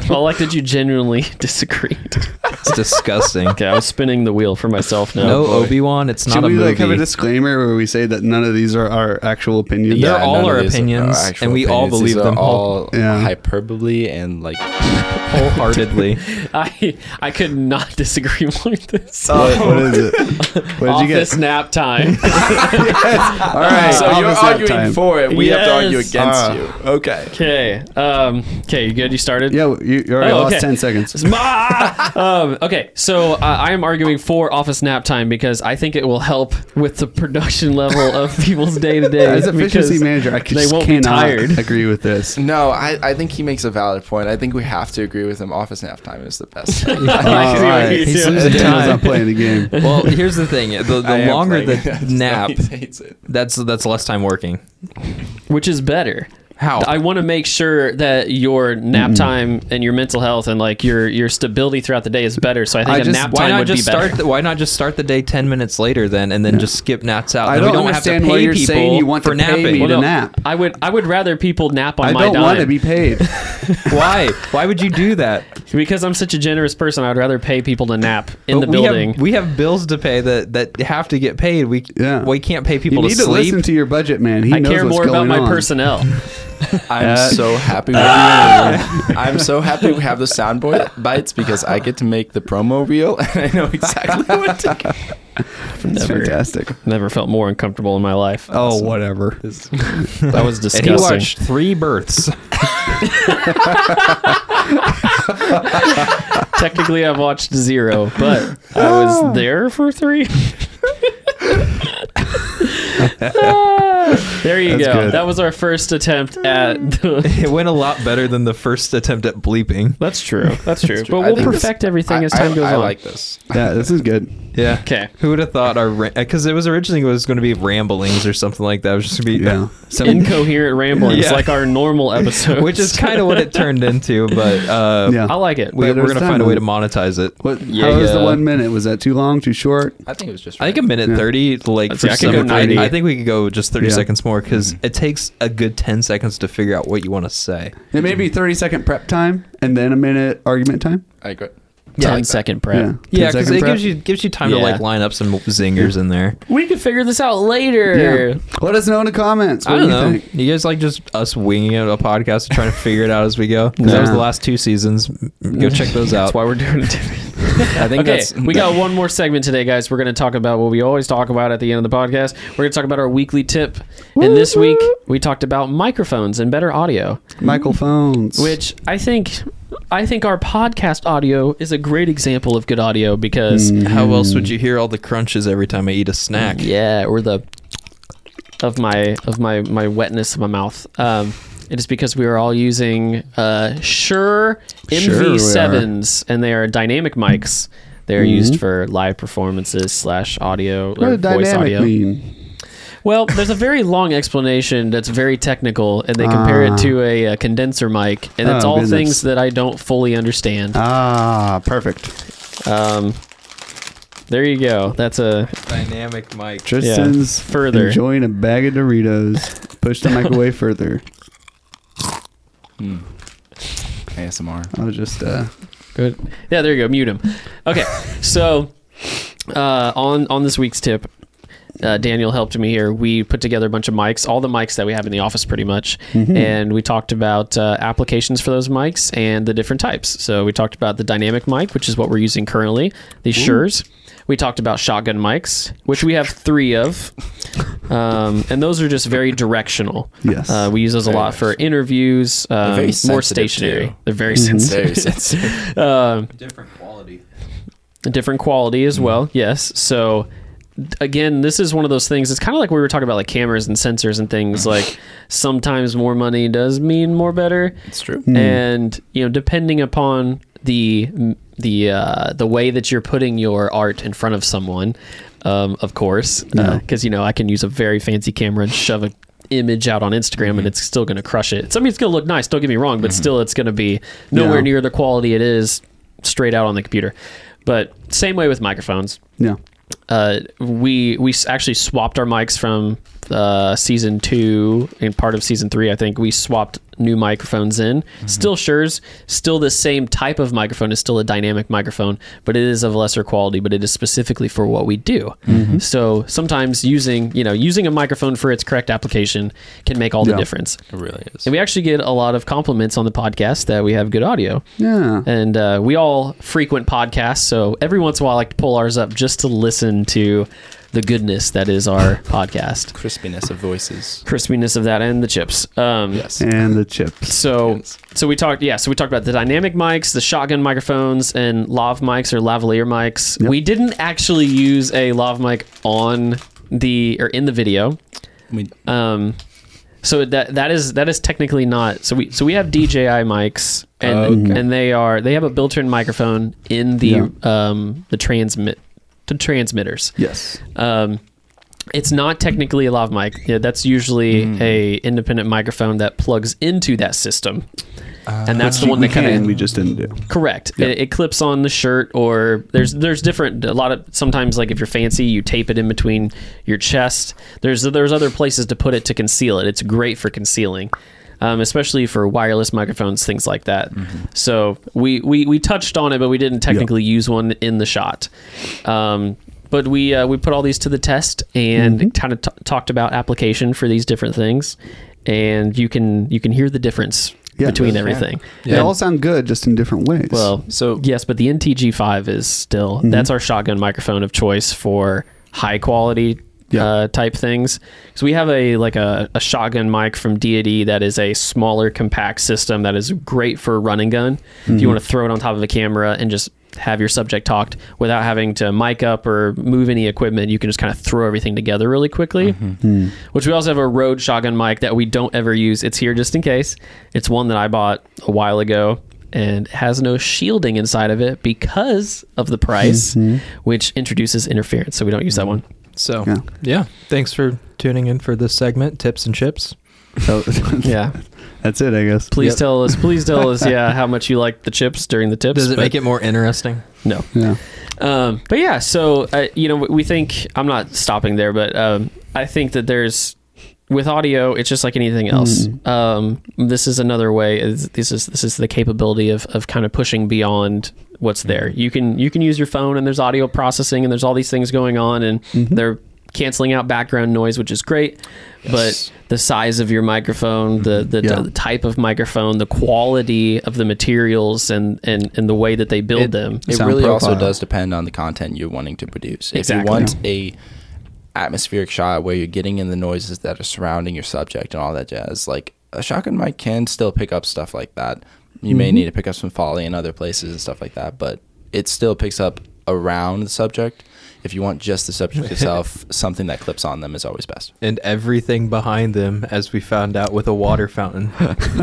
Speaker 1: Well, like, did you genuinely [LAUGHS] disagreed?
Speaker 2: It's disgusting.
Speaker 1: okay, I was spinning the wheel for myself now.
Speaker 2: No Obi Wan. It's
Speaker 3: Should
Speaker 2: not a
Speaker 3: we
Speaker 2: movie.
Speaker 3: like have a disclaimer where we say that none of these are our actual opinions?
Speaker 2: They're all
Speaker 4: none of
Speaker 2: our
Speaker 4: these are
Speaker 2: opinions,
Speaker 4: actual
Speaker 2: and we all
Speaker 4: opinions.
Speaker 2: believe
Speaker 4: These
Speaker 2: them
Speaker 4: Are all
Speaker 3: Yeah.
Speaker 4: hyperbole and like
Speaker 2: wholeheartedly.
Speaker 1: [LAUGHS] I I could not [LAUGHS] disagree more with this.
Speaker 3: What- what is it?
Speaker 2: [LAUGHS]
Speaker 3: What did Oh, you
Speaker 1: Office
Speaker 3: get?
Speaker 1: nap
Speaker 3: [LAUGHS]
Speaker 1: time.
Speaker 3: All
Speaker 2: [LAUGHS]
Speaker 3: right.
Speaker 4: so you're
Speaker 3: office nap
Speaker 4: arguing
Speaker 3: time.
Speaker 4: for it. We have to argue
Speaker 1: Yes.
Speaker 4: against
Speaker 3: Ah.
Speaker 4: you. Okay.
Speaker 1: Okay. Um, okay, you good? You started? [LAUGHS]
Speaker 3: Yeah, you, you already
Speaker 1: Oh,
Speaker 3: lost
Speaker 1: okay.
Speaker 3: ten seconds.
Speaker 1: Ah! um, okay, so uh, I am arguing for office nap time because I think it will help with the production level
Speaker 3: [LAUGHS]
Speaker 1: of people's day to day.
Speaker 3: As efficiency manager, I
Speaker 1: they
Speaker 3: just
Speaker 1: won't be
Speaker 3: cannot
Speaker 1: tired.
Speaker 3: [LAUGHS] agree with this.
Speaker 4: No, I, I think he makes a valid point. I think we have to agree with him. Office nap time is the
Speaker 2: [LAUGHS]
Speaker 4: best.
Speaker 1: [LAUGHS] I see what
Speaker 3: Alright.
Speaker 1: he's
Speaker 2: He's
Speaker 1: doing.
Speaker 2: losing
Speaker 3: Daniel's
Speaker 2: time.
Speaker 3: not playing the game.
Speaker 1: [LAUGHS]
Speaker 2: Well, here's the thing: the,
Speaker 3: [LAUGHS]
Speaker 4: I
Speaker 2: the
Speaker 4: am
Speaker 2: longer
Speaker 4: playing it. [LAUGHS]
Speaker 2: the nap,
Speaker 4: He hates it.
Speaker 2: [LAUGHS] that's that's less time working.
Speaker 1: Which is better.
Speaker 2: How?
Speaker 1: I want to make sure that your nap time and your mental health and like your your stability throughout the day is better. So I think
Speaker 3: I
Speaker 1: a
Speaker 3: just-
Speaker 1: nap
Speaker 2: why
Speaker 1: time
Speaker 2: not
Speaker 1: would be
Speaker 2: just
Speaker 1: better.
Speaker 2: start? The, why not just start the day ten minutes later then, and then just skip naps out?
Speaker 3: I
Speaker 2: Then we
Speaker 3: don't
Speaker 2: don't have
Speaker 3: understand
Speaker 2: to
Speaker 3: why
Speaker 2: pay
Speaker 3: you're
Speaker 2: people
Speaker 3: saying you want
Speaker 2: for
Speaker 3: to pay
Speaker 2: napping.
Speaker 3: me to
Speaker 1: no,
Speaker 3: nap.
Speaker 1: I would I would rather people nap on
Speaker 3: I
Speaker 1: my
Speaker 3: don't
Speaker 1: dime
Speaker 3: want
Speaker 1: [LAUGHS]
Speaker 3: to be paid.
Speaker 2: Why? Why would you do that?
Speaker 1: because I'm such a generous person. I'd rather pay people to nap [LAUGHS] in
Speaker 2: But
Speaker 1: the
Speaker 2: we
Speaker 1: building.
Speaker 2: Have, we have bills to pay that that have to get paid. We
Speaker 3: Yeah.
Speaker 2: we can't pay
Speaker 3: You
Speaker 2: people
Speaker 3: need
Speaker 2: to
Speaker 3: to
Speaker 2: sleep.
Speaker 3: listen to your budget, man. He
Speaker 1: I
Speaker 3: knows
Speaker 1: care
Speaker 3: what's
Speaker 1: more
Speaker 3: going
Speaker 1: about my
Speaker 3: on.
Speaker 1: personnel. [LAUGHS]
Speaker 4: I'm
Speaker 2: Uh,
Speaker 4: so happy.
Speaker 2: [LAUGHS]
Speaker 4: We
Speaker 2: Ah!
Speaker 4: I'm so happy we have the soundboard bites because I get to make the promo reel [LAUGHS] and I know exactly what to.
Speaker 3: It's fantastic.
Speaker 1: Never felt more uncomfortable in my life.
Speaker 3: Oh, whatever.
Speaker 1: that was
Speaker 2: And he
Speaker 1: disgusting.
Speaker 2: watched three
Speaker 1: [LAUGHS]
Speaker 2: births. [LAUGHS]
Speaker 1: Technically, I've watched zero, but I was there for three. Ah, there you
Speaker 3: That's
Speaker 1: go.
Speaker 3: good.
Speaker 1: That was our first attempt at. The-
Speaker 2: it went a lot better than the first attempt at bleeping.
Speaker 1: That's true. That's true.
Speaker 4: true.
Speaker 1: But
Speaker 4: I
Speaker 1: we'll
Speaker 4: think this-
Speaker 1: perfect everything as
Speaker 4: I-
Speaker 1: time
Speaker 4: I,
Speaker 1: goes
Speaker 4: I
Speaker 1: on.
Speaker 4: like this.
Speaker 3: Yeah, this is good.
Speaker 2: Yeah.
Speaker 1: Okay.
Speaker 2: Who would have thought our because it was originally it was going to be ramblings or something like that. It was just going to be [LAUGHS]
Speaker 3: Yeah. Some,
Speaker 1: Incoherent ramblings
Speaker 2: Yeah.
Speaker 1: like our normal episodes.
Speaker 2: which is kind of what it turned into. But uh,
Speaker 3: [LAUGHS] yeah.
Speaker 1: [LAUGHS] I like it.
Speaker 2: we,
Speaker 3: But
Speaker 2: we're
Speaker 3: there's
Speaker 2: going to find a
Speaker 3: time.
Speaker 2: way to monetize it.
Speaker 3: What,
Speaker 2: Yeah,
Speaker 3: how was the
Speaker 2: yeah.
Speaker 3: one minute? Was that too long? Too short?
Speaker 4: I think it was just.
Speaker 2: I think a minute
Speaker 3: Yeah.
Speaker 2: thirty, like
Speaker 1: Let's
Speaker 2: for
Speaker 1: see, I could
Speaker 2: some,
Speaker 1: go 90.
Speaker 2: I, I think we could go just thirty
Speaker 3: Yeah. Mm-hmm.
Speaker 2: seconds more because it takes a good ten seconds to figure out what you want to say.
Speaker 3: It may
Speaker 1: Mm-hmm.
Speaker 3: be 30 second prep time and then a minute argument time.
Speaker 4: I agree.
Speaker 2: Yeah,
Speaker 1: 10
Speaker 2: like
Speaker 1: second prep.
Speaker 2: Yeah,
Speaker 3: 10
Speaker 2: because
Speaker 3: second
Speaker 2: it
Speaker 3: prep.
Speaker 2: gives you gives you time to
Speaker 1: Yeah.
Speaker 2: like line up some zingers in there.
Speaker 1: We can figure this out later.
Speaker 3: Yeah. Let us know in the comments.
Speaker 2: I
Speaker 3: What
Speaker 2: don't
Speaker 3: do you
Speaker 2: know.
Speaker 3: think?
Speaker 2: You guys like just us winging out a podcast and trying to figure it out as we go? 'Cause that was
Speaker 3: Nah.
Speaker 2: the last two seasons. Go check
Speaker 3: [LAUGHS]
Speaker 2: those out.
Speaker 1: That's why we're doing it.
Speaker 4: I think
Speaker 1: okay,
Speaker 4: that's.
Speaker 1: we got one more segment today, guys. We're going to talk about what we always talk about at the end of the podcast. We're going to talk about our weekly tip. And this week, we talked about microphones and better audio,
Speaker 3: Michael Phones.
Speaker 1: which I think I think our podcast audio is a great example of good audio because
Speaker 3: Mm-hmm.
Speaker 2: How else would you hear all the crunches every time I eat a snack?
Speaker 1: yeah, or the of my of my my wetness of my mouth. Um it is because we are all using uh, Shure
Speaker 3: Sure we are.
Speaker 1: MV7s, and they are dynamic mics. They are
Speaker 3: Mm-hmm.
Speaker 1: used for live performances slash audio
Speaker 3: What
Speaker 1: or
Speaker 3: does
Speaker 1: voice
Speaker 3: dynamic
Speaker 1: audio.
Speaker 3: mean?
Speaker 1: Well, there's a very long explanation that's very technical, and they compare
Speaker 3: Ah.
Speaker 1: it to a, uh condenser mic, and it's
Speaker 3: Oh,
Speaker 1: all
Speaker 3: goodness.
Speaker 1: things that I don't fully understand.
Speaker 3: Ah, perfect.
Speaker 1: Um, There you go. That's a
Speaker 2: Dynamic mic.
Speaker 3: Tristan's
Speaker 1: further.
Speaker 3: enjoying a bag of Doritos. Push the microwave further.
Speaker 4: Hmm. ASMR.
Speaker 3: I was just uh,
Speaker 1: Good. Yeah, there you go. Mute him. Okay, so uh, on on this week's tip, uh, Daniel helped me here. We put together a bunch of mics, all the mics that we have in the office, pretty much, and we talked about uh, applications for those mics and the different types. So we talked about the dynamic mic, which is what we're using currently, the Sures. We talked about shotgun mics, which we have three of, um, and those are just very directional.
Speaker 3: Yes.
Speaker 1: uh, we use those a
Speaker 4: Very
Speaker 1: lot for interviews, um,
Speaker 4: very
Speaker 1: more
Speaker 4: sensitive,
Speaker 1: stationary.
Speaker 4: too.
Speaker 1: They're very sensitive.
Speaker 2: [LAUGHS]
Speaker 4: Very sensitive.
Speaker 1: Um,
Speaker 2: Different quality.
Speaker 1: a different quality as well. Yes. So d- again, this is one of those things. It's kind of like we were talking about like cameras and sensors and things. like sometimes more money does mean more better,
Speaker 4: It's true.
Speaker 1: and you know, depending upon the the uh, the way that you're putting your art in front of someone, um, of course, because you know I can use a very fancy camera and shove a image out on Instagram and it's still going to crush it. I mean, it's going to look nice. Don't get me wrong, but still, it's going to be nowhere
Speaker 3: Yeah.
Speaker 1: near the quality it is straight out on the computer. But same way with microphones
Speaker 3: yeah.
Speaker 1: uh, we we s- actually swapped our mics from uh, season two and part of season three. I think we swapped new microphones in.
Speaker 4: Mm-hmm.
Speaker 1: Still Sures, still the same type of microphone. is still a dynamic microphone, but it is of lesser quality. But it is specifically for what we do.
Speaker 4: Mm-hmm.
Speaker 1: So sometimes using you know using a microphone for its correct application can make all the
Speaker 3: Yeah.
Speaker 1: difference.
Speaker 4: It really is.
Speaker 1: And we actually get a lot of compliments on the podcast that we have good audio.
Speaker 3: Yeah.
Speaker 1: And uh, we all frequent podcasts, so every once in a while I like to pull ours up just to listen to the goodness that is
Speaker 4: [LAUGHS]
Speaker 1: our podcast.
Speaker 4: Crispiness of voices.
Speaker 1: Crispiness of that and the chips. Um,
Speaker 4: Yes.
Speaker 3: And the chips.
Speaker 1: So
Speaker 4: Yes.
Speaker 1: so we talked yeah, so we talked about the dynamic mics, the shotgun microphones, and lav mics or lavalier mics.
Speaker 3: Yep.
Speaker 1: We didn't actually use a lav mic on the or in the video.
Speaker 4: We,
Speaker 1: Um, so that that is that is technically not so we so we have DJI mics and and they are they have a built-in microphone in the
Speaker 3: Yeah.
Speaker 1: um the transmit the transmitters.
Speaker 3: Yes.
Speaker 1: Um, it's not technically a lav mic. Yeah, that's usually a independent microphone that plugs into that system, and that's the one
Speaker 3: we
Speaker 1: that kind
Speaker 3: can,
Speaker 1: of
Speaker 3: we just didn't do.
Speaker 1: Correct. It, it clips on the shirt, or there's there's different. A lot of sometimes, like if you're fancy, you tape it in between your chest. There's there's other places to put it to conceal it. It's great for concealing, um, especially for wireless microphones, things like that. So we, we we touched on it, but we didn't technically use one in the shot. Um, but we uh, we put all these to the test and kind of t- talked about application for these different things, and you can you can hear the difference
Speaker 3: Yeah.
Speaker 1: between
Speaker 3: Yeah.
Speaker 1: everything.
Speaker 3: They all sound good, just in different ways.
Speaker 1: Well,
Speaker 4: So-
Speaker 1: yes, but the NTG5 is still that's our shotgun microphone of choice for high quality
Speaker 3: Yeah.
Speaker 1: uh, type things. So we have a like a, a shotgun mic from D&D that is a smaller, compact system that is great for run and gun. If you want to throw it on top of a camera and just have your subject talked without having to mic up or move any equipment, you can just kind of throw everything together really quickly.
Speaker 3: Hmm.
Speaker 1: Which we also have a Rode shotgun mic that we don't ever use. It's here just in case. It's one that I bought a while ago and has no shielding inside of it because of the price,
Speaker 3: Mm-hmm. Hmm.
Speaker 1: which introduces interference. So we don't use that one.
Speaker 2: So,
Speaker 3: Yeah.
Speaker 2: yeah. Thanks for tuning in for this segment, Tips and Chips.
Speaker 3: So- [LAUGHS]
Speaker 1: Yeah.
Speaker 3: that's it, I guess.
Speaker 1: Please
Speaker 2: Yep.
Speaker 1: tell us. Please tell
Speaker 2: [LAUGHS]
Speaker 1: us. Yeah, how much you like the chips during the tips?
Speaker 2: Does it
Speaker 1: but
Speaker 2: make it more interesting?
Speaker 1: No.
Speaker 3: Yeah.
Speaker 1: Um, but yeah, so uh, you know, we think I'm not stopping there, but um, I think that there's with audio, it's just like anything else. Um, this is another way. is- This is this is the capability of of kind of pushing beyond what's there. You can you can use your phone, and there's audio processing, and there's all these things going on, and they're canceling out background noise, which is great.
Speaker 4: Yes.
Speaker 1: But the size of your microphone, the the,
Speaker 3: Yeah.
Speaker 1: the type of microphone, the quality of the materials, and and and the way that they build them.
Speaker 4: It
Speaker 3: Sound
Speaker 4: really also
Speaker 3: profile.
Speaker 4: does depend on the content you're wanting to produce. If
Speaker 1: Exactly.
Speaker 4: you want a atmospheric shot where you're getting in the noises that are surrounding your subject and all that jazz, like a shotgun mic can still pick up stuff like that. You may need to pick up some folly in other places and stuff like that, but it still picks up around the subject. If you want just the subject itself, [LAUGHS] something that clips on them is always best.
Speaker 2: And everything behind them, as we found out with a water [LAUGHS] fountain.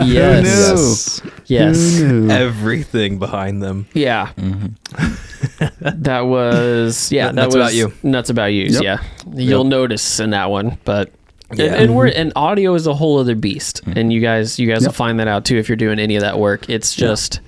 Speaker 1: Yes.
Speaker 3: Who knew?
Speaker 1: Yes.
Speaker 3: Who knew?
Speaker 2: everything behind them.
Speaker 1: Yeah.
Speaker 4: Mm-hmm.
Speaker 1: that
Speaker 3: [LAUGHS]
Speaker 1: was yeah.
Speaker 2: N-
Speaker 1: that was
Speaker 2: Nuts About You.
Speaker 1: Nuts about you.
Speaker 3: Yep. Mm-hmm.
Speaker 1: Yeah. You'll notice in that one, but and-
Speaker 2: Yeah.
Speaker 1: and, we're and audio is a whole other beast, and you guys you guys will
Speaker 3: Yep.
Speaker 1: find that out too if you're doing any of that work. It's just.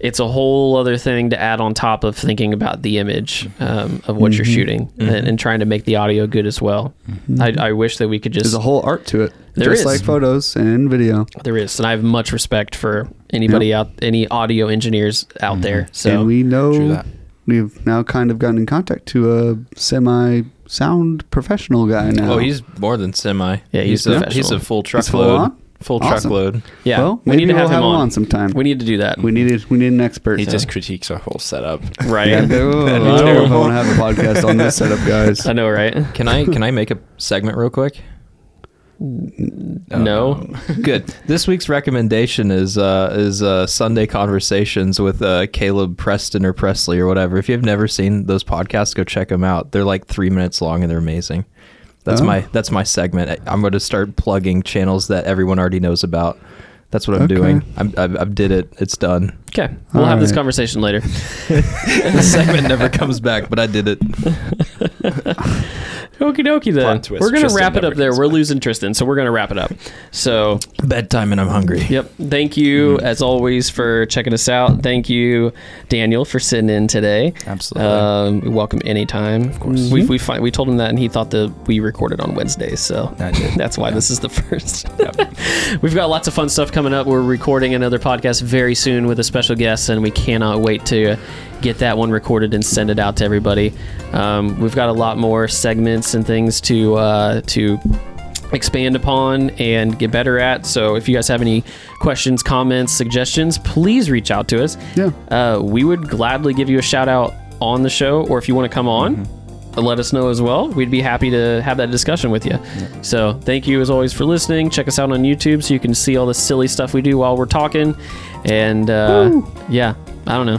Speaker 1: it's a whole other thing to add on top of thinking about the image um, of what
Speaker 3: Mm-hmm.
Speaker 1: you're shooting and, and trying to make the audio good as well. I, I wish that we could just
Speaker 3: There's a whole art to it.
Speaker 1: There
Speaker 3: just
Speaker 1: is.
Speaker 3: like photos and video.
Speaker 1: there is, and I have much respect for anybody out, any audio engineers out there. So
Speaker 3: Mm-hmm. and we
Speaker 4: True
Speaker 3: know
Speaker 4: that.
Speaker 3: we've now kind of gotten in contact to a semi sound professional guy now.
Speaker 2: Oh, he's more than semi.
Speaker 1: Yeah, he's
Speaker 2: a,
Speaker 1: professional.
Speaker 2: he's a full
Speaker 3: He's
Speaker 2: truckload.
Speaker 3: full on?
Speaker 2: Full
Speaker 3: Awesome.
Speaker 2: truckload.
Speaker 1: yeah,
Speaker 3: Well,
Speaker 1: we
Speaker 3: maybe
Speaker 1: need to
Speaker 3: we'll
Speaker 1: have, him on.
Speaker 3: sometime.
Speaker 1: We need to do that,
Speaker 4: [LAUGHS]
Speaker 3: We needed we need an expert.
Speaker 4: He
Speaker 3: Yeah.
Speaker 4: just critiques our whole setup.
Speaker 1: right?
Speaker 3: [LAUGHS] Yeah, oh, I don't know if I want to have a podcast on this setup,
Speaker 1: [LAUGHS]
Speaker 3: guys.
Speaker 1: I know, right?
Speaker 2: Can I can I make a segment real quick?
Speaker 1: No,
Speaker 2: Good. This week's recommendation is uh, is uh, Sunday conversations with uh, Caleb Preston or Presley or whatever. If you've never seen those podcasts, go check them out. They're like three minutes long and they're amazing. That's
Speaker 3: Oh.
Speaker 2: my that's my segment. I- I'm going to start plugging channels that everyone already knows about. That's what I'm
Speaker 3: Okay.
Speaker 2: doing. I'm, I've, I've did it. It's done. [LAUGHS]
Speaker 1: okay, we'll
Speaker 3: All
Speaker 1: have this
Speaker 3: right.
Speaker 1: conversation
Speaker 4: [LAUGHS]
Speaker 1: later.
Speaker 2: the segment never comes back, but I did it.
Speaker 1: Okie dokie then.
Speaker 4: Plot twist,
Speaker 1: We're gonna
Speaker 4: Tristan
Speaker 1: wrap it
Speaker 4: never
Speaker 1: up there.
Speaker 4: comes
Speaker 1: We're
Speaker 4: back.
Speaker 1: losing Tristan, so we're gonna wrap it up. So
Speaker 2: Bedtime and I'm hungry.
Speaker 1: Yep. Thank you,
Speaker 4: Mm-hmm.
Speaker 1: as always, for checking us out. Thank you, Daniel, for sitting in today.
Speaker 4: [LAUGHS] Absolutely. Mm-hmm.
Speaker 1: Um, you're welcome anytime. Of course. We, we, find, we told him that, and he thought that we recorded on Wednesdays. So
Speaker 4: I did.
Speaker 1: [LAUGHS] that's why this is the [LAUGHS] first. We've got lots of fun stuff coming up. We're recording another podcast very soon with a special guest, and we cannot wait to get that one recorded and send it out to everybody. Um, we've got a lot more segments and things to uh, to expand upon and get better at. So if you guys have any questions, comments, suggestions, please reach out to us.
Speaker 3: Yeah.
Speaker 1: Uh, we would gladly give you a shout out on the show, or if you want to come on, let us know as well. We'd be happy to have that discussion with you. So thank you as always for listening. Check us out on YouTube so you can see all the silly stuff we do while we're talking. And uh, yeah, I don't know.